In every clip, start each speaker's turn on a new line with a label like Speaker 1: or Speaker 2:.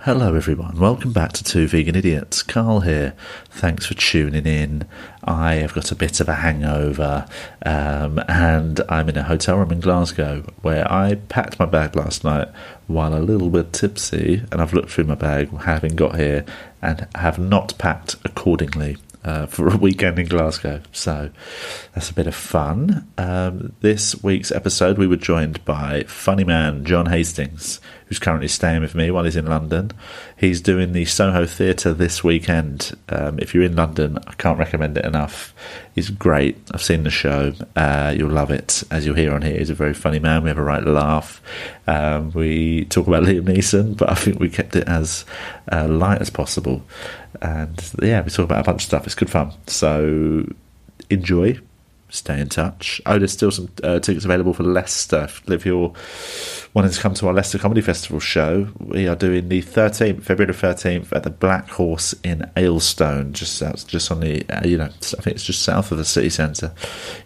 Speaker 1: Hello, everyone. Welcome back to Two Vegan Idiots. Carl here. Thanks for tuning in. I have got a bit of a hangover, um, and I'm in a hotel room in Glasgow where I packed my bag last night while a little bit tipsy, and I've looked through my bag having got here and have not packed accordingly. Uh, for a weekend in Glasgow. So that's a bit of fun. Um, this week's episode, we were joined by funny man John Hastings, who's currently staying with me while he's in London. He's doing the Soho Theatre this weekend. Um, if you're in London, I can't recommend it enough. He's great. I've seen the show. Uh, you'll love it. As you'll hear on here, he's a very funny man. We have a right laugh. Um, we talk about Liam Neeson, but I think we kept it as uh, light as possible and yeah, we talk about a bunch of stuff. It's good fun. So enjoy, stay in touch. Oh, there's still some uh, tickets available for Leicester. If you're wanting to come to our Leicester Comedy Festival show, we are doing the 13th, February the 13th, at the Black Horse in Aylstone, just out, just on the uh, you know, I think it's just south of the city centre.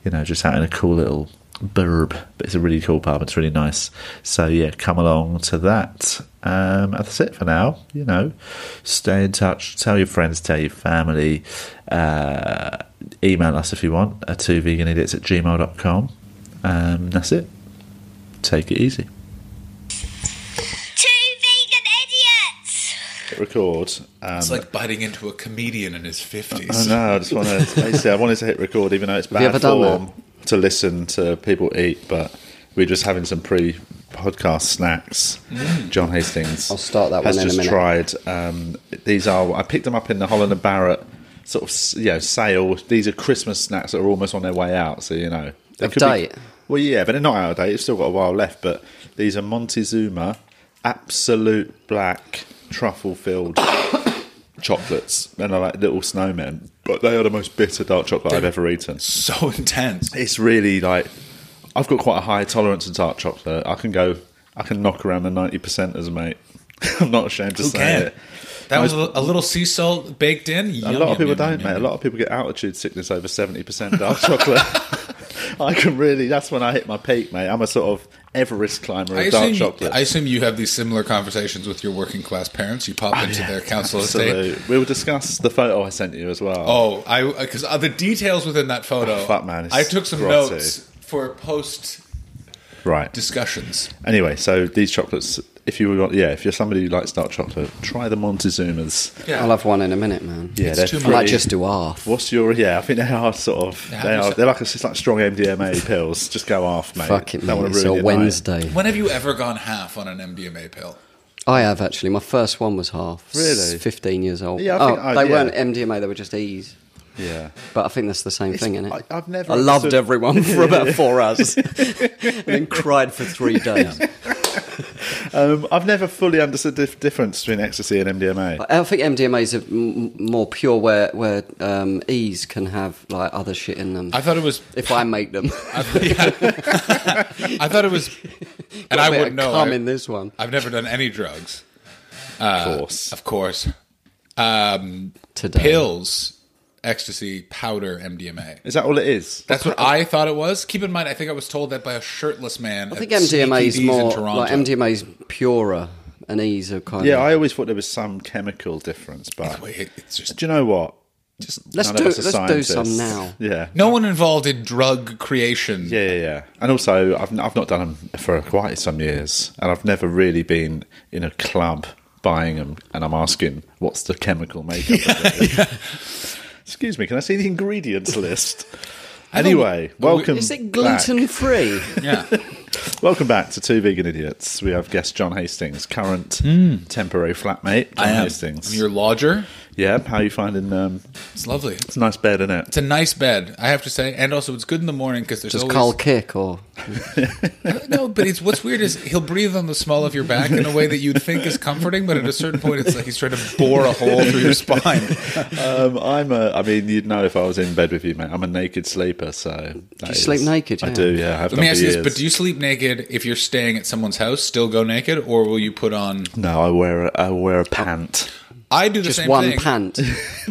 Speaker 1: You know, just out in a cool little burb but it's a really cool pub it's really nice so yeah come along to that um, that's it for now. You know, stay in touch, tell your friends, tell your family, uh, email us if you want at two veganidiots at gmail.com. Um, that's it. Take it easy.
Speaker 2: Two vegan idiots.
Speaker 1: Hit record. Um,
Speaker 3: It's like biting into a comedian in his fifties.
Speaker 1: I know, I just want to, basically, I wanted to hit record even though it's
Speaker 4: you
Speaker 1: bad
Speaker 4: ever done
Speaker 1: form to listen to people eat, but we're just having some pre podcast snacks. John Hastings.
Speaker 4: I'll start that
Speaker 1: has
Speaker 4: one in a
Speaker 1: just
Speaker 4: minute.
Speaker 1: tried. Um, these are I picked them up in the Holland and Barrett sort of s- you know sale. These are Christmas snacks that are almost on their way out. So you know they
Speaker 4: Of
Speaker 1: could be-
Speaker 4: date?
Speaker 1: well, yeah, but they're not out of date. You've still got a while left. But these are Montezuma Absolute Black Truffle Filled chocolates, and they're like little snowmen. But they are the most bitter dark chocolate I've ever eaten
Speaker 3: So intense.
Speaker 1: it's really like I've got quite a high tolerance to dark chocolate. I can go, I can knock around the ninety percenters, mate. I'm not ashamed to
Speaker 3: Who
Speaker 1: say
Speaker 3: can?
Speaker 1: it.
Speaker 3: That was a a little sea salt baked in.
Speaker 1: A lot of people don't, mate. A lot of people get altitude sickness over seventy percent dark chocolate. I can really. That's when I hit my peak, mate. I'm a sort of Everest climber
Speaker 3: I
Speaker 1: of dark
Speaker 3: assume,
Speaker 1: chocolate.
Speaker 3: I assume you have these similar conversations with your working class parents. You pop into their council estate.
Speaker 1: Oh, Absolutely. We will discuss the photo I sent you as well.
Speaker 3: Oh, I because uh, the details within that photo.
Speaker 1: Oh, fuck, man, it's
Speaker 3: I took some
Speaker 1: grotty.
Speaker 3: notes for post
Speaker 1: right.
Speaker 3: discussions.
Speaker 1: Anyway, so these chocolates. If you want, yeah, if you're somebody who likes dark chocolate, try the Montezumas.
Speaker 3: Yeah.
Speaker 4: I'll have one in a minute, man.
Speaker 1: Yeah, they're
Speaker 3: too much.
Speaker 4: I might
Speaker 1: pretty-
Speaker 4: just do half.
Speaker 1: What's your yeah? I think they are sort of
Speaker 3: Yeah,
Speaker 1: they
Speaker 3: I'm
Speaker 1: are
Speaker 3: just-
Speaker 1: they're like a, it's like strong MDMA pills. Just go off, mate.
Speaker 4: Fuck it,
Speaker 1: Don't
Speaker 4: man.
Speaker 1: wanna
Speaker 4: It's
Speaker 1: ruin
Speaker 4: a
Speaker 1: your night.
Speaker 4: Wednesday.
Speaker 3: When have you ever gone half on an MDMA pill?
Speaker 4: I have actually. My first one was half.
Speaker 1: Really?
Speaker 4: Fifteen years old.
Speaker 1: Yeah, I
Speaker 4: oh,
Speaker 1: think I-
Speaker 4: they
Speaker 1: yeah.
Speaker 4: weren't MDMA. They were just E's.
Speaker 1: Yeah,
Speaker 4: But I think that's the same
Speaker 1: It's-
Speaker 4: thing, innit?
Speaker 1: I- I've never
Speaker 4: I loved
Speaker 1: understood-
Speaker 4: everyone for about four hours, and then cried for three days.
Speaker 1: um, I've never fully understood the dif- difference between ecstasy and MDMA.
Speaker 4: I think MDMA's are m- more pure, where where um, E's can have like other shit in them.
Speaker 3: I thought it was.
Speaker 4: if I make them,
Speaker 3: I, yeah. I thought it was, and I
Speaker 4: Got a bit
Speaker 3: wouldn't
Speaker 4: of
Speaker 3: know.
Speaker 4: cum
Speaker 3: I-
Speaker 4: in this one.
Speaker 3: I've never done any drugs.
Speaker 1: Uh, of course,
Speaker 3: Of course. Um,
Speaker 4: Today.
Speaker 3: Pills, ecstasy, powder, MDMA.
Speaker 1: is that all it is?
Speaker 3: That's what I thought it was. Keep in mind, I think I was told that by a shirtless man.
Speaker 4: I think MDMA is more
Speaker 3: Toronto.
Speaker 4: like MDMA's purer, and E's are kind
Speaker 1: Yeah,
Speaker 4: of.
Speaker 1: I always thought there was some chemical difference, but do
Speaker 3: Wait, it's just
Speaker 1: you know what?
Speaker 3: just
Speaker 4: Let's
Speaker 1: None
Speaker 4: do
Speaker 1: of us are
Speaker 4: let's do
Speaker 1: scientists.
Speaker 4: some now.
Speaker 1: Yeah.
Speaker 3: no one involved in drug creation.
Speaker 1: Yeah, yeah, yeah. And also, I've, I've not done them for quite some years, and I've never really been in a club buying them, and I'm asking, what's the chemical makeup of it? Excuse me, can I see the ingredients list? Anyway, welcome.
Speaker 4: Is it
Speaker 1: back.
Speaker 4: gluten free?
Speaker 3: Yeah.
Speaker 1: Welcome back to Two Vegan Idiots. We have guest John Hastings, current
Speaker 4: Hmm.
Speaker 1: temporary flatmate. John
Speaker 3: I am.
Speaker 1: Hastings.
Speaker 3: I'm your lodger.
Speaker 1: yeah, how are you finding? Um,
Speaker 3: It's lovely.
Speaker 1: it's a nice bed, isn't
Speaker 3: It's a nice bed, I have to say, and also it's good in the morning because there's
Speaker 4: Does
Speaker 3: always
Speaker 4: Carl kick or
Speaker 3: no. But it's what's weird is he'll breathe on the small of your back in a way that you'd think is comforting, but at a certain point, it's like he's trying to bore a hole through your spine.
Speaker 1: Um, I'm a. I mean, you'd know if I was in bed with you, mate. I'm a naked sleeper, so that
Speaker 4: you sleep naked,
Speaker 1: I
Speaker 4: yeah?
Speaker 1: do. Yeah, I have
Speaker 3: Let me
Speaker 1: done
Speaker 3: ask
Speaker 1: for
Speaker 3: you this:
Speaker 1: years.
Speaker 3: But do you sleep naked if you're staying at someone's house? Still go naked, or will you put on?
Speaker 1: No, I wear. A, I wear a pant.
Speaker 3: I do the
Speaker 4: just
Speaker 3: same
Speaker 4: one
Speaker 3: thing.
Speaker 4: pant?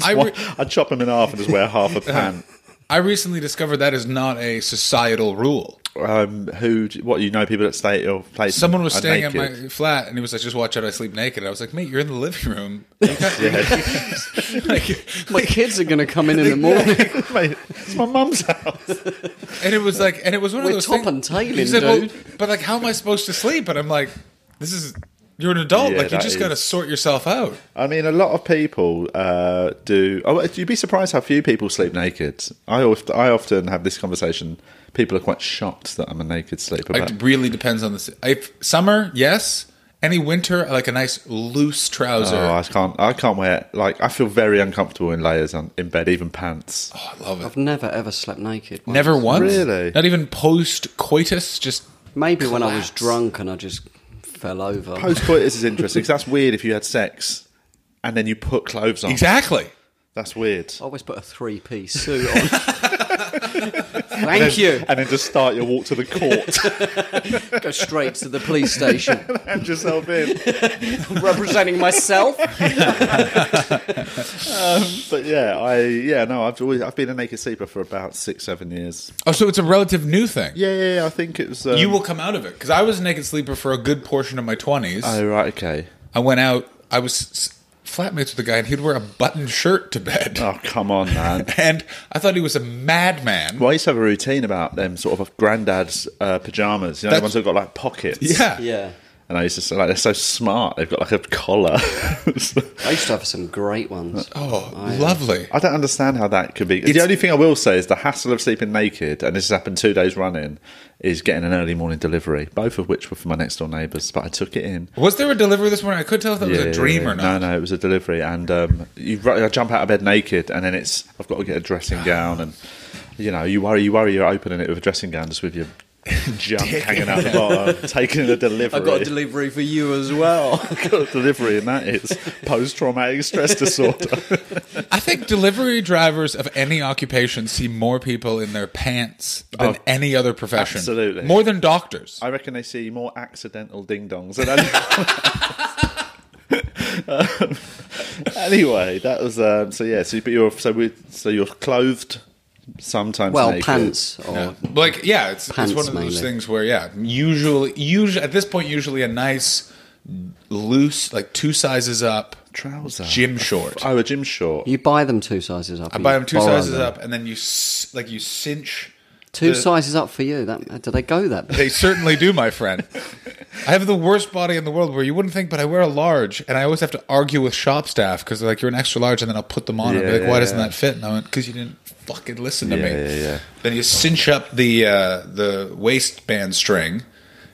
Speaker 3: I
Speaker 1: Why-
Speaker 3: re- Uh-huh.
Speaker 1: I chop them in half and just wear half a pant.
Speaker 3: I recently discovered that is not a societal rule.
Speaker 1: Um, who? do- What you know? People that stay at your place.
Speaker 3: Someone was
Speaker 1: are
Speaker 3: staying at
Speaker 1: naked.
Speaker 3: my flat and he was like, just watch out, I sleep naked. I was like, mate, you're in the living room. You got- like,
Speaker 4: My kids are going to come in in the morning.
Speaker 1: Mate, it's my mum's house.
Speaker 3: and it was like, and it was one
Speaker 4: We're
Speaker 3: of those
Speaker 4: top
Speaker 3: things-
Speaker 4: and tailing,
Speaker 3: He said,
Speaker 4: dude.
Speaker 3: but like, how am I supposed to sleep? And I'm like, this is, you're an adult.
Speaker 1: Yeah,
Speaker 3: like, you
Speaker 1: that
Speaker 3: just
Speaker 1: is-
Speaker 3: got to sort yourself out.
Speaker 1: I mean, a lot of people uh, do. Oh, you'd be surprised how few people sleep naked. I often, I often have this conversation. People are quite shocked that I'm a naked sleeper. but-
Speaker 3: It really depends on the, si- if summer, yes. Any winter, I like a nice loose trouser.
Speaker 1: Oh, I can't. I can't wear. Like, I feel very uncomfortable in layers on, in bed, even pants.
Speaker 3: Oh, I love it.
Speaker 4: I've never ever slept naked. once.
Speaker 3: Never once.
Speaker 1: Oh, Really?
Speaker 3: Not even post coitus. Just
Speaker 4: Maybe when I
Speaker 3: collapse.
Speaker 4: was drunk and I just fell over.
Speaker 1: Post coitus is interesting because that's weird. If you had sex and then you put clothes on,
Speaker 3: exactly.
Speaker 1: that's weird.
Speaker 4: I always put a three piece suit on. Thank you.
Speaker 1: And then just start your walk to the court
Speaker 4: Go straight to the police station.
Speaker 1: and yourself in.
Speaker 4: Representing myself.
Speaker 1: But yeah, I yeah no, I've always I've been a naked sleeper for about six seven years.
Speaker 3: Oh, so it's a relative new thing.
Speaker 1: Yeah, yeah, yeah I think it was. Um,
Speaker 3: You will come out of it because I was a naked sleeper for a good portion of my twenties.
Speaker 1: Oh right, okay.
Speaker 3: I went out. I was s- flatmates with a guy, and he'd wear a button shirt to bed,
Speaker 1: Oh come on, man.
Speaker 3: and I thought he was a madman.
Speaker 1: Well, I used to have a routine about them sort of granddad's uh, pajamas. You know, the
Speaker 3: That's-
Speaker 1: ones that got like pockets.
Speaker 3: Yeah.
Speaker 4: Yeah.
Speaker 1: And I used to say, like, they're so smart. They've got like a collar.
Speaker 4: I used to have some great ones.
Speaker 3: Oh,
Speaker 4: I-
Speaker 3: lovely.
Speaker 1: I don't understand how that could be. the only thing I will say is the hassle of sleeping naked, and this has happened two days running, is getting an early morning delivery, both of which were for my next door neighbours, but I took it in.
Speaker 3: Was there a delivery this morning? I could tell if that was
Speaker 1: Yeah,
Speaker 3: a dream or
Speaker 1: No,
Speaker 3: not.
Speaker 1: no, it was a delivery, and um, you ru- I jump out of bed naked, and then it's I've got to get a dressing gown, and you know you worry, you worry, you're opening it with a dressing gown just with your junk hanging out the bottom, taking the delivery.
Speaker 4: I've got a delivery for you as well.
Speaker 1: Got a delivery, and that is post-traumatic stress disorder.
Speaker 3: I think delivery drivers of any occupation see more people in their pants than
Speaker 1: Oh,
Speaker 3: any other profession.
Speaker 1: absolutely.
Speaker 3: More than doctors.
Speaker 1: I reckon they see more accidental ding dongs than anyone. Um, anyway, that was um, so. Yeah, so but you're so we so you're clothed sometimes.
Speaker 4: well,
Speaker 1: naked.
Speaker 4: pants or
Speaker 3: Yeah. Like yeah, it's,
Speaker 4: Pants
Speaker 3: it's one of those
Speaker 4: mainly.
Speaker 3: things where yeah, usually usually at this point usually a nice loose like two sizes up
Speaker 1: Trouser.
Speaker 3: gym short. I
Speaker 1: Oh, a gym short.
Speaker 4: you buy them two sizes up. I
Speaker 3: buy them two sizes up and then you s- like you cinch.
Speaker 4: Two
Speaker 3: the-
Speaker 4: sizes up for you. That, uh, do they go that big?
Speaker 3: They certainly do, my friend. I have the worst body in the world where you wouldn't think, but I wear a large and I always have to argue with shop staff because they're like, you're an extra large and then I'll put them on. and
Speaker 1: Yeah,
Speaker 3: be like, why
Speaker 1: yeah,
Speaker 3: doesn't
Speaker 1: yeah.
Speaker 3: that fit? And I went, because you didn't fucking listen to
Speaker 1: Yeah,
Speaker 3: me.
Speaker 1: yeah, yeah.
Speaker 3: Then you cinch up the, uh, the waistband string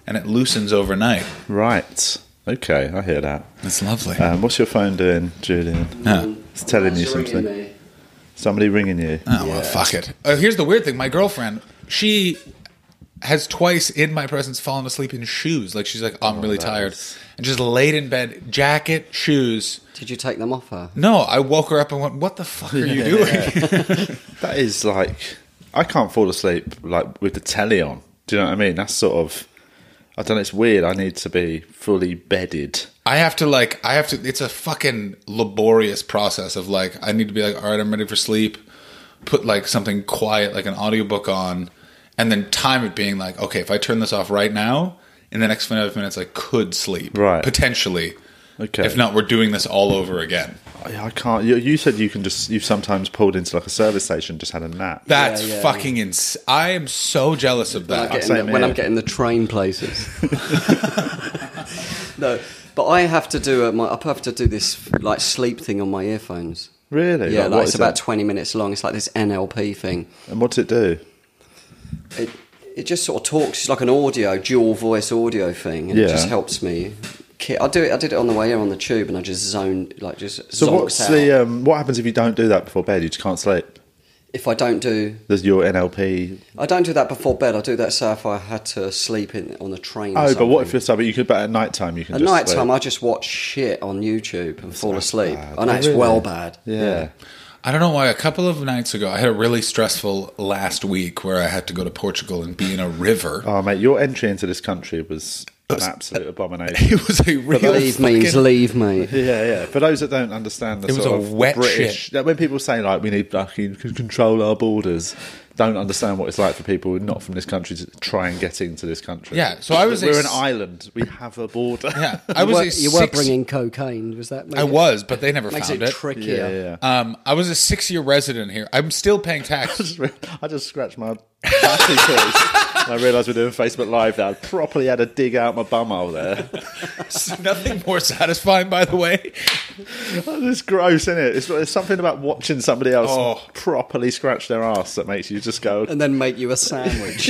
Speaker 3: and it loosens overnight.
Speaker 1: Right. Okay, I hear that.
Speaker 3: That's lovely.
Speaker 1: Um, what's your phone doing, Julian?
Speaker 3: Huh.
Speaker 1: It's telling you something. Somebody ringing you.
Speaker 3: Oh, well, fuck it. Uh, here's the weird thing. My girlfriend, she has twice in my presence fallen asleep in shoes. Like, she's
Speaker 1: Oh,
Speaker 3: like, I'm really tired. And just laid in bed, jacket, shoes.
Speaker 4: Did you take them off her?
Speaker 3: No, I woke her up and went, what the fuck are you doing?
Speaker 1: That is like I can't fall asleep like with the telly on. Do you know what I mean? That's sort of I don't know, it's weird. I need to be fully bedded.
Speaker 3: I have to, like, I have to, it's a fucking laborious process of, like, I need to be like, all right, I'm ready for sleep. Put, like, something quiet, like an audiobook on. And then time it being like, okay, if I turn this off right now, in the next five minutes, I could sleep.
Speaker 1: Right.
Speaker 3: Potentially.
Speaker 1: Okay.
Speaker 3: If not, we're doing this all over again.
Speaker 1: I, I can't you, you said you can just you've sometimes pulled into like a service station, just had a nap.
Speaker 3: That's
Speaker 4: Yeah, yeah.
Speaker 3: fucking ins. I am so jealous of
Speaker 4: when,
Speaker 3: that.
Speaker 4: I'm getting
Speaker 1: same
Speaker 4: the, when
Speaker 1: here.
Speaker 4: I'm getting the train places. no, but I have to do a, my, I have to do this like sleep thing on my earphones.
Speaker 1: Really?
Speaker 4: Yeah,
Speaker 1: Like,
Speaker 4: like,
Speaker 1: what
Speaker 4: it's
Speaker 1: is
Speaker 4: about
Speaker 1: it?
Speaker 4: 20 minutes long. It's like this NLP thing.
Speaker 1: And what's it do?
Speaker 4: It it just sort of talks. It's like an audio dual voice audio thing, and
Speaker 1: Yeah.
Speaker 4: it just helps me. ki- I do it. I did it on the way here on the tube, and I just zoned like just.
Speaker 1: So
Speaker 4: zonked
Speaker 1: what's
Speaker 4: out.
Speaker 1: the um, what happens if you don't do that before bed? You just can't sleep.
Speaker 4: if I don't do
Speaker 1: There's your NLP.
Speaker 4: I don't do that before bed. I do that so if I had to sleep in on the train. or
Speaker 1: Oh, but what
Speaker 4: something.
Speaker 1: if you're so? But you could, but at night time you can.
Speaker 4: At
Speaker 1: just
Speaker 4: night time,
Speaker 1: sleep.
Speaker 4: I just watch shit on YouTube and fall asleep.
Speaker 1: bad.
Speaker 4: I know
Speaker 1: Oh,
Speaker 4: it's
Speaker 1: really?
Speaker 4: well bad.
Speaker 1: yeah.
Speaker 3: I don't know why. A couple of nights ago, I had a really stressful last week where I had to go to Portugal and be in a river.
Speaker 1: Oh mate, your entry into this country was an absolute abomination.
Speaker 3: It was a real.
Speaker 4: Leave means
Speaker 3: fucking-
Speaker 4: leave, mate.
Speaker 1: Yeah, yeah. For those that don't understand the
Speaker 3: It was
Speaker 1: sort
Speaker 3: a
Speaker 1: of
Speaker 3: wet
Speaker 1: British,
Speaker 3: shit.
Speaker 1: that when people say like we need fucking c- control our borders, don't understand what it's like for people not from this country to try and get into this country.
Speaker 3: Yeah, so I was a
Speaker 1: We're an
Speaker 3: s-
Speaker 1: island. We have a border.
Speaker 3: Yeah, I
Speaker 4: You
Speaker 3: was.
Speaker 4: were,
Speaker 3: a
Speaker 4: you were
Speaker 3: six-
Speaker 4: bringing cocaine. Was that?
Speaker 3: I was, but they never
Speaker 4: Makes
Speaker 3: found
Speaker 4: it,
Speaker 3: it.
Speaker 4: trickier.
Speaker 1: yeah, yeah.
Speaker 3: Um, I was a six-year resident here. I'm still paying tax.
Speaker 1: I just scratched my battery case. and I realised we're doing Facebook Live. That I properly had to dig out my bumhole there.
Speaker 3: It's Nothing more satisfying, by the way.
Speaker 1: It's gross, isn't it? It's, it's something about watching somebody else
Speaker 3: Oh.
Speaker 1: properly scratch their ass that makes you just go
Speaker 4: And then make you a sandwich.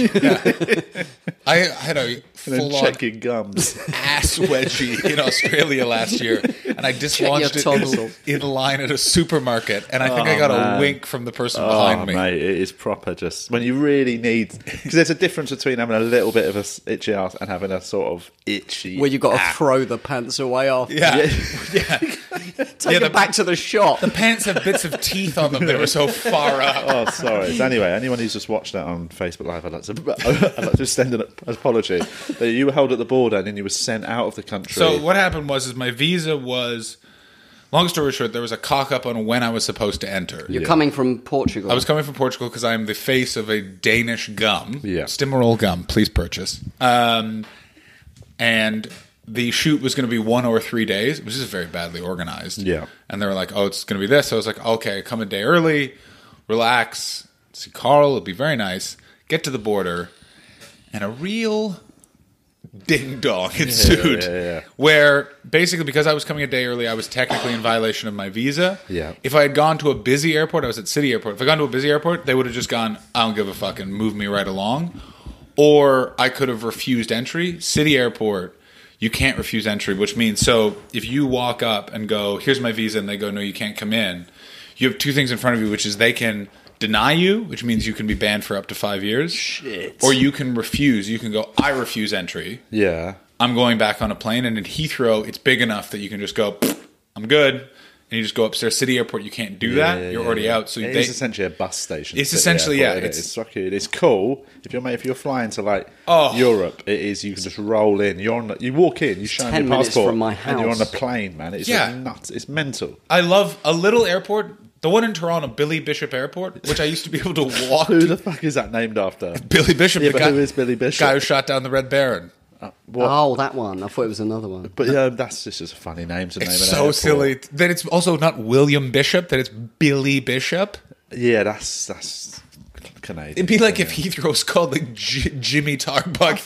Speaker 3: I, I had a
Speaker 1: and then
Speaker 3: full-on
Speaker 1: check your gums.
Speaker 3: ass wedgie in Australia last year, and I dislodged
Speaker 4: your
Speaker 3: it in,
Speaker 4: tonsil. Oh,
Speaker 3: in line at a supermarket, and I think I got a
Speaker 1: man.
Speaker 3: wink from the person
Speaker 1: Oh,
Speaker 3: behind me.
Speaker 1: mate, it is proper. Just when you really need, because there's a difference between having a little bit of a s- itchy ass and having a sort of itchy.
Speaker 4: Where you got to throw the pants away off.
Speaker 3: Yeah.
Speaker 1: Yeah.
Speaker 4: Take
Speaker 3: Yeah,
Speaker 4: them
Speaker 3: the-
Speaker 4: back to the shop.
Speaker 3: Pants have bits of teeth on them. They were so far up.
Speaker 1: Oh, sorry. So anyway, anyone who's just watched that on Facebook Live, I'd like to, I'd like to extend an apology that you were held at the border and then you were sent out of the country.
Speaker 3: So what happened was, is my visa was. Long story short, there was a cock up on when I was supposed to enter.
Speaker 4: You're coming from Portugal.
Speaker 3: I was coming from Portugal because I'm the face of a Danish gum.
Speaker 1: Yeah.
Speaker 3: Stimmerol gum, please purchase. Um, and the shoot was going to be one or three days. It was just very badly organized.
Speaker 1: Yeah.
Speaker 3: And they were like, oh, it's going to be this. So I was like, okay, come a day early, relax, see Carl, it'll be very nice. Get to the border, and a real ding dong ensued.
Speaker 1: yeah, yeah.
Speaker 3: Where basically, because I was coming a day early, I was technically in violation of my visa.
Speaker 1: Yeah.
Speaker 3: If I had gone to a busy airport, I was at City Airport. If I had gone to a busy airport, they would have just gone, I don't give a fuck, and moved me right along. Or I could have refused entry. City Airport, you can't refuse entry, which means so if you walk up and go, here's my visa, and they go, no, you can't come in, you have two things in front of you, which is they can deny you, which means you can be banned for up to five years.
Speaker 1: Shit.
Speaker 3: Or you can refuse. You can go, I refuse entry.
Speaker 1: yeah,
Speaker 3: I'm going back on a plane, and in Heathrow, it's big enough that you can just go, "Pfft, I'm good. And you just go upstairs. City Airport, you can't do that.
Speaker 1: Yeah,
Speaker 3: You're
Speaker 1: yeah,
Speaker 3: already
Speaker 1: yeah.
Speaker 3: out. So
Speaker 1: It
Speaker 3: they,
Speaker 1: is essentially a bus station.
Speaker 3: It's
Speaker 1: City
Speaker 3: essentially, yeah,
Speaker 1: Airport, isn't it?
Speaker 3: it's-
Speaker 1: it's fucking it's cool if you're mate, if you're flying to like
Speaker 3: Oh.
Speaker 1: Europe. It is you can just roll in. You're on. the- You walk in. You shine
Speaker 4: 10
Speaker 1: your
Speaker 4: minutes
Speaker 1: passport
Speaker 4: from my
Speaker 1: and you're on a
Speaker 4: house.
Speaker 1: plane, man. It's
Speaker 3: Yeah.
Speaker 1: just nuts. It's mental.
Speaker 3: I love a little airport, the one in Toronto, Billy Bishop Airport, which I used to be able to walk
Speaker 1: Who
Speaker 3: to.
Speaker 1: the fuck is that named after?
Speaker 3: Billy Bishop,
Speaker 1: Yeah,
Speaker 3: the
Speaker 1: but
Speaker 3: guy,
Speaker 1: who is Billy Bishop?
Speaker 3: guy who shot down the Red Baron.
Speaker 1: What?
Speaker 4: Oh, that one. I thought it was another one.
Speaker 1: But yeah, that's just a funny name to name.
Speaker 3: It's
Speaker 1: an
Speaker 3: so
Speaker 1: airport.
Speaker 3: silly that it's also not William Bishop, that it's Billy Bishop.
Speaker 1: Yeah, that's that's Canadian.
Speaker 3: It'd be like if Heathrow was called the J- Jimmy Tarbuck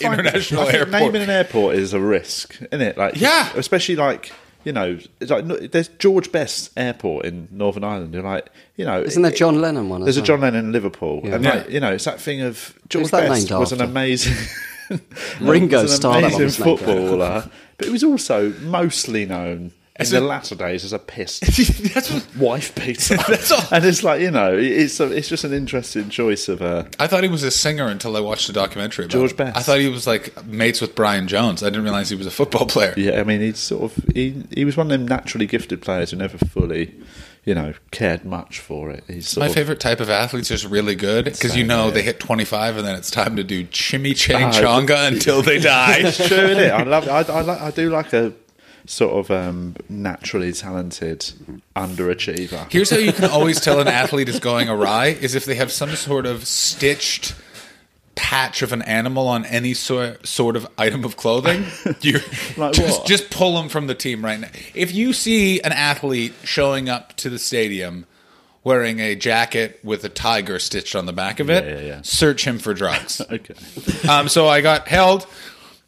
Speaker 3: International
Speaker 1: I think
Speaker 3: Airport.
Speaker 1: Naming an airport is a risk, isn't it? Like,
Speaker 3: Yeah.
Speaker 1: especially like you know, it's like no- there's George Best Airport in Northern Ireland. You're like, you know,
Speaker 4: Isn't there
Speaker 1: it-
Speaker 4: John Lennon one? as
Speaker 1: There's a
Speaker 4: well?
Speaker 1: John Lennon in Liverpool, and
Speaker 3: Yeah.
Speaker 1: like you know, it's that thing of George
Speaker 4: that
Speaker 1: Best
Speaker 4: named
Speaker 1: was an
Speaker 4: after?
Speaker 1: amazing.
Speaker 4: Ringo
Speaker 1: was an
Speaker 4: Starr, that one
Speaker 1: amazing
Speaker 4: was named after.
Speaker 1: footballer, but he was also mostly known
Speaker 3: As
Speaker 1: in
Speaker 3: a-
Speaker 1: the latter days as a pissed
Speaker 3: That's what-
Speaker 1: wife beater.
Speaker 3: That's all.
Speaker 1: And it's like you know, it's a, it's just an interesting choice of a.
Speaker 3: I thought he was a singer until I watched the documentary about
Speaker 1: George
Speaker 3: him.
Speaker 1: Best.
Speaker 3: I thought he was like mates with Brian Jones. I didn't realize he was a football player.
Speaker 1: Yeah, I mean, he's sort of he, he was one of them naturally gifted players who never fully, you know, cared much for it. He's sort
Speaker 3: My
Speaker 1: of,
Speaker 3: favorite type of athletes is really good because you
Speaker 1: Same,
Speaker 3: know
Speaker 1: yeah.
Speaker 3: they hit 25 and then it's time to do
Speaker 1: Oh,
Speaker 3: chimichanga until they die.
Speaker 1: It's true, isn't it? I love. I, I, like, I do like a sort of um, naturally talented underachiever.
Speaker 3: Here's how you can always tell an athlete is going awry is if they have some sort of stitched patch of an animal on any so- sort of item of clothing. You
Speaker 1: Like
Speaker 3: just,
Speaker 1: what?
Speaker 3: just pull them from the team right now. If you see an athlete showing up to the stadium wearing a jacket with a tiger stitched on the back of it,
Speaker 1: Yeah, yeah, yeah.
Speaker 3: search him for drugs.
Speaker 1: Okay.
Speaker 3: um, so I got held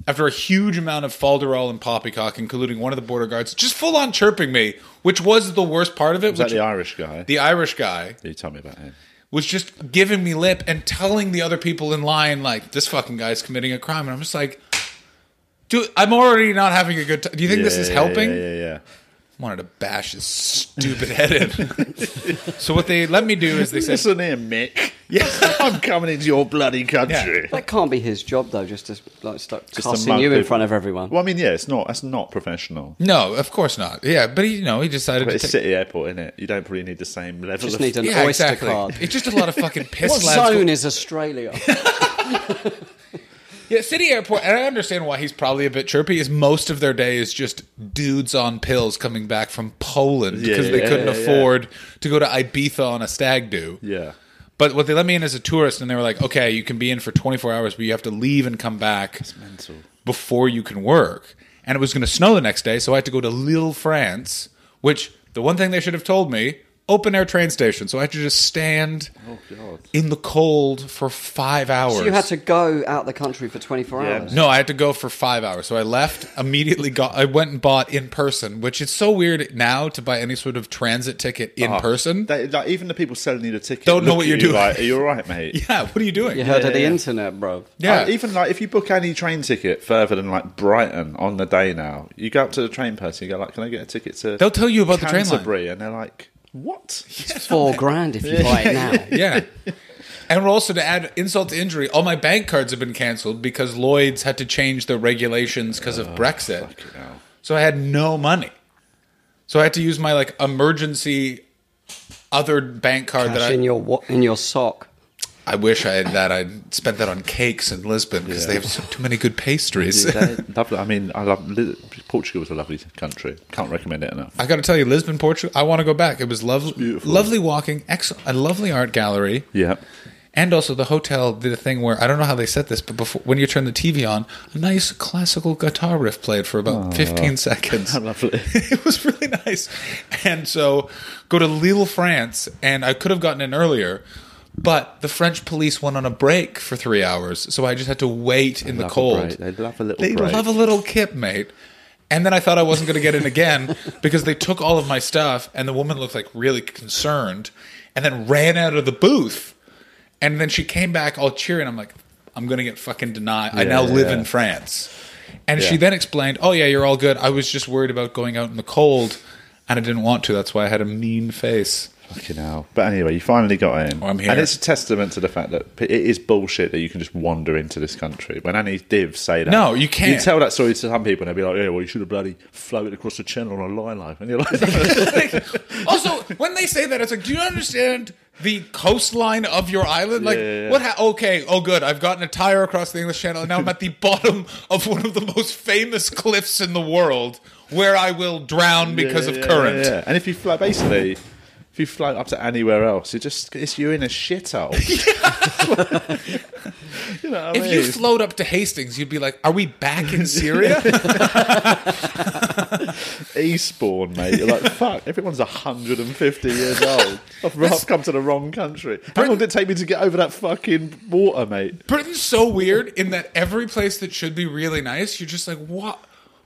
Speaker 3: after a huge amount of falderall and poppycock, including one of the border guards, just full on chirping me, which was the worst part of it.
Speaker 1: Was that
Speaker 3: which-
Speaker 1: the Irish guy?
Speaker 3: the Irish guy
Speaker 1: you tell me about him.
Speaker 3: was just giving me lip and telling the other people in line like this fucking guy's committing a crime, and I'm just like, dude, I'm already not having a good time. Do you think this is
Speaker 1: Yeah,
Speaker 3: helping?
Speaker 1: Yeah, yeah, yeah.
Speaker 3: Wanted to bash his stupid head in. so what they let me do is they said,
Speaker 1: Listen here, Mick. Yes, I'm coming into your bloody country.
Speaker 4: That can't be his job, though, just to like, start
Speaker 1: Just to
Speaker 4: cussing
Speaker 1: mug
Speaker 4: you in
Speaker 1: people.
Speaker 4: front of everyone.
Speaker 1: Well, I mean, yeah, it's not. That's not professional.
Speaker 3: no, of course not. Yeah, but he, you know, he decided
Speaker 1: But
Speaker 3: to
Speaker 1: it's
Speaker 3: take-
Speaker 1: city airport, isn't it? You don't probably need the same level.
Speaker 4: Just
Speaker 1: of
Speaker 4: need an
Speaker 3: yeah,
Speaker 4: oyster
Speaker 3: exactly.
Speaker 4: card.
Speaker 3: It's just a lot of fucking piss
Speaker 4: What
Speaker 3: lads
Speaker 4: zone is Australia?
Speaker 3: Yeah, City Airport, and I understand why he's probably a bit chirpy, is most of their day is just dudes on pills coming back from Poland
Speaker 1: Yeah,
Speaker 3: because they
Speaker 1: yeah,
Speaker 3: couldn't
Speaker 1: yeah, yeah.
Speaker 3: afford to go to Ibiza on a stag do.
Speaker 1: Yeah.
Speaker 3: But what they let me in as a tourist, and they were like, okay, you can be in for 24 hours, but you have to leave and come back
Speaker 1: Mental.
Speaker 3: before you can work. And it was going to snow the next day, so I had to go to Lille, France, which the one thing they should have told me open air train station. So I had to just stand
Speaker 1: Oh, God.
Speaker 3: in the cold for five hours.
Speaker 4: So you had to go out the country for 24
Speaker 1: Yeah.
Speaker 4: hours.
Speaker 3: No, I had to go for five hours. So I left immediately. Got I went and bought in person, which is so weird now to buy any sort of transit ticket in
Speaker 1: Uh-huh.
Speaker 3: person.
Speaker 1: They, Oh. like, even the people selling you the ticket
Speaker 3: Don't know
Speaker 1: look
Speaker 3: what
Speaker 1: at
Speaker 3: you're
Speaker 1: you
Speaker 3: doing.
Speaker 1: Like, Are you all right, mate?
Speaker 3: yeah, what are you doing?
Speaker 4: You heard of the
Speaker 1: yeah.
Speaker 4: internet, bro.
Speaker 3: Yeah.
Speaker 1: Like, even like if you book any train ticket further than like Brighton on the day now, you go up to the train person, you go like, "Can I get a ticket to?"
Speaker 3: They'll tell you about the train line.
Speaker 1: Canterbury, and they're like, "What?"
Speaker 4: It's four grand if you buy it now.
Speaker 3: yeah. And we're also to add insult to injury, all my bank cards have been canceled because Lloyd's had to change their regulations because of Brexit.
Speaker 1: Fucking hell.
Speaker 3: So I had no money. So I had to use my like emergency other bank card
Speaker 4: Cash
Speaker 3: that I
Speaker 4: in your wa- in your sock.
Speaker 3: I wish I had that. I'd spent that on cakes in Lisbon because
Speaker 1: Yeah.
Speaker 3: they have so, too many good pastries.
Speaker 1: Yeah, they- lovely. I mean, I love Li- Portugal is a lovely country. Can't recommend it enough.
Speaker 3: I got to tell you, Lisbon, Portugal. I want to go back. It was lovely,
Speaker 1: beautiful.
Speaker 3: lovely walking, excellent, a lovely art gallery,
Speaker 1: Yeah,
Speaker 3: and also the hotel did a thing where I don't know how they set this, but before when you turn the TV on, a nice classical guitar riff played for about fifteen seconds.
Speaker 1: lovely.
Speaker 3: it was really nice. And so go to Lille, France, and I could have gotten in earlier, but the French police went on a break for three hours, so I just had to wait in the
Speaker 1: love a
Speaker 3: cold.
Speaker 1: break. They love a little
Speaker 3: They
Speaker 1: break.
Speaker 3: love a little kip, mate. And then I thought I wasn't going to get in again because they took all of my stuff, and the woman looked like really concerned, and then ran out of the booth, and then she came back all cheering. I'm like, I'm going to get fucking denied. I
Speaker 1: Yeah,
Speaker 3: now live
Speaker 1: yeah.
Speaker 3: in France. And she
Speaker 1: Yeah.
Speaker 3: then explained, "Oh yeah, you're all good. I was just worried about going out in the cold, and I didn't want to. That's why I had a mean face."
Speaker 1: Fucking hell. But anyway, you finally got in.
Speaker 3: Well, I'm here.
Speaker 1: And it's a testament to the fact that p- it is bullshit that you can just wander into this country. When any divs say that.
Speaker 3: No, you can't.
Speaker 1: You tell that story to some people and they'll be like, yeah, well, you should have bloody floated across the channel on a lie life. And you're like,
Speaker 3: also, when they say that, it's like, do you understand the coastline of your island? Like,
Speaker 1: Yeah, yeah, yeah.
Speaker 3: what? Ha- okay, oh, good. I've gotten a tire across the English Channel, and now I'm at the bottom of one of the most famous cliffs in the world, where I will drown because
Speaker 1: Yeah,
Speaker 3: of
Speaker 1: yeah,
Speaker 3: current.
Speaker 1: yeah, yeah. And if you fly, basically, if you fly up to anywhere else, you just, it's, you're in a shithole. you know what I
Speaker 3: If you
Speaker 1: mean?
Speaker 3: float up to Hastings, you'd be like, "Are we back in Syria?"
Speaker 1: Eastbourne, mate. You're like, fuck, everyone's 150 years old. I've, I've come to the wrong country. How long did it take me to get over that fucking water, mate?
Speaker 3: Britain's so weird in that every place that should be really nice, you're just like, "What?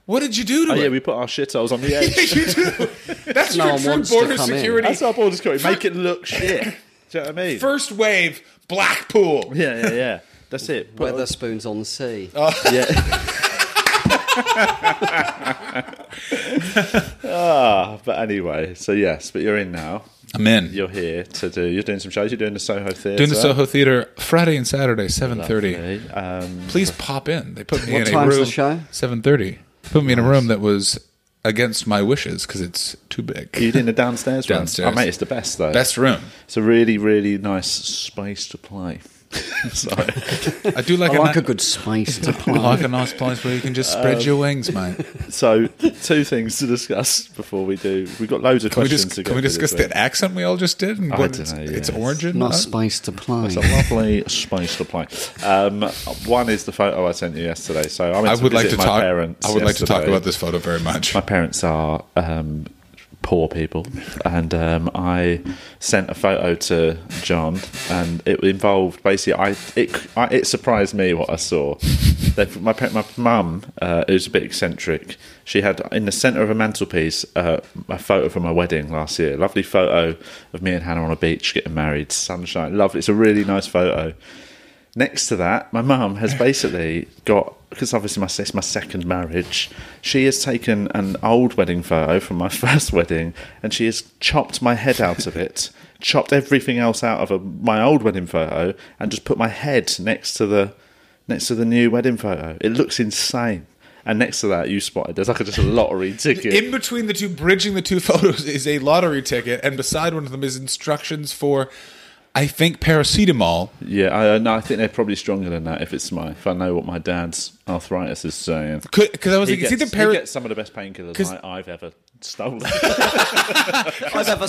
Speaker 3: What did you do to
Speaker 1: Oh,
Speaker 3: it?"
Speaker 1: yeah, we put our shitholes on the edge.
Speaker 3: you do. That's your
Speaker 4: No one
Speaker 3: true
Speaker 4: wants to
Speaker 3: border
Speaker 4: come in.
Speaker 3: security.
Speaker 1: That's our border security. Make it look shit. Do you know what I mean?
Speaker 3: First wave Blackpool.
Speaker 1: yeah, yeah, yeah. That's it. Put on-
Speaker 4: Weatherspoons on the sea.
Speaker 1: Oh, yeah. ah, but anyway, so yes, but you're in now.
Speaker 3: I'm in.
Speaker 1: You're here to do. You're doing some shows. You're doing the Soho Theatre.
Speaker 3: Doing the Soho Theatre Friday and Saturday, seven thirty.
Speaker 1: Lovely. Um,
Speaker 3: Please pop in. They put me
Speaker 4: What
Speaker 3: in a
Speaker 4: time's the
Speaker 3: room.
Speaker 4: show?
Speaker 3: Seven thirty. Put me in a room that was against my wishes because it's too
Speaker 1: you're
Speaker 3: big.
Speaker 1: doing the downstairs. one?
Speaker 3: Downstairs.
Speaker 1: Oh, mate, it's the best though.
Speaker 3: Best room.
Speaker 1: It's a really, really nice space to play. Sorry.
Speaker 3: I do like,
Speaker 4: I like
Speaker 3: ni-
Speaker 4: a good space to
Speaker 3: I
Speaker 4: play.
Speaker 3: like a nice place where you can just
Speaker 1: Uh,
Speaker 3: spread your wings, mate.
Speaker 1: so, two things to discuss before we do. We've got loads of
Speaker 3: Can we,
Speaker 1: questions
Speaker 3: dis-
Speaker 1: to go
Speaker 3: can we
Speaker 1: through this
Speaker 3: discuss
Speaker 1: week.
Speaker 3: that accent we all just did and
Speaker 1: I
Speaker 3: what
Speaker 1: don't
Speaker 3: its,
Speaker 1: know,
Speaker 3: its
Speaker 1: yeah.
Speaker 3: origin?
Speaker 4: Not
Speaker 3: Uh,
Speaker 4: space to play.
Speaker 1: It's a lovely space to play. Um, one is the photo I sent you yesterday. So I, went
Speaker 3: I
Speaker 1: to
Speaker 3: would like
Speaker 1: visit my
Speaker 3: to talk.
Speaker 1: Parents
Speaker 3: I would like to talk
Speaker 1: yesterday.
Speaker 3: about this photo very much.
Speaker 1: My parents are um, poor people, and um, I sent a photo to John, and it involved basically. I it I, it surprised me what I saw. They, my pa- my mum, uh, who's a bit eccentric, she had in the centre of a mantelpiece uh, a photo from my wedding last year. Lovely photo of me and Hannah on a beach getting married, sunshine, lovely. It's a really nice photo next to that, my mum has basically got because obviously my it's my second marriage. She has taken an old wedding photo from my first wedding, and she has chopped my head out of it, chopped everything else out of a, my old wedding photo, and just put my head next to the next to the new wedding photo. It looks insane. And next to that, you spotted there's like a, just a lottery ticket.
Speaker 3: In between the two, bridging the two photos is a lottery ticket, and beside one of them is instructions for I think paracetamol.
Speaker 1: Yeah, I, no, I think they're probably stronger than that. If it's my, if I know what my dad's arthritis is saying,
Speaker 3: Because I was
Speaker 1: he
Speaker 3: like,
Speaker 1: gets,
Speaker 3: it's either
Speaker 1: he
Speaker 3: para-
Speaker 1: gets some of the best painkillers
Speaker 3: 'Cause-
Speaker 1: I, I've ever stolen.
Speaker 4: I've ever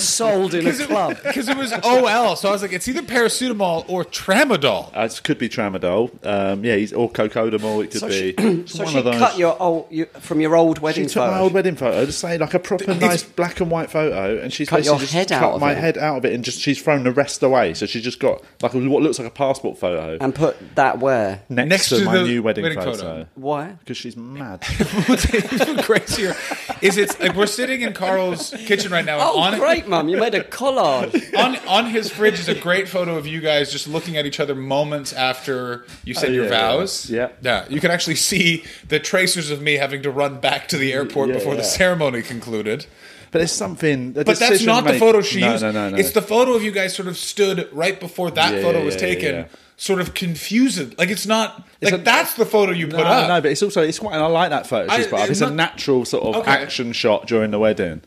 Speaker 4: sold in a club.
Speaker 3: because it was OL. So I was like, it's either paracetamol or tramadol.
Speaker 1: Uh, it could be tramadol. Um, yeah, he's, or cocodamol. It could
Speaker 4: So
Speaker 1: be
Speaker 4: she,
Speaker 1: It's
Speaker 4: so
Speaker 1: one
Speaker 4: she
Speaker 1: of those.
Speaker 4: cut your old you, from your old
Speaker 1: she
Speaker 4: wedding
Speaker 1: took my
Speaker 4: photo.
Speaker 1: old wedding photo, just say like a proper nice black and white photo, and she's
Speaker 4: Cut
Speaker 1: basically
Speaker 4: your
Speaker 1: just
Speaker 4: head
Speaker 1: cut
Speaker 4: out of
Speaker 1: my
Speaker 4: it.
Speaker 1: head out of it, and just she's thrown the rest away. So she's just got like a, what looks like a passport photo
Speaker 4: and put that where?
Speaker 1: next,
Speaker 3: Next
Speaker 1: to,
Speaker 3: to
Speaker 1: my
Speaker 3: the
Speaker 1: new wedding,
Speaker 3: wedding
Speaker 1: photo.
Speaker 3: photo.
Speaker 4: Why?
Speaker 1: Because she's mad.
Speaker 3: What's even crazier is it's like we're sitting in Carl's kitchen right now. and
Speaker 4: Oh,
Speaker 3: on,
Speaker 4: great, mum! You made a collage.
Speaker 3: on on his fridge is a great photo of you guys just looking at each other moments after you said
Speaker 1: Oh,
Speaker 3: your
Speaker 1: yeah,
Speaker 3: vows.
Speaker 1: yeah.
Speaker 3: yeah. You can actually see the tracers of me having to run back to the airport
Speaker 1: Yeah,
Speaker 3: before the
Speaker 1: yeah.
Speaker 3: ceremony concluded.
Speaker 1: But it's something. a
Speaker 3: But that's
Speaker 1: decision
Speaker 3: not the
Speaker 1: made-
Speaker 3: photo she
Speaker 1: no,
Speaker 3: used.
Speaker 1: No, no, no.
Speaker 3: It's the photo of you guys sort of stood right before that
Speaker 1: Yeah,
Speaker 3: photo
Speaker 1: yeah,
Speaker 3: was
Speaker 1: yeah,
Speaker 3: taken,
Speaker 1: yeah.
Speaker 3: sort of confused. Like it's not like
Speaker 1: a-
Speaker 3: that's the photo you put
Speaker 1: no,
Speaker 3: up.
Speaker 1: no, but it's also it's quite. And I like that photo she's
Speaker 3: I-
Speaker 1: put up. It's
Speaker 3: it's
Speaker 1: a
Speaker 3: not-
Speaker 1: natural sort of
Speaker 3: Okay.
Speaker 1: action shot during the wedding.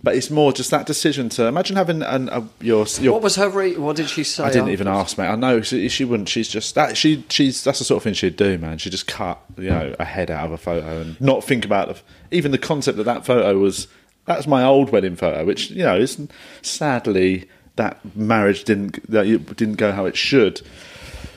Speaker 1: But it's more just that decision to imagine having an, a, your your.
Speaker 4: What was her? Re- what did she say?
Speaker 1: I didn't even ask, mate. I know she, she wouldn't. She's just that. She she's that's the sort of thing she'd do, man. She just cut you know a head out of a photo and not think about the, even the concept that that photo was. That's my old wedding photo, which you know is sadly that marriage didn't that it didn't go how it should.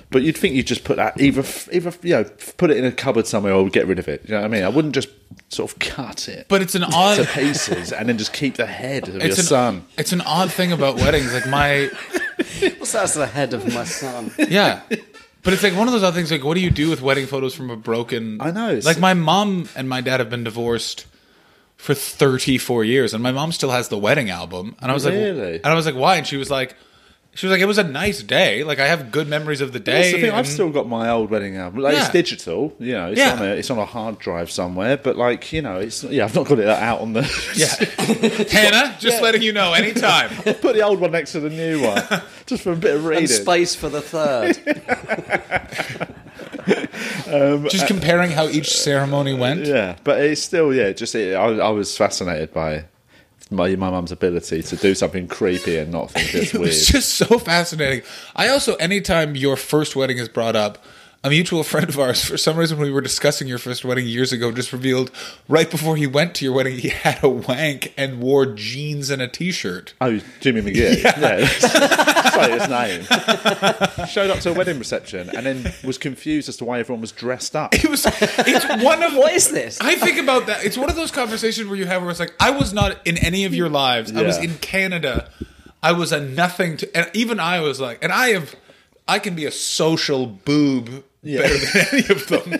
Speaker 1: But you'd think you'd just put that either f- either you know f- put it in a cupboard somewhere or get rid of it. You know what I mean? I wouldn't just sort of cut it
Speaker 3: But it's an odd.
Speaker 1: to pieces and then just keep the head of your
Speaker 3: it's an,
Speaker 1: son.
Speaker 3: it's an odd thing about weddings. Like my
Speaker 4: What's that? That's the head of my son.
Speaker 3: Yeah. But it's like one of those other things. Like, what do you do with wedding photos from a broken?
Speaker 1: I know, it's-
Speaker 3: Like my mom and my dad have been divorced for thirty four years, and my mom still has the wedding album. And I was
Speaker 1: Really?
Speaker 3: like, and I was like, why? And she was like, she was like, it was a nice day. Like I have good memories of the day.
Speaker 1: That's the thing. I've
Speaker 3: and-
Speaker 1: still got my old wedding album. Like, It's
Speaker 3: Yeah.
Speaker 1: digital, you know. It's
Speaker 3: Yeah.
Speaker 1: on a it's on a hard drive somewhere. But like you know, it's yeah. I've not got it out on the.
Speaker 3: yeah. Hannah, just letting you know, anytime.
Speaker 1: Put the old one next to the new one, just for a bit of reading.
Speaker 4: And space for the third.
Speaker 3: just comparing how each ceremony went.
Speaker 1: yeah, but it's still yeah. Just it, I, I was fascinated by my my mum's ability to do something creepy and not think it's
Speaker 3: it
Speaker 1: weird.
Speaker 3: was just so fascinating. I also, anytime your first wedding is brought up, a mutual friend of ours, for some reason, when we were discussing your first wedding years ago, just revealed right before he went to your wedding, he had a wank and wore jeans and a t-shirt.
Speaker 1: Oh, Jimmy McGee. Yeah. Say his name. Showed up to a wedding reception and then was confused as to why everyone was dressed up.
Speaker 3: It was, it's one of
Speaker 4: what is this?
Speaker 3: I think about that. It's one of those conversations where you have where it's like, I was not in any of your lives. I was
Speaker 1: Yeah.
Speaker 3: in Canada. I was a nothing to, and even I was like, and I have, I can be a social boob better than any of them.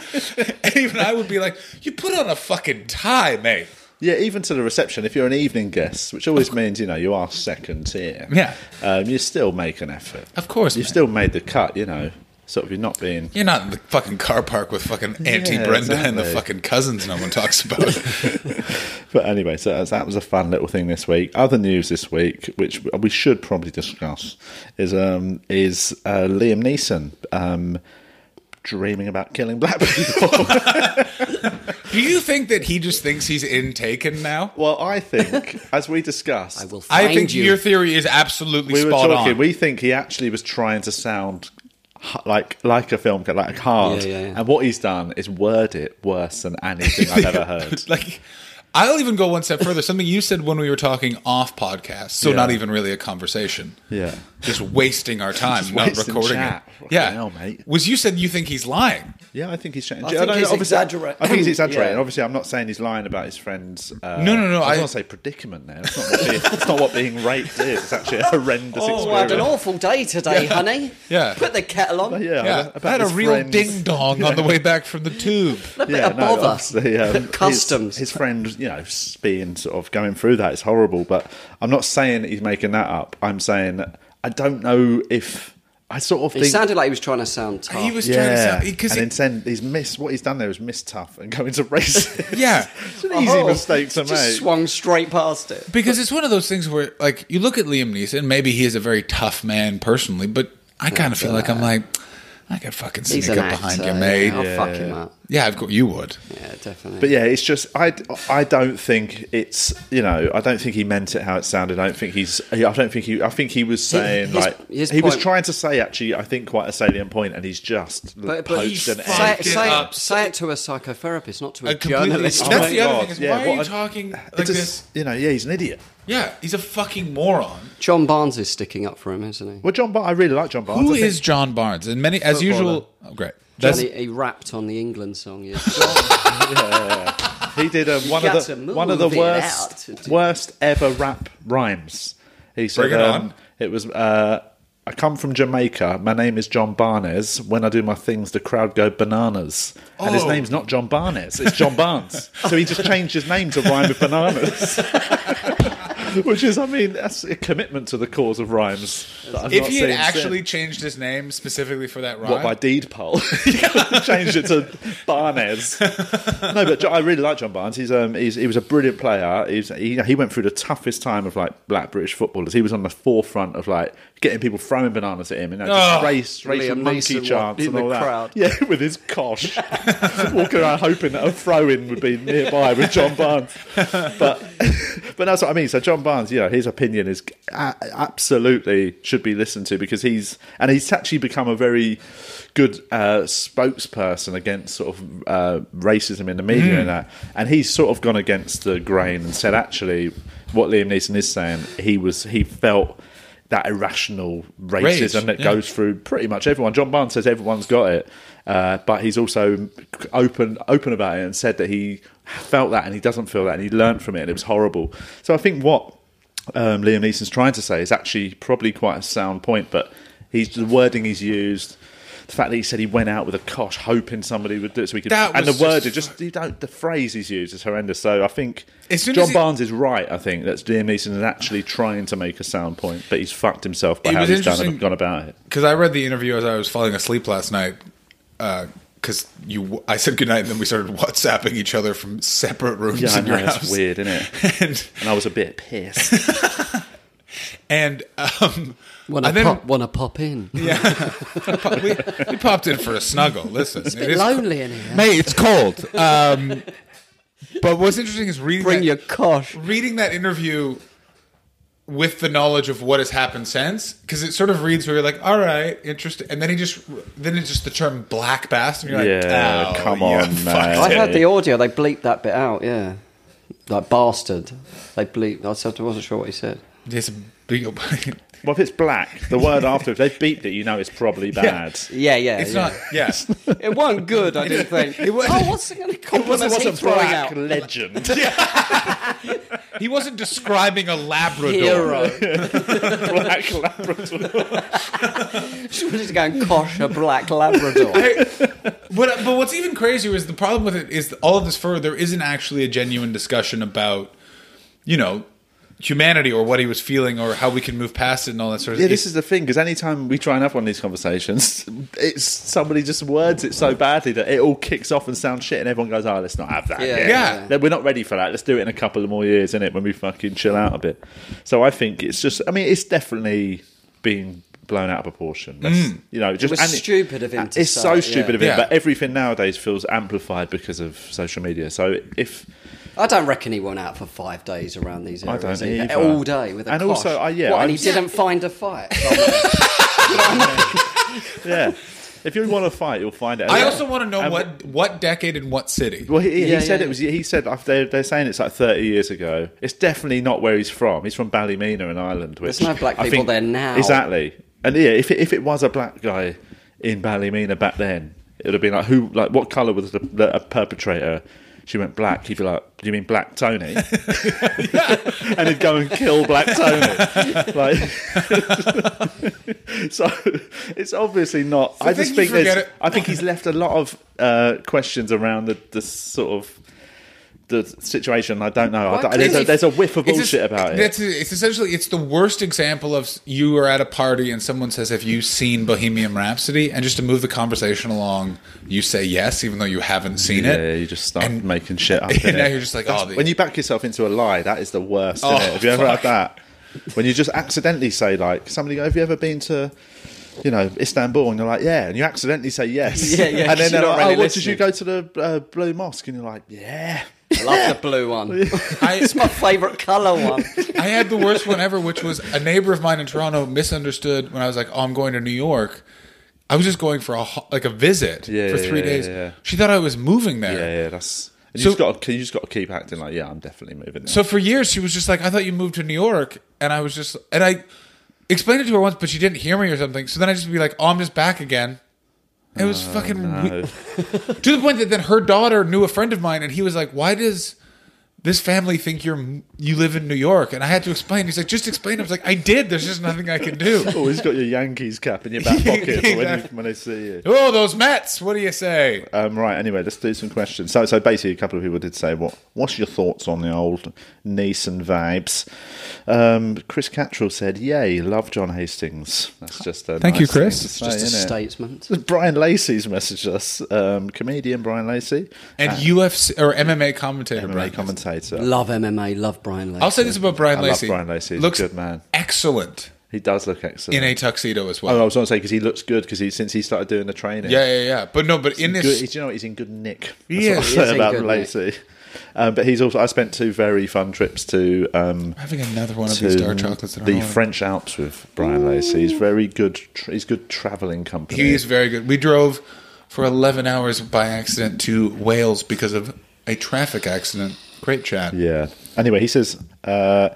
Speaker 3: and even I would be like, you put on a fucking tie, mate.
Speaker 1: Yeah, even to the reception, if you're an evening guest, which always means you know you are second tier.
Speaker 3: Yeah.
Speaker 1: um, you still make an effort.
Speaker 3: Of course,
Speaker 1: you've
Speaker 3: man.
Speaker 1: still made the cut. You know, sort of you're not being.
Speaker 3: You're not in the fucking car park with fucking Auntie
Speaker 1: Yeah,
Speaker 3: Brenda and the
Speaker 1: exactly.
Speaker 3: fucking cousins no one talks about.
Speaker 1: But anyway, so that's- that was a fun little thing this week. Other news this week, which we should probably discuss, is um, is uh, Liam Neeson. Um, Dreaming about killing black people.
Speaker 3: Do you think that he just thinks he's in Taken now?
Speaker 1: well, I think, as we discussed,
Speaker 4: I will find
Speaker 3: I think
Speaker 4: you.
Speaker 3: your theory is absolutely
Speaker 1: we were
Speaker 3: spot
Speaker 1: talking.
Speaker 3: on.
Speaker 1: We think he actually was trying to sound h- like like a film, like hard.
Speaker 4: Yeah, yeah, yeah.
Speaker 1: And what he's done is word it worse than anything I've ever heard.
Speaker 3: like I'll even go one step further. Something you said when we were talking off podcast, so
Speaker 1: Yeah.
Speaker 3: not even really a conversation.
Speaker 1: Yeah.
Speaker 3: Just wasting our time,
Speaker 1: Just
Speaker 3: not
Speaker 1: wasting
Speaker 3: recording
Speaker 1: chat.
Speaker 3: it.
Speaker 1: Fucking
Speaker 3: Yeah,
Speaker 1: hell, mate.
Speaker 3: Was you said you think he's lying?
Speaker 1: Yeah, I think he's. Changed.
Speaker 4: I think he's exaggerate-
Speaker 1: I think he's exaggerating.
Speaker 4: Yeah.
Speaker 1: Obviously, I'm not saying he's lying about his friend's. Uh,
Speaker 3: No, no, no,
Speaker 1: I was
Speaker 3: I-
Speaker 1: going to say predicament. There, it's not, what being, it's not what being raped is. It's actually a horrendous
Speaker 4: Oh, I had an
Speaker 1: experience.
Speaker 4: awful day today, honey.
Speaker 3: Yeah.
Speaker 4: Put the kettle on.
Speaker 1: Yeah,
Speaker 3: Yeah,
Speaker 1: about
Speaker 3: I had a
Speaker 1: his
Speaker 3: real
Speaker 1: friend's-
Speaker 3: ding dong on the way back from the tube.
Speaker 4: A bit of bother.
Speaker 1: obviously, um,
Speaker 4: Customs.
Speaker 1: His, his friend, you know, s- being sort of going through that is horrible. But I'm not saying he's making that up. I'm saying I don't know if I sort of
Speaker 4: It
Speaker 1: think.
Speaker 4: sounded like he was trying to sound tough.
Speaker 3: He was
Speaker 1: yeah,
Speaker 3: trying to because
Speaker 1: and then send, he's missed what he's done there is missed tough and going to racist.
Speaker 3: yeah,
Speaker 1: it's an easy
Speaker 4: Oh,
Speaker 1: mistake to
Speaker 4: just
Speaker 1: make.
Speaker 4: swung straight past it.
Speaker 3: because it's one of those things where like you look at Liam Neeson. Maybe he is a very tough man personally, but I kind of feel like I'm like I could fucking sneak
Speaker 4: He's an
Speaker 3: up
Speaker 4: actor.
Speaker 3: behind you, mate.
Speaker 4: Yeah, I'll fuck him up.
Speaker 3: Yeah, I've got you would.
Speaker 4: Yeah, definitely.
Speaker 1: But yeah, it's just I, I don't think it's you know I don't think he meant it how it sounded. I don't think he's I don't think he I think he was saying
Speaker 4: his-
Speaker 1: like
Speaker 4: his
Speaker 1: he was
Speaker 4: point-
Speaker 1: trying to say actually I think quite a salient point and he's just
Speaker 4: but, but
Speaker 1: poached an
Speaker 3: fucked
Speaker 4: say,
Speaker 1: egg.
Speaker 4: it,
Speaker 3: it
Speaker 4: say,
Speaker 3: up.
Speaker 4: it, say it to a psychotherapist, not to a,
Speaker 3: I completely-
Speaker 4: journalist.
Speaker 3: That's
Speaker 1: my
Speaker 3: the other
Speaker 1: God,
Speaker 3: thing is
Speaker 1: yeah,
Speaker 3: why are you
Speaker 1: what a-
Speaker 3: talking
Speaker 1: It
Speaker 3: like
Speaker 1: just-
Speaker 3: this?
Speaker 1: You know, yeah, he's an idiot.
Speaker 3: Yeah, he's a fucking moron.
Speaker 4: John Barnes is sticking up for him, isn't he?
Speaker 1: Well, John Barnes, I really like John Barnes.
Speaker 3: Who
Speaker 1: I think-
Speaker 3: is John Barnes? And many, as usual, oh, great. That's,
Speaker 4: and he, he rapped on the England song. Yeah.
Speaker 1: He did um, one
Speaker 4: got
Speaker 1: of
Speaker 4: to
Speaker 1: the
Speaker 4: move
Speaker 1: one of the
Speaker 4: it
Speaker 1: worst
Speaker 4: out.
Speaker 1: worst ever rap rhymes. He said
Speaker 3: Bring it
Speaker 1: um,
Speaker 3: on.
Speaker 1: it was uh, I come from Jamaica. My name is John Barnes. When I do my things, the crowd go bananas. And his
Speaker 3: Oh.
Speaker 1: name's not John Barnes; it's John Barnes. so he just changed his name to rhyme with bananas. Which is, I mean, that's a commitment to the cause of rhymes. that I've
Speaker 3: if
Speaker 1: not
Speaker 3: he had
Speaker 1: seen
Speaker 3: actually
Speaker 1: since.
Speaker 3: changed his name specifically for that
Speaker 1: What
Speaker 3: rhyme,
Speaker 1: by deed poll? changed it to Barnes. no, but Jo- I really like John Barnes. He's um, he's, he was a brilliant player. He's, he he went through the toughest time of like black British footballers. He was on the forefront of like getting people throwing bananas at him and you know, just
Speaker 3: Oh.
Speaker 1: race race
Speaker 4: Liam
Speaker 1: and monkey
Speaker 4: Neeson
Speaker 1: chants
Speaker 4: in
Speaker 1: and
Speaker 4: the
Speaker 1: all that.
Speaker 4: crowd.
Speaker 1: Yeah, with his cosh, walking around hoping that a throw in would be nearby with John Barnes. But but that's what I mean. So John Barnes, you know, his opinion is a- absolutely should be listened to because he's and he's actually become a very good uh, spokesperson against sort of uh, racism in the media and that. And he's sort of gone against the grain and said actually what Liam Neeson is saying. He was he felt. That irrational racism
Speaker 3: Rage,
Speaker 1: that
Speaker 3: yeah.
Speaker 1: goes through pretty much everyone. John Barnes says everyone's got it, uh, but he's also open open about it and said that he felt that and he doesn't feel that and he learned from it and it was horrible. So I think what um, Liam Neeson's trying to say is actually probably quite a sound point, but he's the wording he's used. The fact that he said he went out with a cosh, hoping somebody would do it, so he could.
Speaker 3: That
Speaker 1: and the
Speaker 3: was
Speaker 1: word,
Speaker 3: just
Speaker 1: it just you don't. The phrase he's used is horrendous. So I think
Speaker 3: As soon
Speaker 1: John
Speaker 3: as he-
Speaker 1: Barnes is right. I think that Liam Neeson is actually trying to make a sound point, but he's fucked himself by
Speaker 3: It
Speaker 1: how
Speaker 3: was
Speaker 1: he's done
Speaker 3: interesting-
Speaker 1: gone about it.
Speaker 3: because I read the interview as I was falling asleep last night. Because you, I said goodnight, and then we started WhatsApping each other from separate rooms
Speaker 1: Yeah, I
Speaker 3: in your
Speaker 1: know
Speaker 3: house.
Speaker 1: it's weird, isn't it?
Speaker 3: And
Speaker 1: And I was a bit pissed.
Speaker 3: and um,
Speaker 4: wanna,
Speaker 3: I then-
Speaker 4: pop, wanna pop in?
Speaker 3: we, we popped in for a snuggle. Listen, it's
Speaker 4: a bit lonely in here.
Speaker 3: Mate, it's cold. Um, but what's interesting is reading
Speaker 4: Bring
Speaker 3: that,
Speaker 4: your cosh.
Speaker 3: reading that interview with the knowledge of what has happened since, because it sort of reads where you're like, all right, interesting, and then he just then it's just the term black bass, and you're like,
Speaker 1: Yeah,
Speaker 3: "Oh,
Speaker 1: come
Speaker 3: you
Speaker 1: on,
Speaker 3: fucked
Speaker 1: mate."
Speaker 3: it."
Speaker 4: I heard
Speaker 1: Yeah.
Speaker 4: the audio. They bleeped that bit out. Yeah, like bastard. They bleeped. I said- I wasn't sure what he said.
Speaker 3: It's a big- it's
Speaker 1: well, if it's black, the word after, if they've beeped it, you know it's probably bad.
Speaker 4: Yeah, yeah. yeah.
Speaker 3: not. Yes,
Speaker 4: It wasn't good. I didn't think.
Speaker 3: It was-
Speaker 4: oh, what's it going to compliment he throwing out?
Speaker 1: legend.
Speaker 3: he wasn't describing a Labrador.
Speaker 4: Hero.
Speaker 1: black Labrador.
Speaker 4: She wanted to go and cosh a black Labrador.
Speaker 3: But but what's even crazier is the problem with it is all of this fur. There isn't actually a genuine discussion about, you know, humanity or what he was feeling or how we can move past it and all that sort of.
Speaker 1: Yeah, this is the thing because anytime we try and have one of these conversations, it's somebody just words it so badly that it all kicks off and sounds shit, and everyone goes, "Oh, let's not have that."
Speaker 4: Yeah,
Speaker 3: yeah.
Speaker 1: Then we're not ready for that. Let's do it in a couple of more years, innit? When we fucking chill out a bit. So I think it's just. I mean, it's definitely been blown out of proportion. That's, You know, just
Speaker 4: Mm. was
Speaker 1: and
Speaker 4: stupid of him to
Speaker 1: it's
Speaker 4: say,
Speaker 1: so
Speaker 4: yeah.
Speaker 1: stupid of him,
Speaker 3: Yeah.
Speaker 1: but everything nowadays feels amplified because of social media. So if
Speaker 4: I don't reckon he went out for five days around these
Speaker 1: I
Speaker 4: areas.
Speaker 1: don't
Speaker 4: either.
Speaker 1: either.
Speaker 4: All day with a
Speaker 1: And
Speaker 4: cosh.
Speaker 1: also, I- yeah,
Speaker 4: What, and
Speaker 1: I'm-
Speaker 4: he didn't find a fight.
Speaker 1: yeah, if you want to fight, you'll find it.
Speaker 3: I
Speaker 1: And-
Speaker 3: also want to know
Speaker 1: and-
Speaker 3: what what decade and what city.
Speaker 1: Well, he,
Speaker 4: Yeah,
Speaker 1: he said
Speaker 4: yeah,
Speaker 1: it was. He said uh, they're, they're saying it's like thirty years ago. It's definitely not where he's from. He's from Ballymena in Ireland. Which
Speaker 4: There's no black
Speaker 1: I
Speaker 4: people
Speaker 1: think-
Speaker 4: there now.
Speaker 1: Exactly. And yeah, if it, if it was a black guy in Ballymena back then, it would have been like who, like what color was the, the a perpetrator? She went black. He'd be like, "Do you mean Black Tony?" and he'd go and kill Black Tony. like, so it's obviously not. I just
Speaker 3: think you
Speaker 1: think
Speaker 3: forget
Speaker 1: there's.
Speaker 3: it.
Speaker 1: I think he's left a lot of uh, questions around the, the sort of the situation. I don't know. I don't- there's, a, there's a whiff of
Speaker 3: It's
Speaker 1: bullshit
Speaker 3: just-
Speaker 1: about it.
Speaker 3: That's it's essentially it's the worst example of you are at a party and someone says, "Have you seen Bohemian Rhapsody?" And just to move the conversation along, you say yes, even though you haven't seen
Speaker 1: Yeah,
Speaker 3: it.
Speaker 1: you just start
Speaker 3: And-
Speaker 1: making shit up.
Speaker 3: and now
Speaker 1: innit?
Speaker 3: you're just like,
Speaker 1: That's-
Speaker 3: "Oh, the-
Speaker 1: when you back yourself into a lie, that is the worst.
Speaker 3: Oh,
Speaker 1: innit? Have you ever
Speaker 3: fuck.
Speaker 1: had that? When you just accidentally say like somebody, go, have you ever been to you know, Istanbul, and you're like, yeah, and you accidentally say yes.
Speaker 4: Yeah, yeah,
Speaker 1: And
Speaker 4: 'cause
Speaker 1: then they're
Speaker 4: you're not
Speaker 1: like,
Speaker 4: really
Speaker 1: oh, what did
Speaker 4: listening.
Speaker 1: you go to the uh, Blue Mosque? And you're like, yeah.
Speaker 4: I love the blue one.
Speaker 3: I,
Speaker 4: it's my favourite colour one.
Speaker 3: I had the worst one ever, which was a neighbor of mine in Toronto misunderstood when I was like, "Oh, I'm going to New York." I was just going for a ho- like a visit
Speaker 1: Yeah,
Speaker 3: for
Speaker 1: yeah,
Speaker 3: three
Speaker 1: yeah,
Speaker 3: days.
Speaker 1: yeah, yeah.
Speaker 3: She thought I was moving there.
Speaker 1: Yeah, yeah, that's. And
Speaker 3: So-
Speaker 1: you just got to, you just got to keep acting like, yeah, I'm definitely moving. There.
Speaker 3: So for years, she was just like, "I thought you moved to New York," and I was just, and I explained it to her once, but she didn't hear me or something. So then I just be like, "Oh, I'm just back again." It was
Speaker 1: Oh,
Speaker 3: fucking we-
Speaker 1: No.
Speaker 3: to the point that then her daughter knew a friend of mine, and he was like, "Why does this family think you're you live in New York?" And I had to explain. He's like, "Just explain." I was like, "I did. There's just nothing I can do."
Speaker 1: always Oh, got your Yankees cap in your back
Speaker 3: Yeah,
Speaker 1: pocket for when, you,
Speaker 3: exactly.
Speaker 1: when they see you.
Speaker 3: Oh, those Mets! What do you say?
Speaker 1: Um, right. Anyway, let's do some questions. So, so basically, a couple of people did say, "What? What's your thoughts on the old Neeson vibes?" Um, Chris Cattrall said, "Yay, love John Hastings." That's just a
Speaker 3: Thank you,
Speaker 1: nice thing
Speaker 3: Chris.
Speaker 1: to
Speaker 3: It's
Speaker 1: say,
Speaker 4: Just a
Speaker 1: innit?
Speaker 4: statement.
Speaker 1: Brian Lacey's messaged us, um, comedian Brian Lacey,
Speaker 3: And UFC or MMA commentator,
Speaker 1: MMA
Speaker 3: Brian.
Speaker 1: commentator.
Speaker 4: Love MMA, love Brian Lacey.
Speaker 3: I'll say this about Brian
Speaker 1: I love
Speaker 3: Lacey.
Speaker 1: Brian Lacey. He's a
Speaker 3: Looks
Speaker 1: good man.
Speaker 3: Excellent
Speaker 1: He does look excellent.
Speaker 3: in a tuxedo as well.
Speaker 1: oh, I was going to say because he looks good because he, since he started doing the training,
Speaker 3: Yeah, yeah, yeah. But no, but in
Speaker 1: Good-
Speaker 3: this,
Speaker 1: do you know what? He's in good nick.
Speaker 3: He
Speaker 1: That's what I
Speaker 3: is. He
Speaker 1: say
Speaker 4: is in
Speaker 1: about
Speaker 4: good
Speaker 1: Lacey. Um, but he's also. I spent two very fun trips to um,
Speaker 3: I'm having another one of
Speaker 1: to
Speaker 3: these dark chocolates. That I
Speaker 1: the
Speaker 3: don't like.
Speaker 1: French Alps with Brian Lacey. He's very good. Tra- he's good traveling company.
Speaker 3: He is very good. We drove for 11 hours by accident to Wales because of a traffic accident. Great chat.
Speaker 1: yeah. Anyway, he says, uh,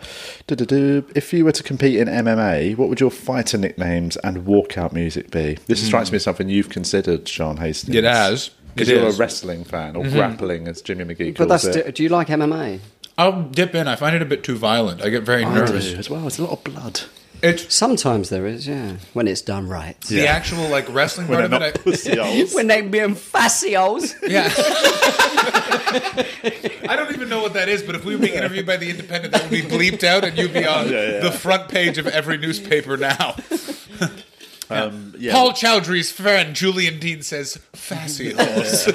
Speaker 1: "Doo-doo-doo, if you were to compete in MMA, what would your fighter nicknames and walkout music be? This
Speaker 3: Hmm.
Speaker 1: strikes me as something you've considered, Sean Hastings.
Speaker 3: It has.
Speaker 1: Because
Speaker 3: It
Speaker 1: you're
Speaker 3: is. Mm-hmm.
Speaker 1: a wrestling fan, or grappling, as Jimmy McGee
Speaker 4: But
Speaker 1: calls
Speaker 4: that's.
Speaker 1: it.
Speaker 4: Do, do you like MMA?
Speaker 3: I'll dip in. I find it a bit too violent. I get very
Speaker 1: I do
Speaker 3: nervous.
Speaker 1: as well. It's a lot of blood.
Speaker 3: It's
Speaker 4: Sometimes there is, yeah. When it's done right.
Speaker 3: the actual like wrestling part of
Speaker 1: They're
Speaker 3: it.
Speaker 1: not
Speaker 3: I-
Speaker 1: pussy holes.
Speaker 4: When they being fascioles.
Speaker 3: Yeah. I don't even know what that is, but if we were being interviewed by the Independent, that would be bleeped out, and you'd be on
Speaker 1: Yeah, yeah.
Speaker 3: the front page of every newspaper now.
Speaker 1: Yeah.
Speaker 3: Paul Chowdhury's friend Julian Dean says fascios.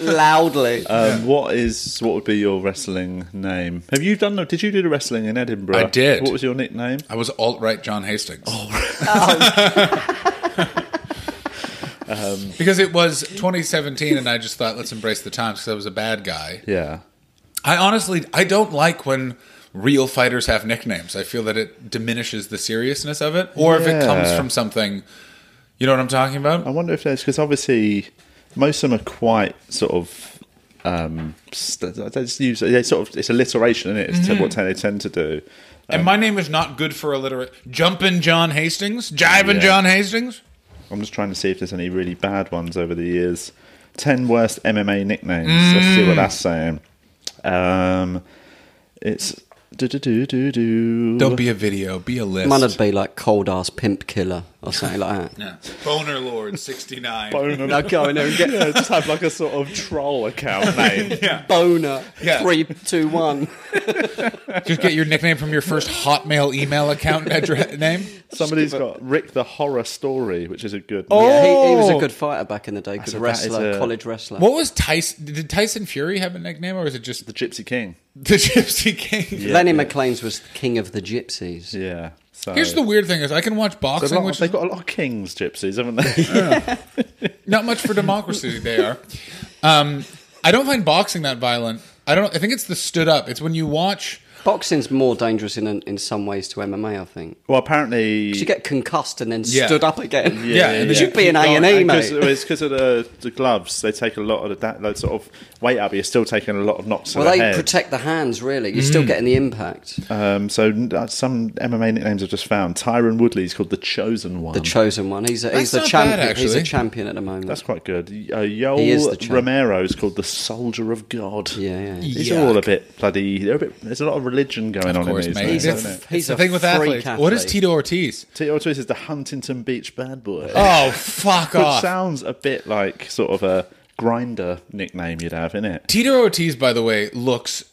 Speaker 4: Loudly.
Speaker 1: Um, what is what would be your wrestling name? Have you done? Did you do the wrestling in Edinburgh?
Speaker 3: I did.
Speaker 1: What was your nickname?
Speaker 3: I was alt right John Hastings.
Speaker 1: Um,
Speaker 3: because it was 2017, and I just thought, let's embrace the times because I was a bad guy.
Speaker 1: Yeah.
Speaker 3: I honestly, I don't like when real fighters have nicknames. I feel that it diminishes the seriousness of it, or if it
Speaker 1: Yeah.
Speaker 3: comes from something. You know what I'm talking
Speaker 1: I
Speaker 3: about?
Speaker 1: wonder if there's because obviously most of them are quite sort of. Um, st- they just use they sort of it's alliteration, isn't it? It's
Speaker 3: Mm-hmm.
Speaker 1: what they tend to do.
Speaker 3: And my name is not good for alliterate. Jumpin' John Hastings, Jivin'
Speaker 1: Yeah.
Speaker 3: John Hastings.
Speaker 1: I'm just trying to see if there's any really bad ones over the years. Ten worst MMA nicknames. Let's see
Speaker 3: Mm.
Speaker 1: what that's saying. Um, it's do do do do do.
Speaker 3: Don't be a video, be a list.
Speaker 4: Mine would be like cold ass pimp killer or something like that.
Speaker 3: Yeah. Boner Lord 69.
Speaker 4: Now go in there and get
Speaker 1: Yeah, just have like a sort of troll account name.
Speaker 4: boner.
Speaker 3: Yeah.
Speaker 4: Three, two, one.
Speaker 3: Just get your nickname from your first Hotmail email account address name.
Speaker 1: Somebody's got Rick the Horror Story, which is a good.
Speaker 4: Yeah, he, he was
Speaker 3: Oh.
Speaker 4: a good fighter back in the day. Good
Speaker 1: So that is
Speaker 4: wrestler,
Speaker 1: a-
Speaker 4: college wrestler.
Speaker 3: What was Tyson? Did Tyson Fury have a nickname, or is it just the,
Speaker 1: the Gypsy King.
Speaker 3: Gypsy King?
Speaker 4: Lenny McLean's was king of the gypsies.
Speaker 1: Yeah. So
Speaker 3: Here's the weird thing: is I can watch
Speaker 1: There's a
Speaker 3: boxing,
Speaker 1: lot-
Speaker 3: which
Speaker 1: they've
Speaker 3: is
Speaker 1: got a lot of kings, gypsies, haven't they?
Speaker 3: not much for democracy. they are. Um, I don't find boxing that violent. I don't. I think it's the stood up. It's when you watch.
Speaker 4: Boxing's more dangerous in in some ways to MMA, I think.
Speaker 1: well, apparently,
Speaker 4: 'Cause you get concussed and then
Speaker 3: Yeah.
Speaker 4: stood up again.
Speaker 3: Yeah, and
Speaker 4: you
Speaker 3: then
Speaker 4: should
Speaker 3: you
Speaker 4: be in A
Speaker 3: keep
Speaker 4: and E,
Speaker 1: And 'cause-
Speaker 4: mate.
Speaker 1: well, it's because of the, the gloves. They take a lot of the that like, sort of weight up. You're still taking a lot of knocks. to
Speaker 4: Well,
Speaker 1: the
Speaker 4: they
Speaker 1: head.
Speaker 4: protect the hands. Really, you're
Speaker 3: Mm.
Speaker 4: still getting the impact.
Speaker 1: Um, so uh, some MMA nicknames I've just found. Tyron Woodley's called the Chosen One.
Speaker 4: the chosen one. He's a, he's
Speaker 3: Um, That's
Speaker 4: the
Speaker 3: not
Speaker 4: champion.
Speaker 3: bad,
Speaker 4: he's a
Speaker 3: actually.
Speaker 4: champion at the moment.
Speaker 1: That's quite good. Uh,
Speaker 4: He is the
Speaker 1: Yoel
Speaker 4: champ.
Speaker 1: Romero's called the Soldier of God.
Speaker 4: yeah, yeah. He's,
Speaker 1: These are all a bit bloody. They're a bit, there's a lot of religion going on
Speaker 3: course,
Speaker 1: in
Speaker 3: mate.
Speaker 1: these.
Speaker 3: He's a
Speaker 1: isn't it?
Speaker 4: f- he's
Speaker 3: the
Speaker 4: a
Speaker 3: thing with
Speaker 4: freak
Speaker 3: athletes. What is
Speaker 4: athlete.
Speaker 3: Tito Ortiz?
Speaker 1: T.O. Twist is the Huntington Beach bad boy.
Speaker 3: Oh, fuck
Speaker 1: Which
Speaker 3: off!
Speaker 1: sounds a bit like sort of a grinder nickname you'd have, innit?
Speaker 3: Tito Ortiz, by the way, looks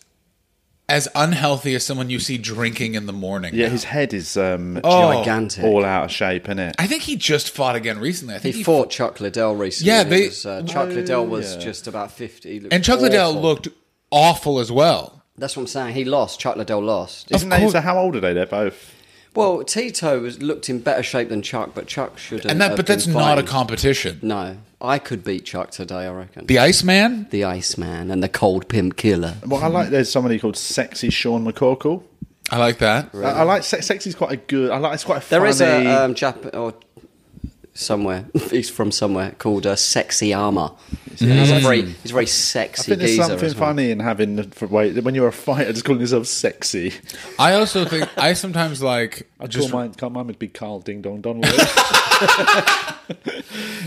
Speaker 3: as unhealthy as someone you see drinking in the morning.
Speaker 1: Yeah, his head is um,
Speaker 3: Oh.
Speaker 4: gigantic.
Speaker 1: all out of shape, innit?
Speaker 3: I think he just fought again recently. I
Speaker 4: he
Speaker 3: think he,
Speaker 4: fought Chuck Liddell recently.
Speaker 3: Yeah,
Speaker 4: and
Speaker 3: they-
Speaker 4: it was, uh, Chuck Liddell was just about fifty. He looked
Speaker 3: and Chuck Liddell
Speaker 4: awful.
Speaker 3: looked awful as well.
Speaker 4: That's what I'm saying. He lost. Chuck Liddell lost.
Speaker 1: Isn't
Speaker 3: Of
Speaker 1: they,
Speaker 3: course-
Speaker 1: so how old are they? They're both.
Speaker 4: Well, Tito was looked in better shape than Chuck, but Chuck should. have
Speaker 3: And that, but
Speaker 4: been
Speaker 3: that's not a
Speaker 4: fine.
Speaker 3: competition.
Speaker 4: No, I could beat Chuck today. I reckon. The,
Speaker 3: The Iceman?
Speaker 4: Iceman and the Cold Pimp Killer.
Speaker 1: Well, I like there's somebody called Sexy Sean McCorkle.
Speaker 3: I like that.
Speaker 1: I, I like Se- Sexy's quite a good. I like it's quite a
Speaker 4: There is
Speaker 1: funny-
Speaker 4: a um, Jap or somewhere. he's from somewhere called uh, Sexy Armor. He's
Speaker 1: Mm.
Speaker 4: a very, he's a very
Speaker 1: I
Speaker 4: sexy
Speaker 1: think there's
Speaker 4: geezer.
Speaker 1: something
Speaker 4: as well.
Speaker 1: funny in having the- for, wait, when you're a fighter just calling yourself sexy.
Speaker 3: I also think I sometimes like
Speaker 1: I'd
Speaker 3: just
Speaker 1: call mine, call mine would be Carl Ding Dong Donald.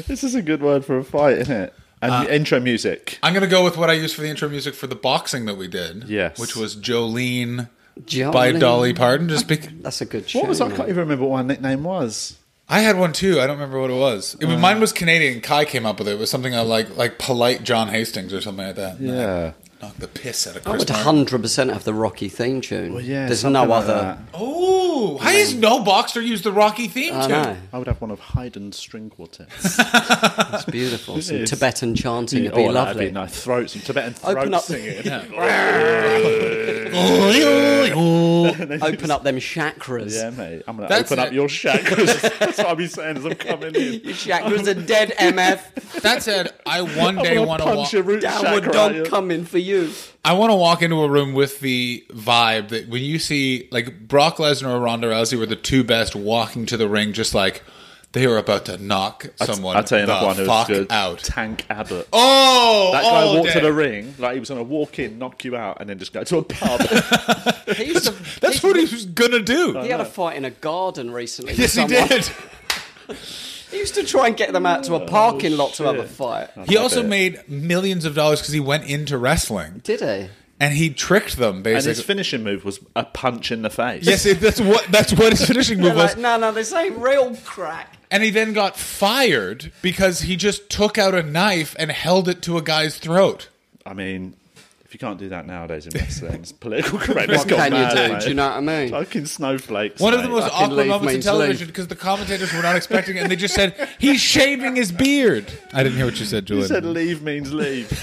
Speaker 1: this is a good word for a fight, isn't it? And intro music.
Speaker 3: I'm gonna go with what I used for the intro music for the boxing that we did.
Speaker 1: Yes.
Speaker 3: Which was Jolene,
Speaker 4: Jolene.
Speaker 3: by Dolly Parton. Just bec
Speaker 4: That's a good show.
Speaker 1: What was I can't even remember what my nickname was.
Speaker 3: I had one too. I don't remember what it was. It, was
Speaker 4: Uh.
Speaker 3: mine was Canadian. Kai came up with it. It was something I like, like polite John Hastings or something like that. And I
Speaker 1: Yeah.
Speaker 3: knocked the piss out of
Speaker 4: I
Speaker 3: Chris.
Speaker 4: would
Speaker 3: Martin.
Speaker 4: 100% have the Rocky theme tune.
Speaker 1: Well, yeah,
Speaker 4: There's
Speaker 1: something
Speaker 4: no
Speaker 1: like
Speaker 4: other.
Speaker 1: that.
Speaker 3: Oh, how does no boxer use the Rocky theme
Speaker 4: I
Speaker 3: tune?
Speaker 4: know.
Speaker 1: I would have one of Haydn's string quartets.
Speaker 4: It's beautiful. Some
Speaker 1: is.
Speaker 4: Tibetan chanting would be
Speaker 1: Oh,
Speaker 4: lovely.
Speaker 1: That'd be nice. Throat, some Tibetan throat
Speaker 4: Open up-
Speaker 1: singing.
Speaker 4: Open up them chakras.
Speaker 1: Yeah, mate. I'm gonna
Speaker 3: That's
Speaker 1: open
Speaker 3: it.
Speaker 1: up your chakras. That's what I'll be saying as I'm coming in.
Speaker 4: Your chakras are dead, MF.
Speaker 3: That said, I one
Speaker 1: I'm
Speaker 3: day
Speaker 1: gonna
Speaker 3: want to
Speaker 1: punch
Speaker 3: walk.
Speaker 1: your root
Speaker 4: Downward
Speaker 1: chakra out
Speaker 4: dog
Speaker 1: your-
Speaker 4: coming for you.
Speaker 3: I want to walk into a room with the vibe that when you see like Brock Lesnar or Ronda Rousey were the two best walking to the ring, just like they were about to knock someone
Speaker 1: I'll tell you another
Speaker 3: the
Speaker 1: one who was
Speaker 3: fuck
Speaker 1: good.
Speaker 3: out.
Speaker 1: Tank Abbott.
Speaker 3: Oh,
Speaker 1: That guy
Speaker 3: all
Speaker 1: walked to
Speaker 3: day.
Speaker 1: the ring like he was going to walk in, knock you out, and then just go to a pub.
Speaker 4: He's the,
Speaker 3: That's
Speaker 4: he's-
Speaker 3: what he was gonna do.
Speaker 1: Uh,
Speaker 4: He had a fight in a garden recently. with
Speaker 3: Yes, he
Speaker 4: someone.
Speaker 3: did.
Speaker 4: He used to try and get them out to a parking lot to have a
Speaker 1: Oh, shit.
Speaker 4: fight.
Speaker 3: He also
Speaker 1: bit.
Speaker 3: made millions of dollars because he went into wrestling
Speaker 4: Did he?
Speaker 3: and he tricked them
Speaker 1: and his
Speaker 3: basically.
Speaker 1: finishing move was a punch in the face.
Speaker 3: yes, it- that's what that's what his finishing
Speaker 4: They're
Speaker 3: move was.
Speaker 4: like, no, no, this ain't real crack.
Speaker 3: And he then got fired because he just took out a knife and held it to a guy's throat.
Speaker 1: I mean, if you can't do that nowadays in wrestling, it's political correctness.
Speaker 4: What
Speaker 1: gone
Speaker 4: can you
Speaker 1: mad,
Speaker 4: do?
Speaker 1: mate.
Speaker 4: Do you know what I mean?
Speaker 1: Fucking snowflakes.
Speaker 3: One of
Speaker 1: mate.
Speaker 3: the most
Speaker 1: Like,
Speaker 4: fucking
Speaker 3: awkward
Speaker 4: leave
Speaker 3: moments in
Speaker 4: means
Speaker 3: television
Speaker 4: leave.
Speaker 3: because the commentators were not expecting it and they just said, he's shaving his beard. I didn't hear what you said,
Speaker 1: you
Speaker 3: Julian.
Speaker 1: said leave means leave.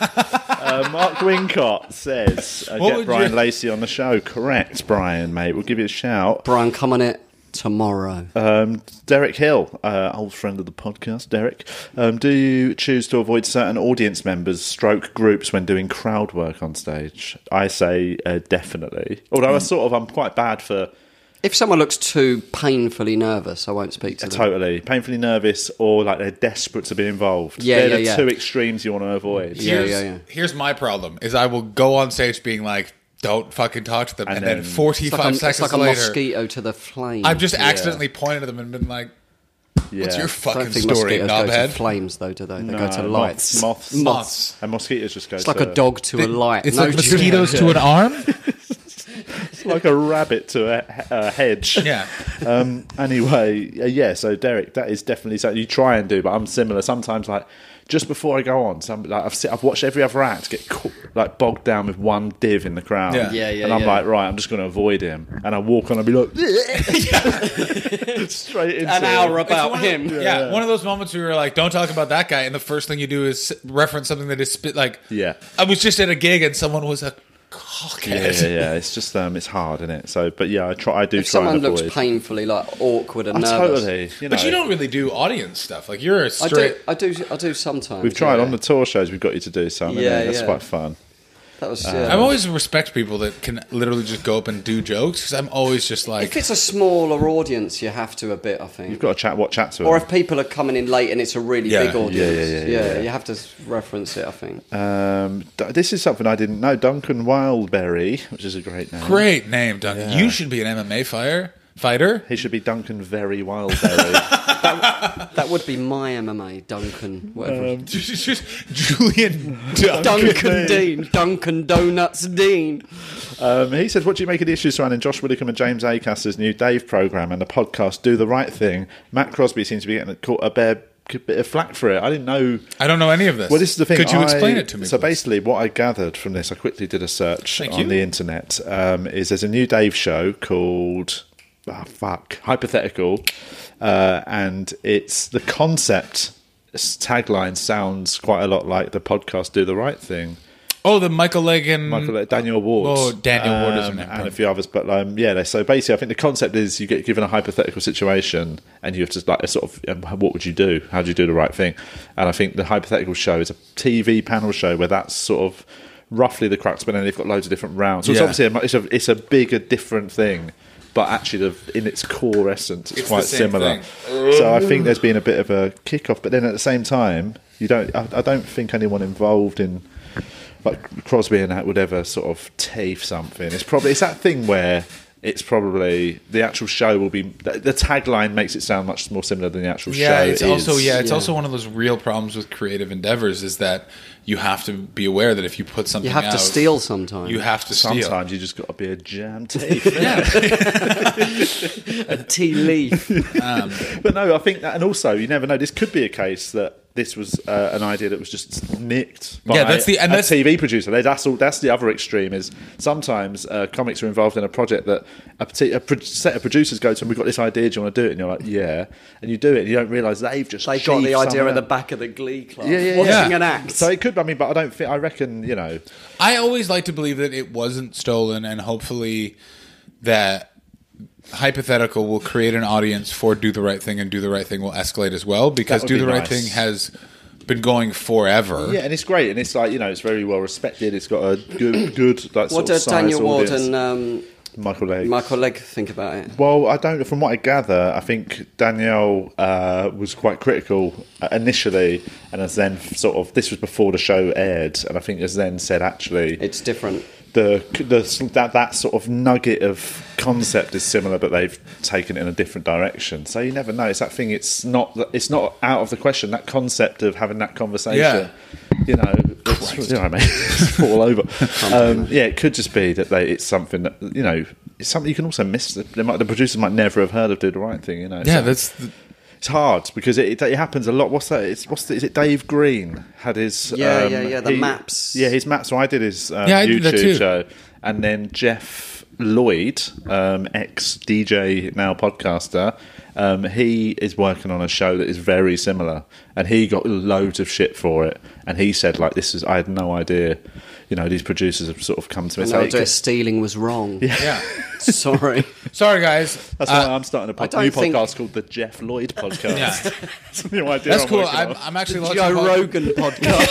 Speaker 1: uh, Mark Wincott says, uh,
Speaker 3: What
Speaker 1: "Get
Speaker 3: would
Speaker 1: Brian
Speaker 3: you-
Speaker 1: Lacey on the show." Correct, Brian, mate. We'll give you a shout.
Speaker 4: Brian, come on it tomorrow.
Speaker 1: Um, Derek Hill, uh, old friend of the podcast, Derek. Um, do you choose to avoid certain audience members, stroke groups, when doing crowd work on stage? I say uh, definitely. Although
Speaker 4: Mm.
Speaker 1: I sort of, I'm quite bad for
Speaker 4: if someone looks too painfully nervous, I won't speak to them.
Speaker 1: totally painfully nervous or like they're desperate to be involved.
Speaker 4: Yeah,
Speaker 1: they're
Speaker 4: yeah,
Speaker 1: the
Speaker 4: yeah.
Speaker 1: two extremes you want to avoid.
Speaker 4: Yeah,
Speaker 3: here's,
Speaker 4: yeah, yeah.
Speaker 3: here's my problem is I will go on stage being like, don't fucking talk to them. And,
Speaker 1: And
Speaker 3: then,
Speaker 1: then-
Speaker 3: 45
Speaker 4: It's like, a, it's
Speaker 3: seconds
Speaker 4: like a
Speaker 3: later,
Speaker 4: mosquito to the flame.
Speaker 3: I've just accidentally pointed at them and been like, what's
Speaker 1: Yeah.
Speaker 3: your
Speaker 4: I don't
Speaker 3: fucking
Speaker 4: think
Speaker 3: story,
Speaker 4: mosquitoes go to
Speaker 3: knobhead?
Speaker 4: flames, though, do they? They go to
Speaker 1: No,
Speaker 4: lights.
Speaker 1: moths, moths,
Speaker 3: Moths.
Speaker 1: and mosquitoes just go.
Speaker 4: It's like a dog to a light.
Speaker 3: It's
Speaker 4: No
Speaker 3: like
Speaker 4: joke.
Speaker 3: mosquitoes to an arm?
Speaker 1: like a rabbit to a, a hedge.
Speaker 3: Yeah.
Speaker 1: Um, anyway, uh, yeah. So Derek, that is definitely something you try and do, but I'm similar. Sometimes, like just before I go on, some like I've se- I've watched every other act get caught, like bogged down with one div in the crowd.
Speaker 3: Yeah.
Speaker 4: Yeah, yeah,
Speaker 1: And I'm
Speaker 4: yeah.
Speaker 1: like, right, I'm just going to avoid him, and I walk on and be like, straight into
Speaker 4: An hour
Speaker 3: It's
Speaker 4: about
Speaker 3: one of-
Speaker 4: him.
Speaker 3: yeah, one of those moments where you're like, "Don't talk about that guy," and the first thing you do is reference something that is spit. Like,
Speaker 1: Yeah.
Speaker 3: I was just at a gig and someone was a cockhead.
Speaker 1: yeah, yeah. It's just um, it's hard, isn't it? So, but yeah, I try. I do
Speaker 4: If
Speaker 1: try
Speaker 4: someone
Speaker 1: and avoid.
Speaker 4: looks painfully like awkward and
Speaker 1: I
Speaker 4: nervous.
Speaker 1: totally. You know,
Speaker 3: But you don't really do audience stuff. Like, you're a
Speaker 4: I
Speaker 3: straight.
Speaker 4: do, I do, I do sometimes.
Speaker 1: We've tried
Speaker 4: yeah.
Speaker 1: on the tour shows. We've got you to do some.
Speaker 4: Yeah,
Speaker 1: Yeah, that's
Speaker 4: yeah.
Speaker 1: quite fun.
Speaker 4: That
Speaker 1: Uh,
Speaker 4: was, yeah.
Speaker 3: I always respect people that can literally just go up and do jokes because I'm always just like,
Speaker 4: if it's a smaller audience, you have to a bit, I think.
Speaker 1: You've got to chat. What chat to
Speaker 4: or
Speaker 1: them?
Speaker 4: if people are coming in late and it's a really
Speaker 3: Yeah.
Speaker 4: big audience,
Speaker 1: Yeah, yeah, yeah, yeah, yeah.
Speaker 4: you have to s- reference it. I think.
Speaker 1: um, d- this is something I didn't know. Duncan Wildberry, which is a great name.
Speaker 3: "Great name, Duncan. You should be an MMA fire fighter."
Speaker 1: He should be Duncan Very Wildberry.
Speaker 4: that would be my MMA, Duncan, whatever.
Speaker 3: Just- just Julian Duncan.
Speaker 4: Um, Duncan Dean, Duncan Donuts Dean.
Speaker 1: um, he said, "What do you make of the issues surrounding Josh Willicombe and James Acaster's new Dave program and the podcast Do the Right Thing?" Matt Crosby seems to be getting a, caught a bare c- bit of flack for it. I didn't know.
Speaker 3: I don't know any of this.
Speaker 1: Well, this is the thing.
Speaker 3: Could you
Speaker 1: I-
Speaker 3: explain it to me?
Speaker 1: So
Speaker 3: please?
Speaker 1: basically, what I gathered from this, I quickly did a search
Speaker 3: Thank
Speaker 1: on
Speaker 3: you.
Speaker 1: the internet. Um, is there's a new Dave show called ah fuck hypothetical, uh, and it's the concept its tagline sounds quite a lot like the podcast "Do the Right Thing."
Speaker 3: Oh, the Michael Legan.
Speaker 1: Michael, like Daniel Ward.
Speaker 3: Oh, Daniel Ward is in
Speaker 1: um,
Speaker 3: it.
Speaker 1: And a few others. But um, yeah, they- so basically, I think the concept is you get given a hypothetical situation and you have to, like, sort of, um, what would you do? How do you do the right thing? And I think the hypothetical show is a TV panel show where that's sort of roughly the crux, but then they've got loads of different rounds. So
Speaker 3: Yeah.
Speaker 1: it's obviously a, mu- it's a, it's a bigger, different thing. But actually, the, in its core essence, it's,
Speaker 3: It's the
Speaker 1: quite
Speaker 3: same
Speaker 1: similar. So I think there's been a bit of a kickoff, but then at the same time, you don't. I, I don't think anyone involved in like Crosby and that would ever sort of tafe something. It's probably it's that thing where it's probably the actual show will be the, the tagline makes it sound much more similar than the actual
Speaker 3: Yeah,
Speaker 1: show.
Speaker 3: it's also
Speaker 1: is.
Speaker 3: yeah, it's
Speaker 4: yeah.
Speaker 3: also one of those real problems with creative endeavors is that you have to be aware that if you put something,
Speaker 4: You have to
Speaker 3: out,
Speaker 4: steal sometimes.
Speaker 3: You have to steal.
Speaker 1: Sometimes you just got to be a jam tafe.
Speaker 4: a tea leaf.
Speaker 1: But no, I think that, and also you never know. This could be a case that this was uh, an idea that was just nicked. By
Speaker 3: Yeah, that's the- and
Speaker 1: a
Speaker 3: that's-
Speaker 1: TV producer. They- That's all. That's the other extreme is sometimes uh, comics are involved in a project that a, parti- a pro- set of producers go to and we've got this idea. Do you want to do it? And you're like, yeah, and you do it. and You don't realise they've just
Speaker 4: They got
Speaker 1: sheathed
Speaker 4: the idea
Speaker 1: someone
Speaker 4: at the
Speaker 1: else.
Speaker 4: back of the Glee Club,
Speaker 1: Yeah, yeah, yeah.
Speaker 4: watching
Speaker 3: Yeah.
Speaker 4: an act.
Speaker 1: So it could. I mean, but I don't think. I reckon you know.
Speaker 3: I always like to believe that it wasn't stolen, and hopefully that hypothetical will create an audience for do the right thing, and do the right thing will escalate as well because
Speaker 1: would
Speaker 3: do
Speaker 1: be
Speaker 3: the right
Speaker 1: nice.
Speaker 3: thing has been going forever.
Speaker 1: Yeah, and it's great, and it's like you know, it's very well respected. It's got a good, good like
Speaker 4: what
Speaker 1: sort
Speaker 4: does
Speaker 1: of
Speaker 4: Daniel Ward
Speaker 1: audience.
Speaker 4: and um,
Speaker 1: Michael Legs.
Speaker 4: Michael Legg think about it?
Speaker 1: Well, I don't. From what I gather, I think Danielle uh, was quite critical uh, initially, and has then sort of this was before the show aired, and I think has then said actually
Speaker 4: It's different.
Speaker 1: the the that that sort of nugget of concept is similar, but they've taken it in a different direction. So you never know. It's that thing. It's not it's not out of the question. That concept of having that conversation.
Speaker 3: Yeah.
Speaker 1: You know, it's, you know what I mean? It's all over. Um, yeah, it could just be that they, it's something that you know. It's something you can also miss. They might, the producers might never have heard of "Do the Right Thing." You know,
Speaker 3: yeah,
Speaker 1: So
Speaker 3: that's the,
Speaker 1: it's hard because it, it, happens a lot. What's that? It's what's the, is it? Dave Green had his
Speaker 4: Yeah,
Speaker 1: um,
Speaker 4: yeah, yeah, the
Speaker 1: he-
Speaker 4: maps.
Speaker 1: Yeah, his maps. So I did his um,
Speaker 3: Yeah, I did
Speaker 1: YouTube
Speaker 3: that too.
Speaker 1: show, and then Jeff Lloyd, um, ex DJ now podcaster, um, he is working on a show that is very similar, and he got loads of shit for it. And he said like, "This is I had no idea." You know, these producers have sort of come to me.
Speaker 4: And
Speaker 1: So
Speaker 4: I'll
Speaker 1: it
Speaker 4: do it.
Speaker 1: could-
Speaker 4: stealing was wrong.
Speaker 3: yeah.
Speaker 4: Sorry.
Speaker 3: Sorry, guys.
Speaker 1: that's
Speaker 3: Uh,
Speaker 1: why I'm starting a pod-
Speaker 4: don't
Speaker 1: new
Speaker 4: think-
Speaker 1: podcast called the Jeff Lloyd Podcast.
Speaker 3: Yeah.
Speaker 1: It's a new idea
Speaker 3: that's
Speaker 1: I'm
Speaker 3: cool.
Speaker 1: working
Speaker 3: I'm,
Speaker 1: on.
Speaker 3: I'm actually launching a
Speaker 4: Joe
Speaker 3: pod-
Speaker 4: Rogan podcast.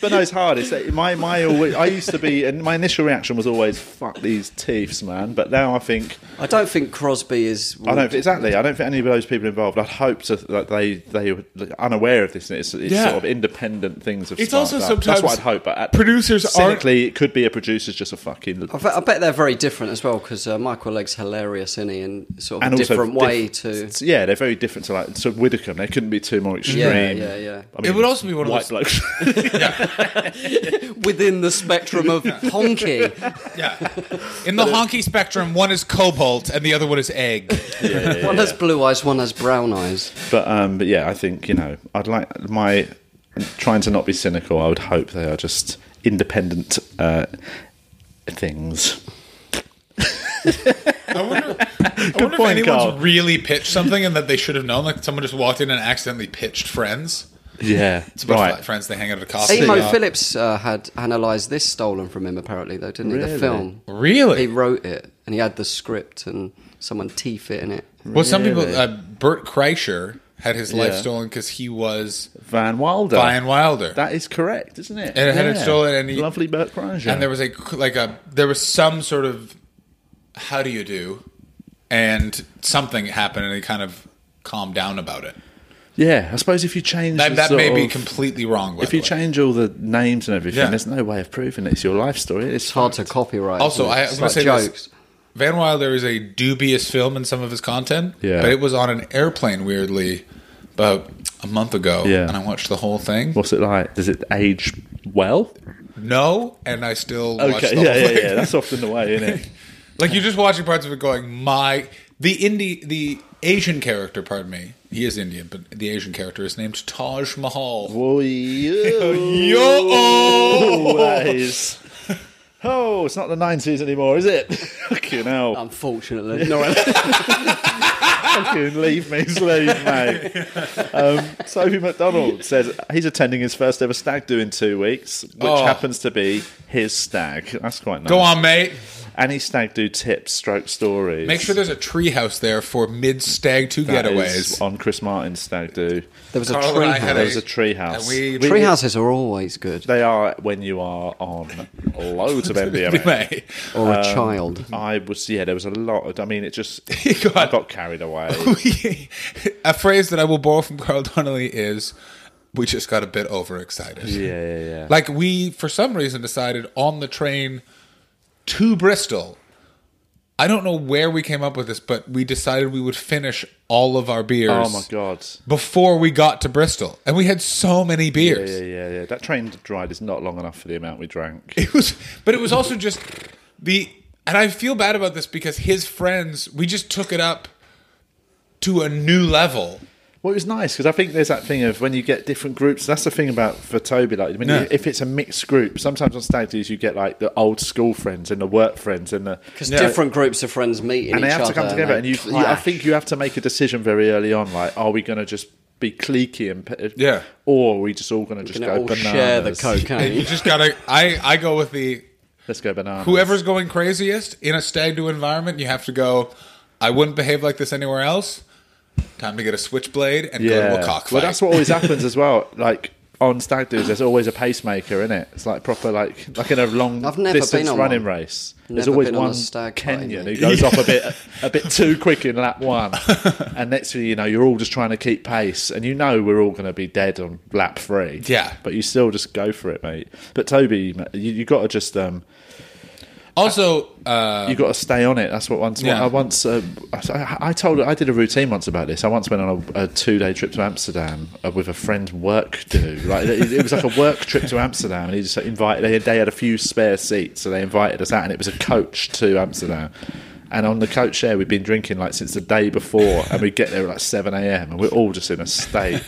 Speaker 1: But no, it's hard. It's that my my always, I used to be, and my initial reaction was always "fuck these teeths, man." But now I think
Speaker 4: I don't think Crosby is.
Speaker 1: I don't exactly. I don't think any of those people involved. I'd hope to, that they they were unaware of this. And it's it's
Speaker 3: Yeah.
Speaker 1: sort of independent things. Of
Speaker 3: It's
Speaker 1: sparked
Speaker 3: also
Speaker 1: up. that's
Speaker 3: sometimes
Speaker 1: what I'd hope. But at,
Speaker 3: producers aren't-
Speaker 1: cynically, it could be a producer's just a fucking.
Speaker 4: I bet, I bet they're very different as well because uh, Michael Legg's hilarious, isn't he? And sort of
Speaker 1: And
Speaker 4: a
Speaker 1: also
Speaker 4: different
Speaker 1: diff-
Speaker 4: way to.
Speaker 1: Yeah, they're very different to like so Widdicombe. They couldn't be too more extreme.
Speaker 4: yeah, yeah.
Speaker 1: I mean,
Speaker 3: It would also be one of
Speaker 1: white
Speaker 3: those-
Speaker 1: blokes.
Speaker 4: Within the spectrum of honky.
Speaker 3: Yeah. In the honky spectrum, one is cobalt and the other one is egg.
Speaker 4: one has blue eyes, one has brown eyes.
Speaker 1: But um, but yeah, I think you know, I'd like my trying to not be cynical. I would hope they are just independent uh, things.
Speaker 3: I wonder, I wonder
Speaker 1: point,
Speaker 3: if anyone's
Speaker 1: Carl.
Speaker 3: really pitched something and that they should have known. Like someone just walked in and accidentally pitched friends.
Speaker 1: Yeah,
Speaker 3: It's a bunch of like,
Speaker 1: right.
Speaker 3: friends they hang out at a coffee.
Speaker 4: Emo
Speaker 3: shop.
Speaker 4: Phillips uh, had analysed this stolen from him, apparently, though, didn't he?
Speaker 1: Really?
Speaker 4: The film. He
Speaker 3: Really?
Speaker 4: wrote it and he had the script and someone teeth it in it.
Speaker 3: Well, some people,
Speaker 1: Really?
Speaker 3: uh, Bert Kreischer had his life
Speaker 1: Yeah.
Speaker 3: stolen because he was
Speaker 1: Van Wilder.
Speaker 3: Van Wilder.
Speaker 1: That is correct, isn't it?
Speaker 3: And it had it stolen and he-
Speaker 1: lovely Bert Kreischer.
Speaker 3: and there was a like a there was some sort of how do you do, and something happened and he kind of calmed down about it.
Speaker 1: yeah, I suppose if you change the
Speaker 3: That, that
Speaker 1: sort
Speaker 3: may be
Speaker 1: of-
Speaker 3: completely wrong. By
Speaker 1: If you
Speaker 3: the way.
Speaker 1: change all the names and everything,
Speaker 3: Yeah.
Speaker 1: there's no way of proving it's your life story. It's
Speaker 4: It's hard to copyright.
Speaker 3: Also,
Speaker 4: isn't it?
Speaker 3: I- I'm
Speaker 4: It's
Speaker 3: gonna
Speaker 4: like
Speaker 3: say this.
Speaker 4: jokes.
Speaker 3: Van Wilder is a dubious film in some of his content.
Speaker 1: Yeah.
Speaker 3: But it was on an airplane, weirdly, about a month ago.
Speaker 1: Yeah.
Speaker 3: And I watched the whole thing.
Speaker 1: What's it like? Does it age well?
Speaker 3: No, and I still watched
Speaker 1: Okay,
Speaker 3: the
Speaker 1: yeah,
Speaker 3: whole
Speaker 1: yeah,
Speaker 3: thing.
Speaker 1: yeah. That's often the way, isn't it?
Speaker 3: Like you're just watching parts of it going, my the indie the Asian character, pardon me. He is Indian, but the Asian character is named Taj Mahal. oh.
Speaker 1: Whoa, yo.
Speaker 3: Yo
Speaker 1: Always. Oh, it's not the nineties anymore, is it? Fucking hell.
Speaker 4: Unfortunately. No, I-
Speaker 1: Fucking leave me's leave, mate. Um, Sophie McDonald says he's attending his first ever stag do in two weeks, which
Speaker 3: Oh.
Speaker 1: happens to be his stag. That's quite nice.
Speaker 3: Go on, mate.
Speaker 1: Any stag do tips, stroke stories.
Speaker 3: Make sure there's a treehouse there for mid stag two
Speaker 1: That is
Speaker 3: getaways.
Speaker 1: on Chris Martin's stag do.
Speaker 4: There was a
Speaker 3: Carl and I had
Speaker 1: There
Speaker 4: treehouse.
Speaker 1: was Oh, a tree house.
Speaker 3: And we-
Speaker 1: We-
Speaker 4: Treehouses are always good.
Speaker 1: They are when you are on loads of MDMA.
Speaker 3: Mate,
Speaker 4: Or a child.
Speaker 1: I was um, yeah, there was a lot. Of, I mean, it just
Speaker 3: He got- Oh,
Speaker 1: I got carried away.
Speaker 3: a phrase that I will borrow from Carl Donnelly is, "We just got a bit overexcited."
Speaker 1: yeah, yeah, yeah.
Speaker 3: Like we, for some reason, decided on the train to Bristol. I don't know where we came up with this, but we decided we would finish all of our beers.
Speaker 1: oh my god.
Speaker 3: Before we got to Bristol, and we had so many
Speaker 1: Yeah,
Speaker 3: beers.
Speaker 1: yeah, yeah, yeah. That train ride is not long enough for the amount we drank.
Speaker 3: It was, but it was also just the, and I feel bad about this because his friends, we just took it up to a new level.
Speaker 1: Well, it was nice because I think there's that thing of when you get different groups. That's the thing about for Toby. Like, I mean,
Speaker 3: Yeah.
Speaker 1: if it's a mixed group, sometimes on stag do's you get like the old school friends and the work friends and the
Speaker 4: Because different groups of friends meet in
Speaker 1: and
Speaker 4: each
Speaker 1: they have
Speaker 4: other.
Speaker 1: to come together. And
Speaker 4: they
Speaker 1: you, you, I
Speaker 4: clash.
Speaker 1: think you have to make a decision very early on. Like, are we going to just be cliquey and pe-
Speaker 3: Yeah.
Speaker 1: or are we just all going to just
Speaker 4: Can
Speaker 1: go
Speaker 4: all
Speaker 1: bananas?
Speaker 4: share the
Speaker 3: And you
Speaker 4: cocaine.
Speaker 3: just gotta, I, I go with the
Speaker 1: Let's go bananas.
Speaker 3: whoever's going craziest in a stag do environment. You have to go. I wouldn't behave like this anywhere else. Time to get a switchblade and go to a cockfight.
Speaker 1: Well, that's what always happens as well. Like on stag do's, there's always a pacemaker in it. It's like proper like like in a long
Speaker 4: I've never
Speaker 1: distance
Speaker 4: been on
Speaker 1: running
Speaker 4: one.
Speaker 1: race. there's
Speaker 4: Never
Speaker 1: always
Speaker 4: been on a
Speaker 1: one
Speaker 4: stag fight,
Speaker 1: Kenyan who
Speaker 4: mate.
Speaker 1: goes off a bit a bit too quick in lap one, and next thing you know, you're all just trying to keep pace, and you know we're all going to be dead on lap three.
Speaker 3: Yeah.
Speaker 1: but you still just go for it, mate. But Toby, ma- you, you got to just um,
Speaker 3: also, uh,
Speaker 1: you got to stay on it. That's what once
Speaker 3: Yeah.
Speaker 1: I once uh, I, I told I did a routine once about this. I once went on a, a two day trip to Amsterdam uh, with a friend's work do. Like it, it was like a work trip to Amsterdam, and he just invited. They had, they had a few spare seats, so they invited us out, and it was a coach to Amsterdam. And on the coach there, we'd been drinking like since the day before, and we get there at like seven a.m. and we're all just in a state.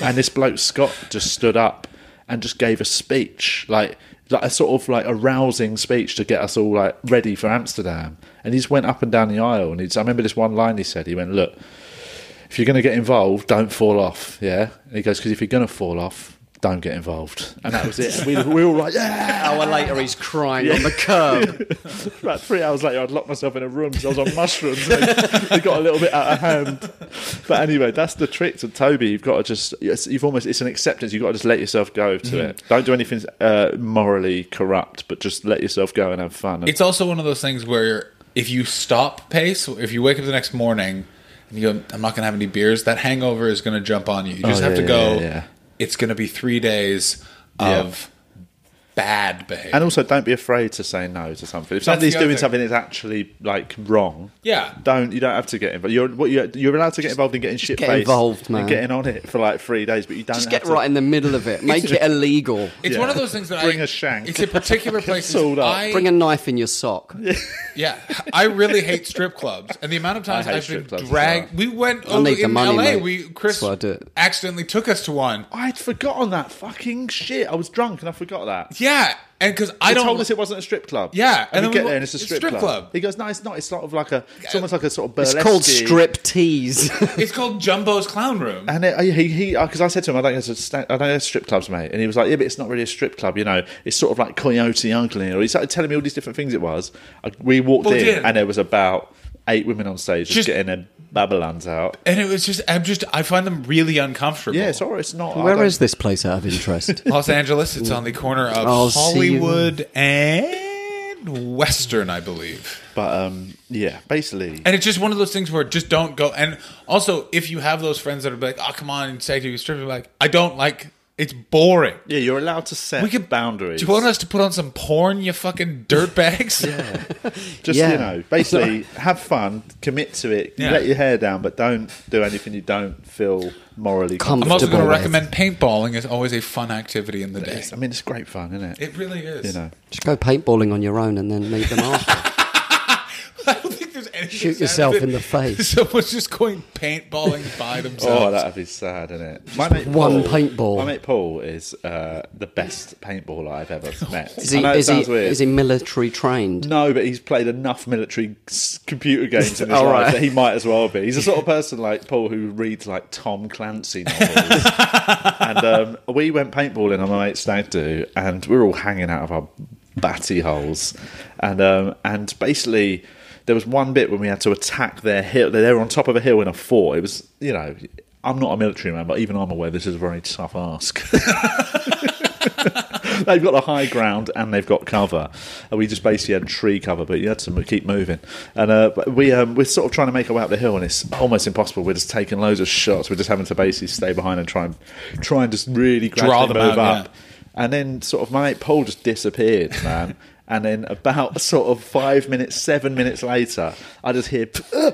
Speaker 1: and this bloke Scott just stood up and just gave a speech, like like a sort of like a rousing speech to get us all like ready for Amsterdam. And he just went up and down the aisle, and he's, I remember this one line he said. He went, "Look, if you're going to get involved, don't fall off." Yeah, and he goes, "Because if you're going to fall off." Don't get involved, and that was it. We, we were all like, "Yeah!"
Speaker 4: Hour later, he's crying on the curb.
Speaker 1: About three hours later, I'd locked myself in a room because I was on mushrooms. And they got a little bit out of hand. But anyway, that's the trick to Toby. You've got to just, it's, you've almost, it's an acceptance. You've got to just let yourself go
Speaker 4: Mm-hmm.
Speaker 1: to it. Don't do anything uh, morally corrupt, but just let yourself go and have fun. And
Speaker 3: it's also one of those things where if you stop pace, if you wake up the next morning and you go, "I'm not gonna have any beers," that hangover is gonna jump on you. You just
Speaker 1: Oh,
Speaker 3: have
Speaker 1: yeah,
Speaker 3: to go.
Speaker 1: yeah, yeah.
Speaker 3: It's gonna be three days
Speaker 1: Yeah.
Speaker 3: of bad behavior.
Speaker 1: and also, don't be afraid to say no to something. If somebody's
Speaker 3: the other
Speaker 1: doing
Speaker 3: thing.
Speaker 1: something that's actually like wrong,
Speaker 3: Yeah.
Speaker 1: don't you don't have to get involved. You're what you're, you're allowed to get involved in getting shit
Speaker 4: get involved, man.
Speaker 1: and getting on it for like three days, but you don't
Speaker 4: Just
Speaker 1: have
Speaker 4: get
Speaker 1: to
Speaker 4: right in the middle of it. Make it illegal.
Speaker 3: It's
Speaker 1: Yeah.
Speaker 3: one of those things that
Speaker 1: Bring
Speaker 3: I
Speaker 1: a shank.
Speaker 3: It's a particular place.
Speaker 1: Sold up.
Speaker 3: I
Speaker 4: Bring a knife in your sock.
Speaker 3: yeah. I really hate strip clubs, and the amount of times
Speaker 1: I hate
Speaker 3: I've
Speaker 1: strip
Speaker 3: been
Speaker 1: clubs as
Speaker 3: dragged. We went over
Speaker 4: need the
Speaker 3: in
Speaker 4: money,
Speaker 3: LA.
Speaker 4: mate.
Speaker 3: We Chris
Speaker 4: That's why I do it.
Speaker 3: accidentally took us to one.
Speaker 1: I'd forgotten that fucking shit. I was drunk and I forgot that.
Speaker 3: Yeah, and because I
Speaker 1: They
Speaker 3: don't
Speaker 1: told us it wasn't a strip club.
Speaker 3: Yeah,
Speaker 1: and,
Speaker 3: and
Speaker 1: we
Speaker 3: then
Speaker 1: get
Speaker 3: we-
Speaker 1: there and it's a
Speaker 3: it's
Speaker 1: strip,
Speaker 3: strip
Speaker 1: club.
Speaker 3: club.
Speaker 1: He goes, no, it's not. It's sort of like a. It's almost like a sort of
Speaker 4: It's
Speaker 1: burlesque.
Speaker 4: called strip tease.
Speaker 3: It's called Jumbo's Clown Room.
Speaker 1: And it, he he because I said to him, I don't go to sta- I don't go to strip clubs, mate. And he was like, yeah, but it's not really a strip club, you know. It's sort of like Coyote Ugly. Or he started telling me all these different things. It was. I, we walked
Speaker 3: Well,
Speaker 1: in
Speaker 3: yeah.
Speaker 1: and there was about eight women on stage just,
Speaker 3: Just-
Speaker 1: getting their babylons out.
Speaker 3: And it was just, I'm just, I find them really uncomfortable.
Speaker 1: Yeah, sorry, it's not. I
Speaker 4: Where
Speaker 1: don't-
Speaker 4: is this place out of interest?
Speaker 3: Los Angeles, it's on the corner of
Speaker 4: I'll see you
Speaker 3: Hollywood and Western, I believe.
Speaker 1: But um, yeah, basically.
Speaker 3: And it's just one of those things where just don't go. And also, if you have those friends that are like, oh, come on, and say to you, strip, like, I don't like, it's boring.
Speaker 1: Yeah, you're allowed to set
Speaker 3: We
Speaker 1: we
Speaker 3: could-
Speaker 1: could, boundaries.
Speaker 3: Do you want us to put on some porn, you fucking dirtbags? yeah.
Speaker 1: Just
Speaker 4: Yeah.
Speaker 1: you know, basically have fun, commit to it,
Speaker 3: Yeah.
Speaker 1: let your hair down, but don't do anything you don't feel morally
Speaker 4: Come
Speaker 1: comfortable.
Speaker 3: I'm also going to
Speaker 4: Comfortable with.
Speaker 3: recommend paintballing is always a fun activity in the day.
Speaker 1: I mean, it's great fun, isn't it?
Speaker 3: It really is.
Speaker 1: You know,
Speaker 4: Just go paintballing on your own and then meet them after.
Speaker 3: I don't think there's and he's
Speaker 5: Shoot
Speaker 3: just
Speaker 5: yourself
Speaker 3: having-
Speaker 5: in the face.
Speaker 3: Someone's just going paintballing by themselves.
Speaker 1: Oh, that'd be sad, innit? My mate
Speaker 5: one paintball.
Speaker 1: My mate Paul is uh, the best paintballer I've ever met.
Speaker 4: Is he,
Speaker 1: I know it
Speaker 4: is, he,
Speaker 1: sounds weird. Mm.
Speaker 4: is he military trained?
Speaker 1: No, but he's played enough military s- computer games in his
Speaker 4: All
Speaker 1: life
Speaker 4: right.
Speaker 1: that he might as well be. He's the sort of person like Paul who reads like Tom Clancy novels. and um, we went paintballing on my mate Stag do, and we were all hanging out of our batty holes, and um, and basically. There was one bit when we had to attack their hill. They were on top of a hill in a fort. It was, you know, I'm not a military man, but even I'm aware this is a very tough ask. they've got the high ground and they've got cover. And we just basically had tree cover, but you had to m- keep moving. And uh, but we um, we're sort of trying to make our way up the hill, and it's almost impossible. We're just taking loads of shots. We're just having to basically stay behind and try and try and just really
Speaker 3: Draw
Speaker 1: gradually
Speaker 3: them
Speaker 1: move
Speaker 3: out,
Speaker 1: up. And then sort of my mate Paul just disappeared, man. And then about sort of five minutes, seven minutes later, I just hear uh,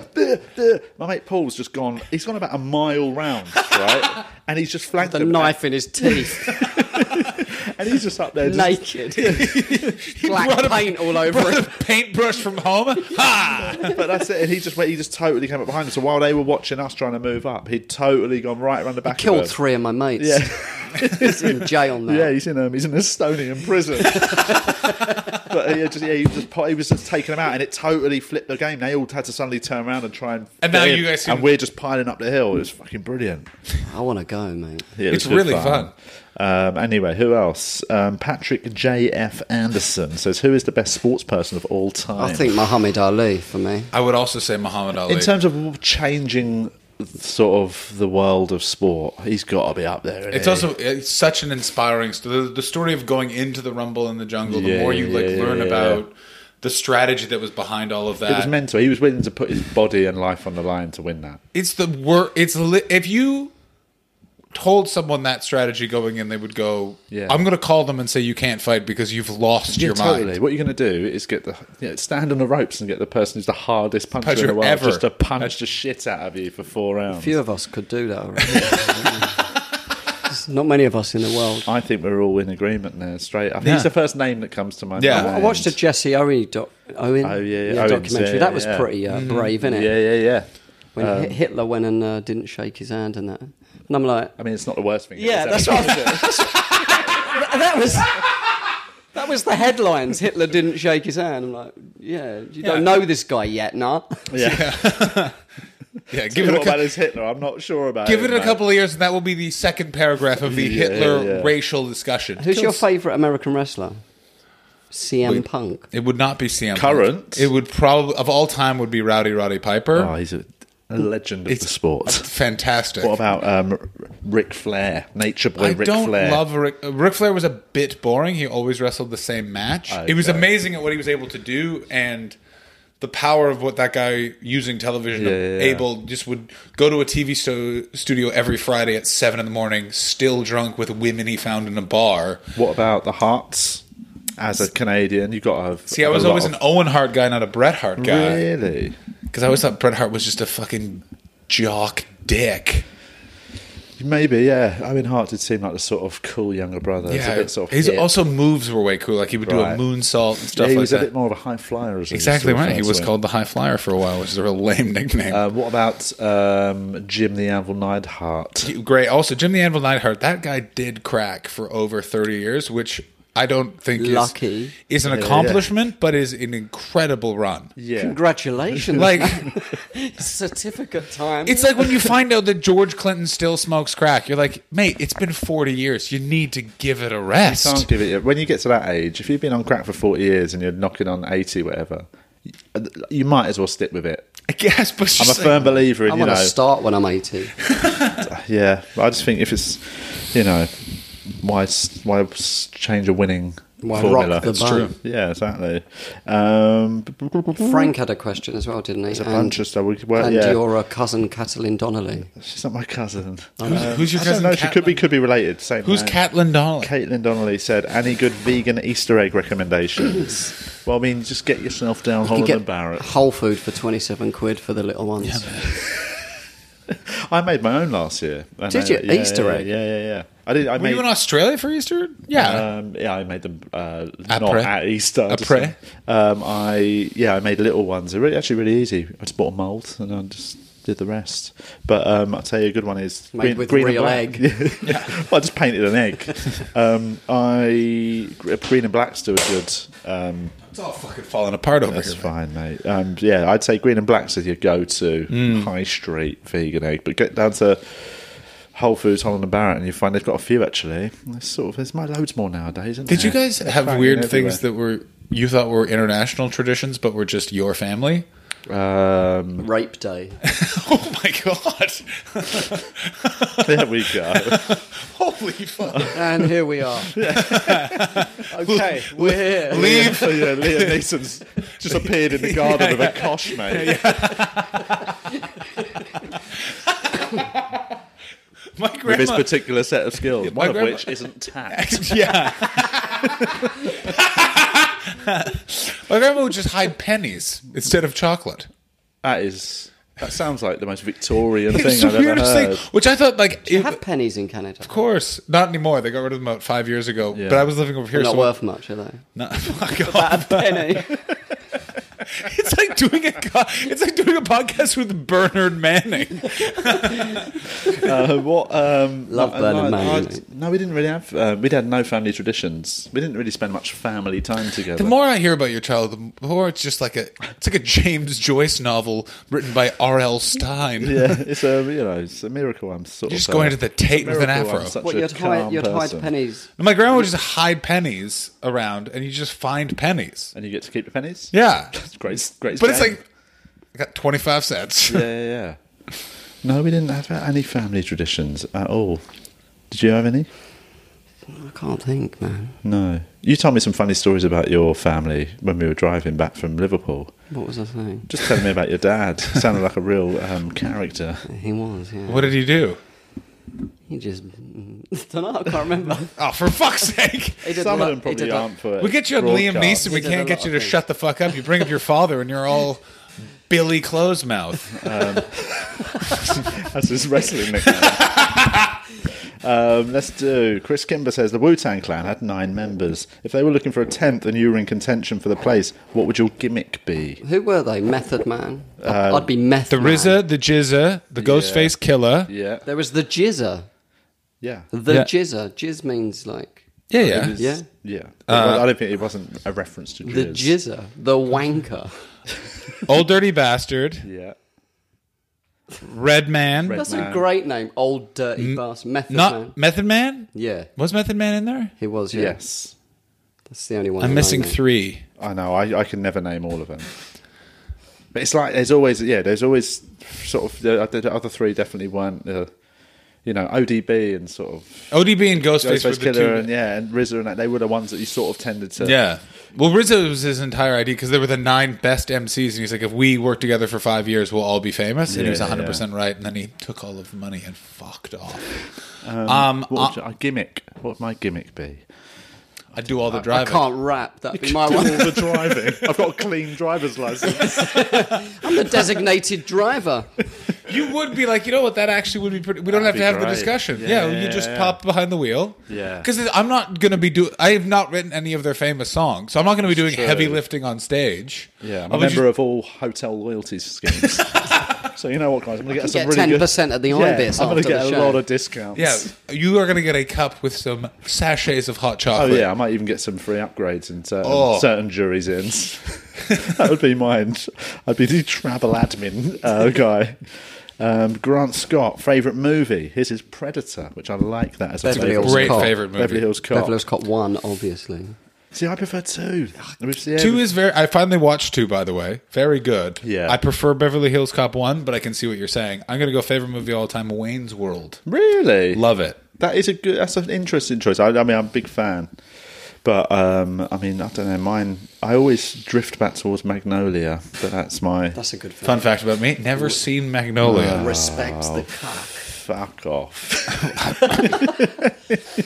Speaker 1: my mate Paul's just gone. He's gone about a mile round, right? And he's just flanked
Speaker 4: The
Speaker 1: him.
Speaker 4: knife in his teeth,
Speaker 1: and he's just up there, just
Speaker 4: naked, black paint all over
Speaker 3: Brought
Speaker 4: it.
Speaker 3: a paintbrush from home. Ha!
Speaker 1: but that's it. And he just went, he just totally came up behind us. So while they were watching us trying to move up, he'd totally gone right around the back.
Speaker 4: Killed
Speaker 1: of them.
Speaker 4: three of my mates. He's in jail now.
Speaker 1: Yeah, he's in um, he's in Estonian prison. but he just yeah, he was just po- he was just taking them out, and it totally flipped the game. They all had to suddenly turn around and try and.
Speaker 3: And now
Speaker 1: get in,
Speaker 3: you guys
Speaker 1: and
Speaker 3: can-
Speaker 1: we're just piling up the hill. It was fucking brilliant.
Speaker 4: I want to go, mate.
Speaker 1: Yeah, it
Speaker 3: It's
Speaker 1: was good
Speaker 3: really fun.
Speaker 1: Um, anyway, who else? Um, Patrick J. F. Anderson says, "Who is the best sports person of all time?"
Speaker 4: I think Muhammad Ali for me.
Speaker 3: I would also say Muhammad Ali.
Speaker 1: In terms of changing sort of the world of sport, he's got to be up there. isn't
Speaker 3: It's
Speaker 1: he?
Speaker 3: also it's such an inspiring story. The, the story of going into the Rumble in the Jungle. The
Speaker 1: Yeah,
Speaker 3: more you
Speaker 1: yeah,
Speaker 3: like
Speaker 1: yeah,
Speaker 3: learn
Speaker 1: yeah.
Speaker 3: about the strategy that was behind all of that.
Speaker 1: it was mental. He was willing to put his body and life on the line to win that.
Speaker 3: it's the wor It's li- if you told someone that strategy going in, they would go,
Speaker 1: Yeah.
Speaker 3: "I'm going to call them and say you can't fight because you've lost your mind."
Speaker 1: What you're going to do is get the you know, stand on the ropes and get the person who's the hardest puncher,
Speaker 3: Puncher
Speaker 1: in the world
Speaker 3: ever.
Speaker 1: just to punch the shit out of you for four rounds.
Speaker 4: Few of us could do that. already. There's Not many of us in the world.
Speaker 1: I think we're all in agreement there. Straight up,
Speaker 3: Yeah.
Speaker 1: he's the first name that comes to my
Speaker 3: Yeah.
Speaker 1: mind.
Speaker 4: I watched a Jesse Owen, doc- Owen
Speaker 1: Oh, yeah, yeah, Owens,
Speaker 4: documentary.
Speaker 1: yeah,
Speaker 4: that was
Speaker 1: yeah.
Speaker 4: pretty uh, brave, innit?
Speaker 1: Yeah, yeah, yeah.
Speaker 4: When Hi- Hitler went and uh, didn't shake his hand and that. And I'm like,
Speaker 1: I mean, it's not the worst thing.
Speaker 4: yeah,
Speaker 1: that's
Speaker 4: that's what. that was. That was the headlines. Hitler didn't shake his hand. I'm like, yeah, you don't
Speaker 3: Yeah.
Speaker 4: know this guy yet, nah.
Speaker 3: Yeah, give
Speaker 1: Give
Speaker 3: it a
Speaker 1: it about
Speaker 3: couple.
Speaker 1: his Hitler. I'm not sure about.
Speaker 3: Give it
Speaker 1: him,
Speaker 3: a
Speaker 1: mate.
Speaker 3: couple of years, and that will be the second paragraph of the
Speaker 1: Yeah,
Speaker 3: Hitler
Speaker 1: yeah.
Speaker 3: racial discussion.
Speaker 4: Who's your favourite American wrestler? CM
Speaker 3: Wait.
Speaker 4: Punk.
Speaker 3: It would not be CM. Punk.
Speaker 1: Current?
Speaker 3: It would probably of all time would be Rowdy Roddy Piper.
Speaker 1: Oh, he's a, a legend of the
Speaker 3: It's-
Speaker 1: sport.
Speaker 3: Fantastic.
Speaker 1: What about um, Ric Flair, Nature Boy
Speaker 3: I
Speaker 1: Ric
Speaker 3: don't
Speaker 1: Flair?
Speaker 3: love Ric, Ric Flair was a bit boring. He always wrestled the same match. It was
Speaker 1: Okay.
Speaker 3: amazing at what he was able to do and the power of what that guy using television
Speaker 1: Yeah, yeah, yeah.
Speaker 3: able just would go to a TV stu- studio every Friday at seven in the morning, still drunk with women he found in a bar.
Speaker 1: What about the Hearts? As a Canadian, you got to have.
Speaker 3: See, I
Speaker 1: have a
Speaker 3: was
Speaker 1: lot
Speaker 3: always
Speaker 1: of-
Speaker 3: an Owen Hart guy, not a Bret Hart guy,
Speaker 1: Really?
Speaker 3: because I always thought Bret Hart was just a fucking jock dick.
Speaker 1: Maybe, yeah. I mean, Hart did seem like the sort of cool younger brother. It's a
Speaker 3: Yeah,
Speaker 1: bit sort of
Speaker 3: his
Speaker 1: hip.
Speaker 3: also moves were way cool. Like he would do a
Speaker 1: Right.
Speaker 3: moonsault and
Speaker 1: Yeah,
Speaker 3: stuff
Speaker 1: he
Speaker 3: like
Speaker 1: was
Speaker 3: that.
Speaker 1: a bit more of a high flyer. As I used to
Speaker 3: Exactly right.
Speaker 1: refer
Speaker 3: He
Speaker 1: to
Speaker 3: was
Speaker 1: him.
Speaker 3: called the High Flyer for a while, which is a real lame nickname.
Speaker 1: Uh, what about um, Jim the Anvil Neidhart?
Speaker 3: Great. Also, Jim the Anvil Neidhart, that guy did crack for over 30 years, which I don't think is-
Speaker 4: Lucky.
Speaker 3: is, an accomplishment, but is an incredible run.
Speaker 1: Yeah.
Speaker 4: Congratulations.
Speaker 3: Like
Speaker 4: certificate time.
Speaker 3: it's like when you find out that George Clinton still smokes crack. You're like, mate, it's been 40 years. You need to give it a
Speaker 1: Can't
Speaker 3: rest.
Speaker 1: give it. When you get to that age, if you've been on crack for 40 years and you're knocking on 80, whatever, you- you might as well stick with it.
Speaker 3: I guess, but it's
Speaker 1: I'm a
Speaker 3: just
Speaker 1: firm
Speaker 3: like,
Speaker 1: believer in,
Speaker 4: I
Speaker 1: you
Speaker 4: want
Speaker 1: know.
Speaker 4: to start when I'm 80.
Speaker 1: Yeah, but I just think if it's, you know, why s- why s- change a winning
Speaker 4: Why
Speaker 1: formula?
Speaker 4: rock the It's boat?
Speaker 1: Yeah, exactly. Um,
Speaker 4: Frank had a question as well, didn't he? There's
Speaker 1: a bunch of stuff we could work-
Speaker 4: And
Speaker 1: yeah.
Speaker 4: your uh, cousin Catalin Donnelly.
Speaker 1: she's not my cousin.
Speaker 3: who's, who's your
Speaker 1: I don't
Speaker 3: cousin?
Speaker 1: know. She
Speaker 3: Cat-
Speaker 1: could be could be related. Same.
Speaker 3: who's
Speaker 1: name.
Speaker 3: Catlin Donnelly?
Speaker 1: Caitlin Donnelly said, "Any good vegan Easter egg recommendations?" well, I mean, just get yourself down
Speaker 4: You
Speaker 1: Holland
Speaker 4: get
Speaker 1: and Barrett.
Speaker 4: Whole Food for 27 quid for the little ones.
Speaker 1: I made my own last year. And
Speaker 4: Did
Speaker 1: I-
Speaker 4: you?
Speaker 1: yeah,
Speaker 4: Easter
Speaker 1: yeah,
Speaker 4: egg?
Speaker 1: Yeah, yeah, yeah. I did. I
Speaker 3: Were
Speaker 1: made.
Speaker 3: you in Australia for Easter? Yeah.
Speaker 1: um, yeah, I made them uh,
Speaker 3: Après.
Speaker 1: not at Easter. I just-
Speaker 3: Après.
Speaker 1: Um, I yeah, I made little ones. They're really, actually really easy. I just bought a mold and I just did the rest. But um, I'll tell you a good one is
Speaker 4: Made with
Speaker 1: and
Speaker 4: real
Speaker 1: black.
Speaker 4: egg.
Speaker 1: Yeah. well, I just painted an egg. um, I green and blacks do a good. Um,
Speaker 3: it's all fucking falling apart over
Speaker 1: that's
Speaker 3: here.
Speaker 1: fine, mate. Um, yeah, I'd say green and blacks is your go-to
Speaker 3: Mm.
Speaker 1: high street vegan egg. But get down to Whole Foods, Holland and Barrett, and you find they've got a few actually. There's sort of there's my loads more nowadays. Isn't
Speaker 3: Did you
Speaker 1: there?
Speaker 3: guys have
Speaker 1: Fucking
Speaker 3: weird
Speaker 1: everywhere.
Speaker 3: things that were you thought were international traditions, but were just your family?
Speaker 1: Um,
Speaker 4: Rape day.
Speaker 3: Oh my god!
Speaker 1: there we go.
Speaker 3: Holy fuck!
Speaker 4: And here we are. okay, we're here.
Speaker 1: Leave. yeah, Liam Neeson's just appeared in the garden with a kosh, mate.
Speaker 3: My
Speaker 1: With his
Speaker 3: grandma.
Speaker 1: particular set of skills, one of
Speaker 3: grandma-
Speaker 1: which isn't tact.
Speaker 3: yeah. my grandma would just hide pennies instead of chocolate.
Speaker 1: That is. That sounds like the most Victorian thing
Speaker 3: It's
Speaker 1: I've
Speaker 3: the
Speaker 1: ever
Speaker 3: weirdest
Speaker 1: heard.
Speaker 3: thing. Which I thought, like,
Speaker 4: You
Speaker 3: if-
Speaker 4: have pennies in Canada.
Speaker 3: of course, not anymore. They got rid of them about five years ago.
Speaker 1: Yeah.
Speaker 3: But I was living over here.
Speaker 4: Not
Speaker 3: so
Speaker 4: worth much, are they?
Speaker 3: No, fuck
Speaker 4: A
Speaker 3: off.
Speaker 4: penny.
Speaker 3: It's like doing a. co- It's like doing a podcast with Bernard Manning.
Speaker 1: Uh, what? Um,
Speaker 4: Love
Speaker 1: no,
Speaker 4: Bernard
Speaker 1: no,
Speaker 4: Manning,
Speaker 1: I-
Speaker 4: mate.
Speaker 1: No, we didn't really have. Uh, we'd had no family traditions. We didn't really spend much family time together.
Speaker 3: The more I hear about your childhood, the more it's just like a. It's like a James Joyce novel written by R.L. Stein.
Speaker 1: yeah, it's a you know, it's a miracle. I'm sort
Speaker 3: You're
Speaker 1: of
Speaker 3: just going
Speaker 1: uh,
Speaker 3: to the Tate with an
Speaker 1: miracle I'm
Speaker 3: afro.
Speaker 1: such
Speaker 4: what,
Speaker 1: a
Speaker 4: you'd
Speaker 1: calm
Speaker 4: hide, you'd hide
Speaker 1: person.
Speaker 4: pennies.
Speaker 3: And my grandma would just hide pennies around, and you just find pennies.
Speaker 1: and you get to keep the pennies.
Speaker 3: Yeah,
Speaker 1: it's great, great.
Speaker 3: but it's
Speaker 1: scam.
Speaker 3: like I got twenty five cents.
Speaker 1: yeah, yeah, yeah. No, we didn't have any family traditions at all. Did you have any?
Speaker 4: I can't think, man.
Speaker 1: No. You told me some funny stories about your family when we were driving back from Liverpool.
Speaker 4: What was I saying?
Speaker 1: Just telling me about your dad. Sounded like a real um, character.
Speaker 4: He was, yeah.
Speaker 3: What did he do?
Speaker 4: He just. don't know, I can't remember.
Speaker 3: Oh, for fuck's sake!
Speaker 4: He did
Speaker 1: Some of
Speaker 4: lo-
Speaker 1: them
Speaker 4: he
Speaker 1: probably
Speaker 4: did lo-
Speaker 1: aren't for.
Speaker 3: We get you on Liam
Speaker 1: broadcast.
Speaker 3: Neeson, we
Speaker 4: He did a
Speaker 3: can't
Speaker 4: lot
Speaker 3: get you
Speaker 4: of
Speaker 3: to
Speaker 4: things.
Speaker 3: shut the fuck up. You bring up your father, and you're all Billy Closemouth.
Speaker 1: That's his wrestling nickname. um, let's do. Chris Kimber says the Wu Tang Clan had nine members. If they were looking for a tenth and you were in contention for the place, what would your gimmick be?
Speaker 4: Who were they? Method Man.
Speaker 1: Uh,
Speaker 4: I'd, I'd be Method
Speaker 3: The
Speaker 4: Man.
Speaker 3: RZA, the Jizza, the Ghostface Killer.
Speaker 1: Yeah,
Speaker 4: There was the Jizzer.
Speaker 1: yeah,
Speaker 4: The
Speaker 3: Yeah.
Speaker 4: Jizzer. Jizz means like.
Speaker 3: Yeah, yeah.
Speaker 4: Yeah.
Speaker 1: yeah. Well, I don't think it wasn't a reference to
Speaker 4: Uh, The
Speaker 1: jizz.
Speaker 4: Jizzer. The Wanker.
Speaker 3: Old dirty bastard,
Speaker 1: Yeah,
Speaker 3: Red Man,
Speaker 1: Red
Speaker 4: That's
Speaker 1: Man.
Speaker 4: a great name. Old Dirty Bastard. Method
Speaker 3: not
Speaker 4: Man.
Speaker 3: Method Man.
Speaker 4: Yeah.
Speaker 3: Was Method Man in there?
Speaker 4: He was, yeah.
Speaker 1: Yes,
Speaker 4: That's the only one.
Speaker 3: I'm
Speaker 4: that I
Speaker 3: missing
Speaker 4: know.
Speaker 3: three.
Speaker 1: I know. I, I can never name all of them. But it's like there's always yeah. There's always sort of the, the other three definitely weren't. Uh, you know, ODB and sort of
Speaker 3: ODB and Ghostface, were
Speaker 1: Ghostface
Speaker 3: the
Speaker 1: Killer
Speaker 3: two.
Speaker 1: and yeah, and RZA and that, they were the ones that you sort of tended to
Speaker 3: Yeah. Well, Rizzo was his entire idea because they were the nine best MCs, and he's like, if we work together for five years, we'll all be famous. And he was
Speaker 1: Yeah,
Speaker 3: 100% right. And then he took all of the money and fucked off. Um,
Speaker 1: What
Speaker 4: Uh,
Speaker 1: would your- a gimmick? What would my gimmick be?
Speaker 3: I do all the
Speaker 4: I
Speaker 3: driving.
Speaker 4: can't rap. That'd be my one.
Speaker 1: the driving. I've got a clean driver's license.
Speaker 4: I'm the designated driver.
Speaker 3: You would be like, you know what? That actually would be pretty. We don't have
Speaker 1: That'd
Speaker 3: to have
Speaker 1: be
Speaker 3: the
Speaker 1: great.
Speaker 3: discussion. Yeah,
Speaker 1: Yeah,
Speaker 3: you
Speaker 1: yeah,
Speaker 3: just
Speaker 1: yeah.
Speaker 3: pop behind the wheel.
Speaker 1: Yeah.
Speaker 3: Because I'm not going to be doing. I have not written any of their famous songs, so I'm not going to be doing heavy lifting on stage.
Speaker 1: Yeah, I'm
Speaker 3: I'll
Speaker 1: a
Speaker 3: be just-
Speaker 1: member of all hotel loyalties schemes. so you know what, guys? I'm gonna get some
Speaker 4: Get
Speaker 1: really
Speaker 4: ten
Speaker 1: good.
Speaker 4: percent at the
Speaker 1: Yeah,
Speaker 4: Ibis
Speaker 1: I'm gonna
Speaker 4: after
Speaker 1: get
Speaker 4: the
Speaker 1: a
Speaker 4: show.
Speaker 1: lot of discounts.
Speaker 3: yeah, you are going to get a cup with some sachets of hot
Speaker 1: Oh
Speaker 3: chocolate.
Speaker 1: yeah, I might even get some free upgrades in certain,
Speaker 3: Oh.
Speaker 1: certain juries in. that would be mine. I'd be the travel admin uh, guy. Um, Grant Scott, favourite movie? His is Predator, which I like that as a
Speaker 4: Beverly
Speaker 1: favourite.
Speaker 4: Hills
Speaker 3: Great
Speaker 4: Cop.
Speaker 3: favorite movie.
Speaker 1: Beverly Hills Cop.
Speaker 4: Beverly Hills Cop one, obviously.
Speaker 1: See, I prefer two. We've- yeah,
Speaker 3: Two
Speaker 1: we've-
Speaker 3: is very. I finally watched two, by the way. Very good.
Speaker 1: Yeah.
Speaker 3: I prefer Beverly Hills Cop one, but I can see what you're saying. I'm gonna go favorite movie all time, Wayne's World.
Speaker 1: really
Speaker 3: Love it.
Speaker 1: That is a good. That's an interesting choice. I, I mean, I'm a big fan, but um, I mean, I don't know. Mine. I always drift back towards Magnolia, but that's my
Speaker 4: That's a good film.
Speaker 3: Fun fact about me: never seen Magnolia.
Speaker 4: Respects the cock.
Speaker 1: fuck off.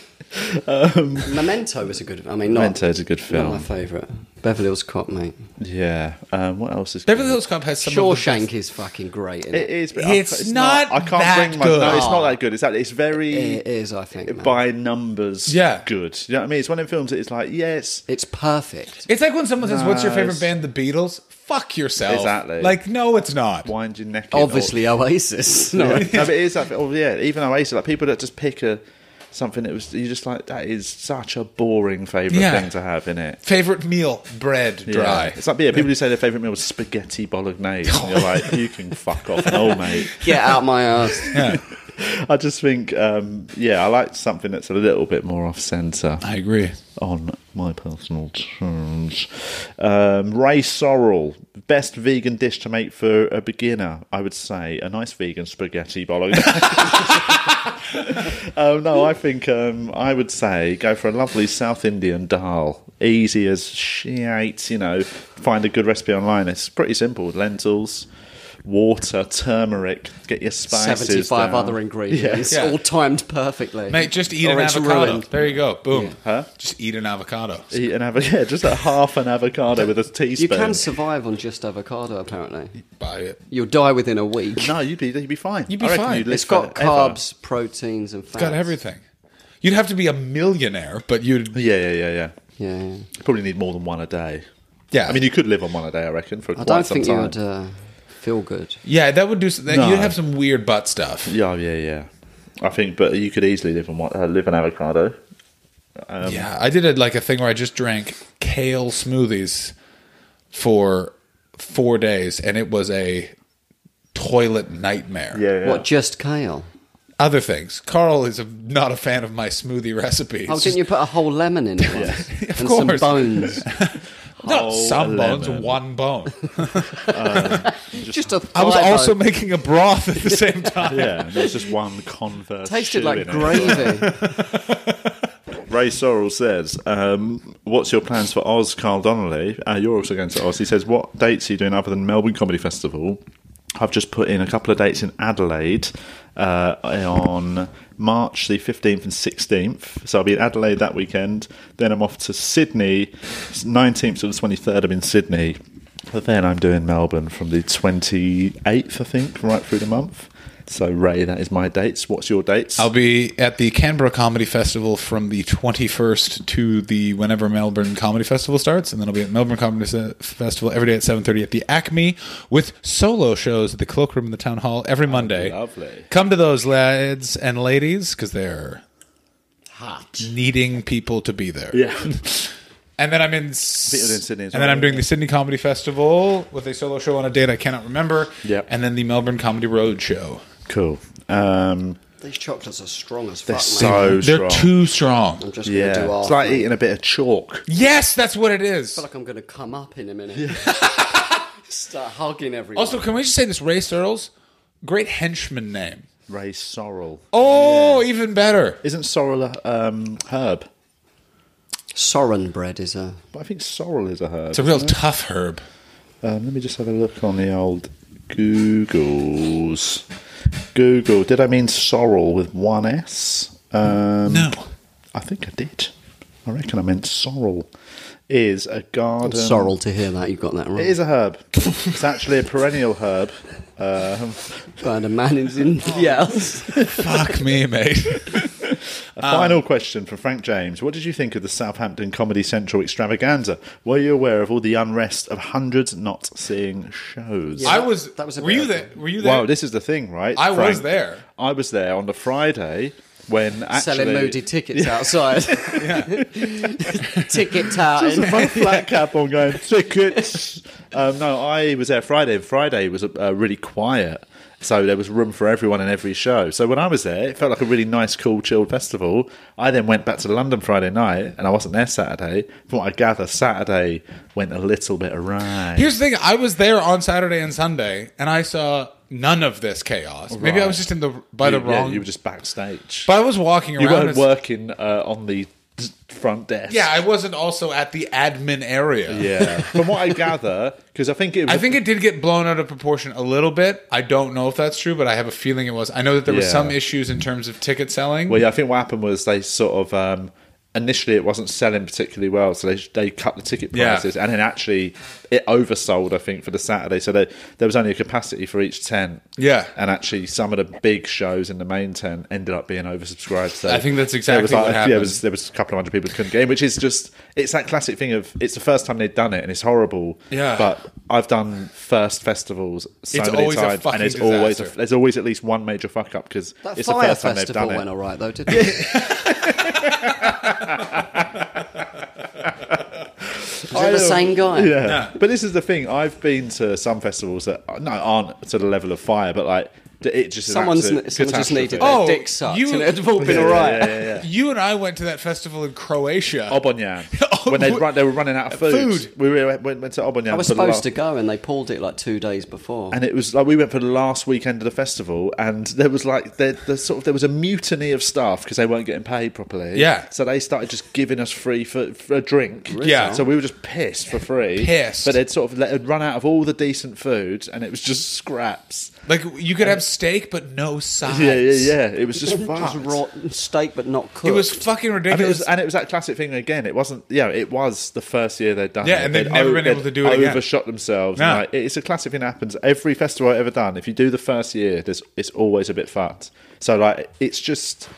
Speaker 1: Um,
Speaker 4: Memento was a good. I mean, not,
Speaker 1: Memento's a good film.
Speaker 4: Not my favourite. Beverly Hills Cop, mate.
Speaker 1: yeah. Um, what else is
Speaker 3: Beverly Hills Cop has some. Of
Speaker 4: Shawshank is fucking great. Isn't
Speaker 1: It
Speaker 4: it?
Speaker 1: is, but
Speaker 3: It's
Speaker 1: I-
Speaker 3: not
Speaker 1: I can't
Speaker 3: that
Speaker 1: bring my. No,
Speaker 3: good.
Speaker 1: it's not that good. It's that. It's very
Speaker 4: It is, I think. man.
Speaker 1: by numbers.
Speaker 3: Yeah.
Speaker 1: good. You know what I mean? It's one of them films that it's like yes,
Speaker 4: It's perfect.
Speaker 3: the, it's like when someone says, "What's your
Speaker 1: Nice.
Speaker 3: favorite band?" The Beatles. Fuck yourself.
Speaker 1: Exactly.
Speaker 3: Like, no, it's not.
Speaker 1: wind your neck. in or-
Speaker 4: Obviously, Oasis. No,
Speaker 1: no, no, but it is that. Oh yeah, even Oasis, like people that just pick a something that was you just like that is such a boring favorite
Speaker 3: Yeah.
Speaker 1: thing to have in it.
Speaker 3: Favorite meal: bread, dry.
Speaker 1: It's like yeah, people who say their favorite meal was spaghetti bolognese, and you're like, you can fuck off, no mate.
Speaker 4: get out my ass.
Speaker 1: I just think, um, yeah, I like something that's a little bit more off center
Speaker 3: I agree.
Speaker 1: on my personal terms. Um, Ray Sorrell, best vegan dish to make for a beginner, I would say. A nice vegan spaghetti bolognese. um, no, I think um, I would say go for a lovely South Indian dal. Easy as shit, you know. Find a good recipe online. It's pretty simple. Lentils, water, turmeric. Get your spices.
Speaker 4: Seventy-five
Speaker 1: down.
Speaker 4: other ingredients,
Speaker 3: Yeah.
Speaker 4: all timed perfectly.
Speaker 3: Mate, just eat
Speaker 4: Or
Speaker 3: an
Speaker 4: it's
Speaker 3: avocado.
Speaker 4: ruined.
Speaker 3: There you go. Boom.
Speaker 1: Huh?
Speaker 3: Just eat an avocado.
Speaker 1: Eat an avocado. Yeah, just a half an avocado with a
Speaker 4: You
Speaker 1: teaspoon.
Speaker 4: can survive on just avocado, apparently.
Speaker 3: Buy it.
Speaker 4: You'll die within a week.
Speaker 1: No, you'd be you'd be fine.
Speaker 3: You'd be
Speaker 1: I reckon
Speaker 3: fine.
Speaker 1: You'd live
Speaker 4: it's got
Speaker 1: forever.
Speaker 4: carbs, proteins, and fats.
Speaker 3: Got everything. You'd have to be a millionaire, but you'd
Speaker 1: Yeah, yeah, yeah, yeah.
Speaker 4: Yeah, yeah.
Speaker 1: You probably need more than one a day.
Speaker 3: yeah.
Speaker 1: I mean, you could live on one a day, I reckon, for
Speaker 4: I
Speaker 1: quite
Speaker 4: don't
Speaker 1: some
Speaker 4: think you
Speaker 1: time.
Speaker 4: would uh, feel good.
Speaker 3: yeah, that would do. s- That,
Speaker 1: No.
Speaker 3: You'd have some weird butt stuff.
Speaker 1: Yeah, yeah, yeah. I think, but you could easily live on one, uh, live on avocado.
Speaker 3: yeah, I did a, like a thing where I just drank kale smoothies for four days, and it was a toilet nightmare.
Speaker 4: What, just kale?
Speaker 3: Other things. Carl is a, not a fan of my smoothie recipes.
Speaker 4: Oh, didn't you put a whole lemon in it? once?
Speaker 3: Of
Speaker 4: and
Speaker 3: course.
Speaker 4: some bones.
Speaker 3: Not
Speaker 1: Whole
Speaker 3: some bones,
Speaker 1: Oh, lemon.
Speaker 3: one bone.
Speaker 4: just a
Speaker 3: I was
Speaker 4: thigh
Speaker 3: also
Speaker 4: bone.
Speaker 3: making a broth at the same time.
Speaker 1: Yeah, there's just one converse. shoe
Speaker 4: tasted like
Speaker 1: in it.
Speaker 4: gravy.
Speaker 1: Ray Sorrell says, um, "What's your plans for Oz, Carl Donnelly? Uh, you're also going to Oz." He says, "What dates are you doing other than Melbourne Comedy Festival?" I've just put in a couple of dates in Adelaide uh, on March the 15th and 16th. So I'll be in Adelaide that weekend. Then I'm off to Sydney, 19th to the 23rd. I'm in Sydney. But then I'm doing Melbourne from the 28th, I think, right through the month. So Ray, that is my dates. What's your dates?
Speaker 3: I'll be at the Canberra Comedy Festival from the 21st to the whenever Melbourne Comedy Festival starts, and then I'll be at Melbourne Comedy Se- Festival every day at 7:30 at the Acme with solo shows at the Cloakroom in the Town Hall every Monday.
Speaker 1: lovely.
Speaker 3: Come to those lads and ladies because they're hot, needing people to be there.
Speaker 1: yeah.
Speaker 3: And then I'm in,
Speaker 1: think you're doing Sydney as
Speaker 3: and then
Speaker 1: well,
Speaker 3: I'm doing
Speaker 1: yeah.
Speaker 3: the Sydney Comedy Festival with a solo show on a date I cannot remember.
Speaker 1: Yep.
Speaker 3: And then the Melbourne Comedy Road show.
Speaker 1: Cool. Um,
Speaker 4: These chocolates are strong as
Speaker 1: they're
Speaker 4: fuck, mate.
Speaker 1: so
Speaker 3: They're
Speaker 1: strong.
Speaker 3: too strong.
Speaker 4: I'm just going to
Speaker 1: yeah,
Speaker 4: do half.
Speaker 1: it's like
Speaker 4: mate.
Speaker 1: eating a bit of chalk.
Speaker 3: Yes, that's what it is.
Speaker 4: feel like I'm going to come up in a minute. Start hugging everyone.
Speaker 3: Also, can we just say this Ray Searles? Great henchman name.
Speaker 1: Ray sorrel.
Speaker 3: Oh, even better.
Speaker 1: Isn't sorrel a um, herb?
Speaker 4: Soren bread is a.
Speaker 1: But I think sorrel is a herb.
Speaker 3: It's a real tough herb.
Speaker 1: um, let me just have a look on the old Googles. Google. Did I mean sorrel with one S? Um,
Speaker 3: No.
Speaker 1: I think I did. I reckon I meant sorrel. Is a garden.
Speaker 4: Sorrel to hear that you got that
Speaker 1: It is
Speaker 4: right.
Speaker 1: a herb. it's actually a perennial herb. Um,
Speaker 4: But a man is in the house.
Speaker 3: Fuck me, mate.
Speaker 1: Final question from Frank James. What did you think of the Southampton Comedy Central extravaganza? Were you aware of all the unrest of hundreds not seeing shows?
Speaker 3: I was.
Speaker 4: that was a
Speaker 3: were you
Speaker 4: bad
Speaker 3: there? Were you there?
Speaker 1: Wow, this is the thing, right?
Speaker 3: I was there.
Speaker 1: I was there on the Friday when actually
Speaker 4: Selling moody tickets outside. Ticket touting.
Speaker 1: With my flat cap on going tickets. Um, no, I was there Friday. and Friday was uh, really quiet, so there was room for everyone in every show. So when I was there, it felt like a really nice, cool, chilled festival. I then went back to London Friday night, and I wasn't there Saturday. From what I gather, Saturday went a little bit awry.
Speaker 3: Here's the thing. I was there on Saturday and Sunday, and I saw none of this chaos. Maybe I was just in the by the
Speaker 1: Oh, You- yeah,
Speaker 3: wrong.
Speaker 1: you were just backstage.
Speaker 3: but I was walking around.
Speaker 1: you
Speaker 3: and
Speaker 1: weren't
Speaker 3: s-
Speaker 1: working uh, on the front desk.
Speaker 3: Yeah, I wasn't also at the admin area.
Speaker 1: yeah. From what I gather, because I think it was
Speaker 3: I think it did get blown out of proportion a little bit. I don't know if that's true, but I have a feeling it was. I know that there were
Speaker 1: Yeah.
Speaker 3: some issues in terms of ticket selling.
Speaker 1: Well, yeah, I think what happened was they sort of um, initially it wasn't selling particularly well, so they they cut the ticket
Speaker 3: Yeah.
Speaker 1: prices, and then actually it oversold. I think for the Saturday, so there there was only a capacity for each tent.
Speaker 3: Yeah.
Speaker 1: and actually some of the big shows in the main tent ended up being oversubscribed. So
Speaker 3: I think that's
Speaker 1: there
Speaker 3: exactly
Speaker 1: was
Speaker 3: what
Speaker 1: Yeah,
Speaker 3: happened.
Speaker 1: there was, there was a couple of hundred people who couldn't get in, which is just it's that classic thing of it's the first time they've done it and it's horrible.
Speaker 3: Yeah.
Speaker 1: but I've done first festivals so
Speaker 3: It's
Speaker 1: many
Speaker 3: always a
Speaker 1: times,
Speaker 3: fucking
Speaker 1: and it's always a,
Speaker 3: disaster.
Speaker 1: there's always at least one major fuck up because
Speaker 4: That
Speaker 1: it's the
Speaker 4: fire
Speaker 1: first time they've
Speaker 4: festival
Speaker 1: done it.
Speaker 4: went all right though, didn't it? Was it the same guy?
Speaker 1: um, Yeah.
Speaker 3: Yeah.
Speaker 1: But this is the thing. I've been to some festivals that uh, no aren't to the level of fire, but like d- it just is an
Speaker 4: Someone's
Speaker 1: absolute
Speaker 4: ne- someone just
Speaker 1: catastrophe.
Speaker 4: needed their
Speaker 3: Oh,
Speaker 4: dick sucked,
Speaker 3: you-
Speaker 4: and it'd have all
Speaker 3: Oh,
Speaker 4: been
Speaker 1: Yeah,
Speaker 4: all right.
Speaker 1: Yeah, yeah, Oh, yeah.
Speaker 3: You and I went to that festival in Croatia.
Speaker 1: Obonyan. when they run, they were running out of food.
Speaker 3: Oh, Food.
Speaker 1: We were- went, went to Obonyan.
Speaker 4: I was
Speaker 1: for the
Speaker 4: supposed
Speaker 1: last-
Speaker 4: to go, and they pulled it like two days before.
Speaker 1: and it was like we went for the last weekend of the festival, and there was like there, there sort of there was a mutiny of staff because they weren't getting paid properly.
Speaker 3: Yeah.
Speaker 1: so they started just giving us free for, for a drink.
Speaker 3: Yeah.
Speaker 1: so we were just pissed for free.
Speaker 3: Pissed.
Speaker 1: but they'd sort of let, had run out of all the decent food, and it was just scraps.
Speaker 3: Like you could have steak but no sides.
Speaker 1: Yeah, yeah, yeah. It was just
Speaker 4: Just
Speaker 1: fucked.
Speaker 4: raw steak, but not cooked.
Speaker 3: It was fucking
Speaker 1: And it was
Speaker 3: ridiculous.
Speaker 1: and it was that classic thing again. It wasn't, yeah. It was the first year they'd done.
Speaker 3: Yeah,
Speaker 1: it.
Speaker 3: and they've never been
Speaker 1: they'd
Speaker 3: able to do it again.
Speaker 1: Overshot themselves.
Speaker 3: No.
Speaker 1: And, like, it's a classic thing that happens every festival I've ever done. If you do the first year, there's, it's always a bit fucked. So like, it's just.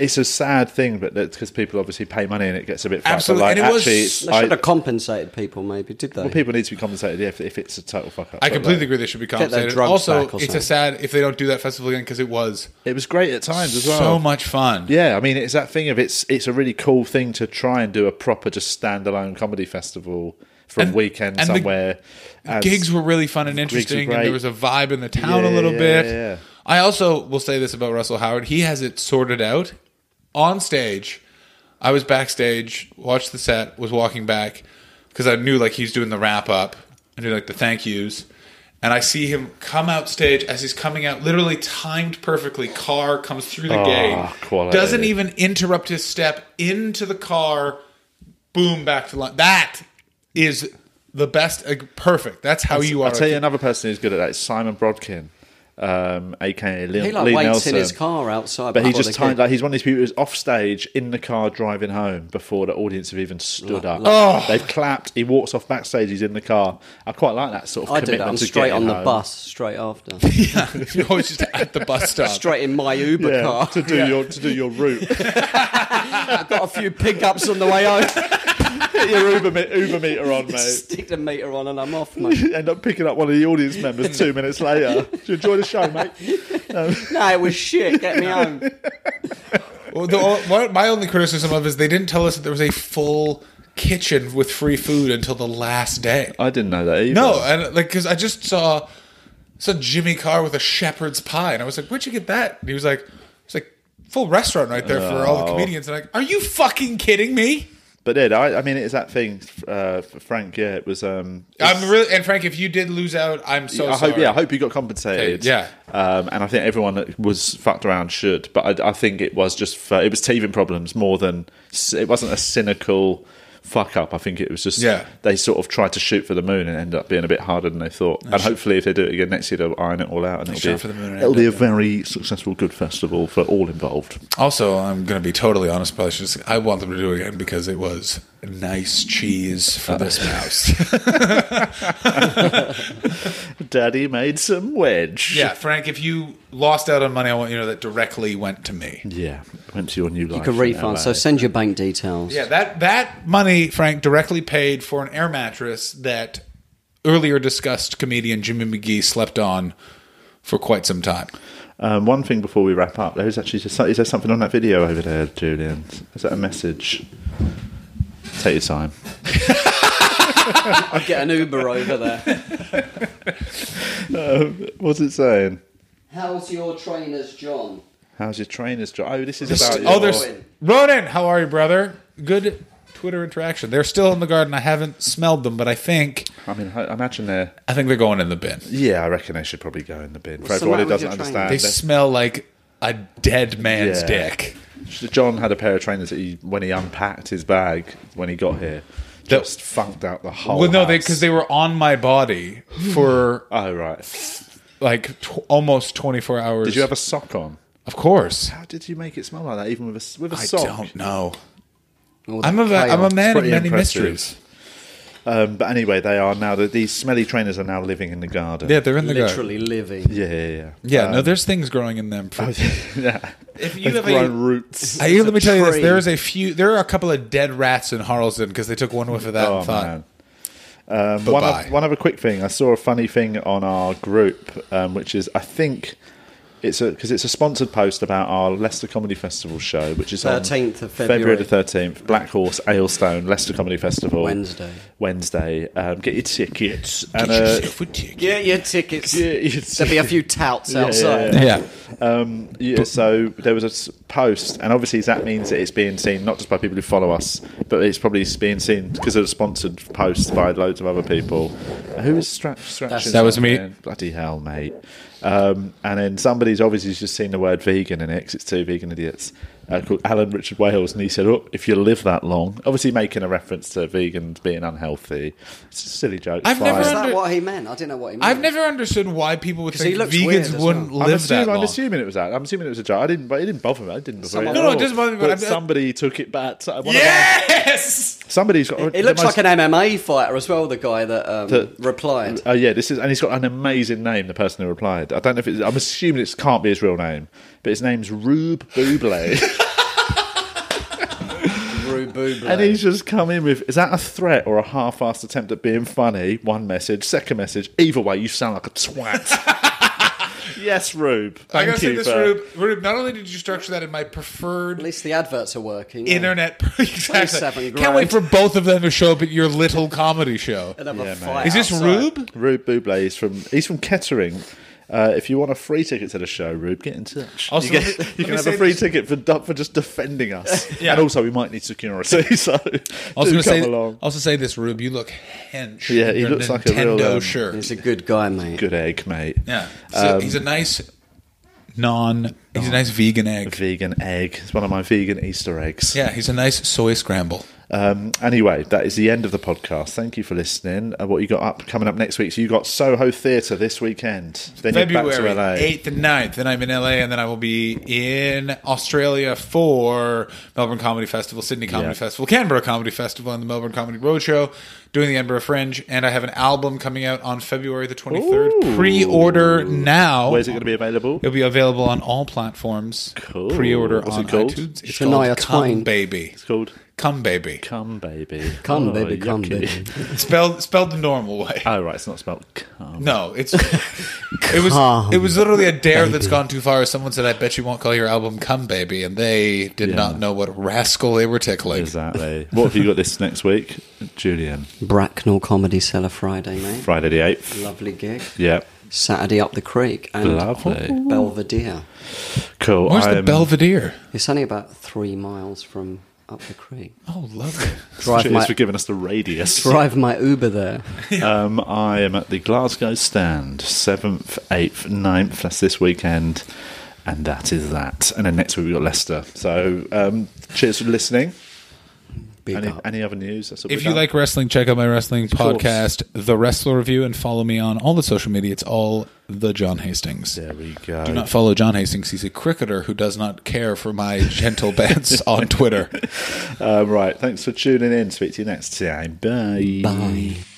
Speaker 1: It's a sad thing, but because people obviously pay money and it gets a bit fucked.
Speaker 3: Absolutely,
Speaker 1: But, like,
Speaker 3: and it was-
Speaker 1: actually, it's,
Speaker 4: They should
Speaker 1: I,
Speaker 4: have compensated people, maybe, did they?
Speaker 1: well, people need to be compensated if, if it's a total fuck up.
Speaker 3: I
Speaker 1: But,
Speaker 3: completely
Speaker 1: like,
Speaker 3: agree they should be
Speaker 4: their
Speaker 3: compensated.
Speaker 4: drugs
Speaker 3: Also,
Speaker 4: back or
Speaker 3: it's a sad if they don't do that festival again because it was
Speaker 1: It was great at times as well.
Speaker 3: so much fun.
Speaker 1: Yeah, I mean, it's that thing of it's it's a really cool thing to try and do a proper just standalone comedy festival from
Speaker 3: And-
Speaker 1: weekend
Speaker 3: and the
Speaker 1: somewhere. and-
Speaker 3: gigs were really fun and
Speaker 1: were
Speaker 3: interesting,
Speaker 1: great.
Speaker 3: and there was a vibe in the town
Speaker 1: Yeah,
Speaker 3: a little
Speaker 1: yeah,
Speaker 3: bit.
Speaker 1: yeah, yeah.
Speaker 3: I also will say this about Russell Howard: he has it sorted out on stage. I was backstage, watched the set, was walking back because I knew like he's doing the wrap up and doing like the thank yous, and I see him come out stage as he's coming out, literally timed perfectly. Car comes through the
Speaker 1: Oh,
Speaker 3: gate,
Speaker 1: quality.
Speaker 3: doesn't even interrupt his step into the car boom back to line. That is the best. Like, perfect. That's how you are.
Speaker 1: I'll tell you another person who's good at that is Simon Brodkin, um, aka Lee,
Speaker 4: he like
Speaker 1: Lee
Speaker 4: waits
Speaker 1: Nelson.
Speaker 4: in his car outside,
Speaker 1: but he
Speaker 4: before
Speaker 1: just
Speaker 4: they
Speaker 1: timed
Speaker 4: get-
Speaker 1: like he's one of these people who's off stage in the car driving home before the audience have even stood up.
Speaker 3: oh!
Speaker 1: They've clapped. He walks off backstage. He's in the car. I quite like that sort of.
Speaker 4: I do
Speaker 1: commitment
Speaker 4: that. I'm
Speaker 1: to
Speaker 4: straight
Speaker 1: getting
Speaker 4: on the
Speaker 1: home.
Speaker 4: bus, straight after,
Speaker 3: yeah, you're always just at the bus stop.
Speaker 4: straight in my Uber
Speaker 1: Yeah,
Speaker 4: car.
Speaker 1: to do your to do your route.
Speaker 4: I've got a few pickups on the way home.
Speaker 1: Get your Uber, me- Uber meter on, mate.
Speaker 4: Stick the meter on, and I'm off, mate.
Speaker 1: end up picking up one of the audience members two minutes later. Did you enjoy the show, mate?
Speaker 4: No, it was shit. Get me home.
Speaker 3: Well, the, uh, what, my only criticism of is they didn't tell us that there was a full kitchen with free food until the last day.
Speaker 1: I didn't know that either.
Speaker 3: No, and like because I just saw saw Jimmy Carr with a shepherd's pie, and I was like, "Where'd you get that?" And he was like, "It's like full restaurant right there for
Speaker 1: Oh.
Speaker 3: all the comedians." And I'm like, are you fucking kidding me?
Speaker 1: but yeah, I, I mean, it's that thing, uh, for Frank. Yeah, it was. Um,
Speaker 3: I'm really and Frank, if you did lose out, I'm so
Speaker 1: I
Speaker 3: sorry.
Speaker 1: hope. Yeah, I hope you got compensated.
Speaker 3: Yeah.
Speaker 1: um, and I think everyone that was fucked around should. But I, I think it was just for, it was teething problems more than it wasn't a cynical fuck up. I think it was just
Speaker 3: Yeah.
Speaker 1: they sort of tried to shoot for the moon and ended up being a bit harder than they thought. And hopefully, if they do it again next year, they'll iron it all out and it'll
Speaker 3: Shot
Speaker 1: be
Speaker 3: for the moon and
Speaker 1: it'll
Speaker 3: end
Speaker 1: be a very successful, good festival for all involved.
Speaker 3: Also, I'm going to be totally honest, but I, should just, I want them to do it again because it was nice cheese for this mouse.
Speaker 1: Daddy made some wedge.
Speaker 3: yeah, Frank, if you lost out on money, I want you to know that directly went to me.
Speaker 1: Yeah. Went to your new
Speaker 4: You can refund. So send your bank details.
Speaker 3: Yeah, that that money, Frank, directly paid for an air mattress that earlier discussed comedian Jimmy McGee slept on for quite some time.
Speaker 1: um, one thing before we wrap up, there is actually just is there something on that video over there, Julian? Is that a message? Take your time.
Speaker 4: I'll get an Uber over there.
Speaker 1: What's it saying?
Speaker 4: How's your trainers, John?
Speaker 1: How's your trainer's job? Oh, this is about.
Speaker 3: St-
Speaker 1: your-
Speaker 3: oh, there's
Speaker 4: Ronan.
Speaker 3: Ronan. How are you, brother? Good Twitter interaction. They're still in the garden. I haven't smelled them, but I think
Speaker 1: I mean, I I imagine they're.
Speaker 3: I think they're going in the bin.
Speaker 1: Yeah, I reckon they should probably go in the bin. For
Speaker 4: What's the
Speaker 1: everyone who
Speaker 4: matter with
Speaker 1: doesn't
Speaker 4: your
Speaker 1: understand,
Speaker 3: They
Speaker 1: that-
Speaker 3: smell like a dead man's
Speaker 1: Yeah.
Speaker 3: dick.
Speaker 1: John had a pair of trainers that he, when he unpacked his bag when he got here,
Speaker 3: That-
Speaker 1: just funked out the whole.
Speaker 3: well, no, they
Speaker 1: house.
Speaker 3: because they were on my body for
Speaker 1: Oh right.
Speaker 3: like tw- almost 24 hours.
Speaker 1: Did you have a sock on?
Speaker 3: Of course.
Speaker 1: How did you make it smell like that? Even with a with a
Speaker 3: I
Speaker 1: sock?
Speaker 3: don't know.
Speaker 4: All that
Speaker 3: I'm a, I'm a
Speaker 4: Oh, chaos.
Speaker 3: man of
Speaker 1: Pretty
Speaker 3: many
Speaker 1: impressive.
Speaker 3: mysteries.
Speaker 1: Um, but anyway, they are now that these smelly trainers are now living in the garden.
Speaker 3: Yeah, they're in the garden.
Speaker 4: literally living.
Speaker 1: yeah, yeah. yeah.
Speaker 3: Yeah, no, there's things growing in them. For,
Speaker 1: um, yeah.
Speaker 3: If you
Speaker 1: They've
Speaker 3: have a-
Speaker 1: grown roots.
Speaker 3: I, let me tell you this:
Speaker 4: tree.
Speaker 3: there is a few, there are a couple of dead rats in Harlesden because they took one whiff of that
Speaker 1: Oh
Speaker 3: and thought,
Speaker 1: man. Um, one,
Speaker 3: Bye-bye.
Speaker 1: other, one other quick thing. I saw a funny thing on our group, um, which is I think it's a because it's a sponsored post about our Leicester Comedy Festival show, which is on
Speaker 4: 13th of
Speaker 1: the thirteenth, Black Horse, Aylstone, Leicester Comedy Festival,
Speaker 4: Wednesday.
Speaker 1: Wednesday. Um, get your tickets and
Speaker 3: "Get
Speaker 1: uh,
Speaker 3: yourself a ticket."
Speaker 4: Get your tickets.
Speaker 1: yeah, it's-
Speaker 4: There'll be a few touts
Speaker 1: yeah,
Speaker 4: outside.
Speaker 1: yeah.
Speaker 3: yeah,
Speaker 1: Um, yeah, so there was a s- post, and obviously that means that it's being seen not just by people who follow us, but it's probably being seen because of a sponsored post by loads of other people. Who was stra- scratching?
Speaker 3: That was
Speaker 1: something?
Speaker 3: me.
Speaker 1: Bloody hell, mate! Um, and then somebody's obviously just seen the word vegan in it 'cause it's two vegan idiots uh, called Alan Richard Wales, and he said, "Oh, if you live that long," obviously making a reference to vegans being unhealthy. It's a silly joke.
Speaker 3: I've
Speaker 1: fine.
Speaker 3: never
Speaker 4: Is
Speaker 3: Under-
Speaker 4: that what he meant? I didn't know what he meant.
Speaker 3: I've never understood why people would
Speaker 4: 'Cause he
Speaker 3: think
Speaker 4: looks weird
Speaker 3: vegans
Speaker 4: as well.
Speaker 3: wouldn't
Speaker 1: I'm,
Speaker 3: live
Speaker 1: assuming,
Speaker 3: that
Speaker 1: I'm
Speaker 3: long.
Speaker 1: assuming it was that. I'm assuming it was a joke. I didn't, but it didn't bother me. I didn't. Bother me
Speaker 4: Someone-
Speaker 1: at
Speaker 4: No, no, it
Speaker 1: all.
Speaker 3: doesn't bother me, but
Speaker 1: But
Speaker 3: I'm-
Speaker 1: somebody took it back. To, one of our-
Speaker 3: Yes,
Speaker 1: somebody's got.
Speaker 4: It looks like an MMA fighter as well. The guy that um,
Speaker 1: The-
Speaker 4: replied.
Speaker 1: Oh yeah, this is, and he's got an amazing name. The person who replied. I don't know if it's. I'm assuming it can't be his real name, but his name's Rube Buble,
Speaker 4: Rube Buble.
Speaker 1: and he's just come in with. Is that a threat or a half-assed attempt at being funny? One message, second message. Either way, you sound like a twat. yes, Rube.
Speaker 3: I
Speaker 1: Thank
Speaker 3: gotta say
Speaker 1: you
Speaker 3: this,
Speaker 1: for-
Speaker 3: Rube. Rube, not only did you structure that in my preferred
Speaker 4: At least the adverts are working. yeah.
Speaker 3: internet, exactly.
Speaker 4: grand.
Speaker 3: Can't wait for both of them to show up at your little comedy show.
Speaker 4: They'll have a
Speaker 1: Yeah, mate.
Speaker 4: fight
Speaker 3: Is this
Speaker 4: outside.
Speaker 1: Rube
Speaker 3: Rube?
Speaker 1: Buble is from he's from Kettering. Uh, if you want a free ticket to the show, Rube, get in touch.
Speaker 3: Also,
Speaker 1: you, get-
Speaker 3: let me-
Speaker 1: you
Speaker 3: let me
Speaker 1: can have
Speaker 3: say
Speaker 1: a free
Speaker 3: this-
Speaker 1: ticket for du- for just defending us,
Speaker 3: Yeah.
Speaker 1: and also we might need security. So
Speaker 3: I was
Speaker 1: do
Speaker 3: going to
Speaker 1: come
Speaker 3: say,
Speaker 1: along.
Speaker 3: also say this, Rube. You look hench.
Speaker 1: Yeah, he
Speaker 3: in your
Speaker 1: looks
Speaker 3: Nintendo
Speaker 1: like a real, um,
Speaker 3: shirt.
Speaker 4: He's a good guy, mate.
Speaker 1: Good egg, mate. Um,
Speaker 3: yeah, he's, a, he's a nice non. He's a nice vegan egg.
Speaker 1: Vegan egg. It's one of my vegan Easter eggs.
Speaker 3: Yeah, he's a nice soy scramble.
Speaker 1: Um, anyway, that is the end of the podcast. Thank you for listening. Uh, what you got up coming up next week? So you got Soho Theatre this weekend. Then you're
Speaker 3: February
Speaker 1: back to LA.
Speaker 3: 8th and 9th. Then I'm in LA, and then I will be in Australia for Melbourne Comedy Festival, Sydney Comedy
Speaker 1: Yeah.
Speaker 3: Festival, Canberra Comedy Festival, and the Melbourne Comedy Roadshow, doing the Edinburgh Fringe. And I have an album coming out on February the 23rd.
Speaker 1: Ooh.
Speaker 3: Pre order now.
Speaker 1: Where's it going to be available?
Speaker 3: It'll be available on all platforms.
Speaker 1: Cool.
Speaker 3: Pre order
Speaker 1: What's
Speaker 3: on
Speaker 1: it called?
Speaker 3: iTunes. It's
Speaker 4: Shania
Speaker 3: called Come
Speaker 4: Twain.
Speaker 3: Baby.
Speaker 1: It's called
Speaker 3: Come Baby.
Speaker 1: Come Baby.
Speaker 4: Come,
Speaker 1: Oh,
Speaker 4: baby, come,
Speaker 1: yucky.
Speaker 4: baby.
Speaker 3: Spelled, spelled the normal way.
Speaker 1: Oh right, it's not spelled cum.
Speaker 3: No, it's it was
Speaker 4: Come,
Speaker 3: it was literally a dare that's gone too far. Someone said, "I bet you won't call your album "Come Baby," and they did
Speaker 1: Yeah.
Speaker 3: not know what rascal they were tickling.
Speaker 1: Exactly. what have you got this next week, Julian?
Speaker 4: Bracknell Comedy Cellar Friday, mate.
Speaker 1: Friday the eighth.
Speaker 4: Lovely gig.
Speaker 1: Yeah,
Speaker 4: Saturday up the creek and
Speaker 1: Lovely.
Speaker 4: up Belvedere.
Speaker 1: cool.
Speaker 3: Where's the
Speaker 1: I'm-
Speaker 3: Belvedere?
Speaker 4: It's only about three miles from up the creek.
Speaker 3: Oh, lovely.
Speaker 4: Drive
Speaker 1: Cheers
Speaker 4: my
Speaker 1: for giving us the radius.
Speaker 4: drive my Uber there.
Speaker 1: Um, I am at the Glasgow stand, seventh, eighth, 9th. That's this weekend, and that is that. And then next week we have got Leicester. So, um, cheers for listening.
Speaker 4: Big
Speaker 1: Any,
Speaker 4: up.
Speaker 1: any other news? That's all
Speaker 3: if
Speaker 1: we've
Speaker 3: you
Speaker 1: done.
Speaker 3: like wrestling, check out my wrestling
Speaker 1: course.
Speaker 3: podcast, The Wrestler Review, and follow me on all the social media. It's all the John Hastings.
Speaker 1: there we go.
Speaker 3: Do not follow John Hastings. He's a cricketer who does not care for my gentle bans on Twitter.
Speaker 1: Um, Uh, right, thanks for tuning in. Speak to you next time. Bye.
Speaker 4: Bye.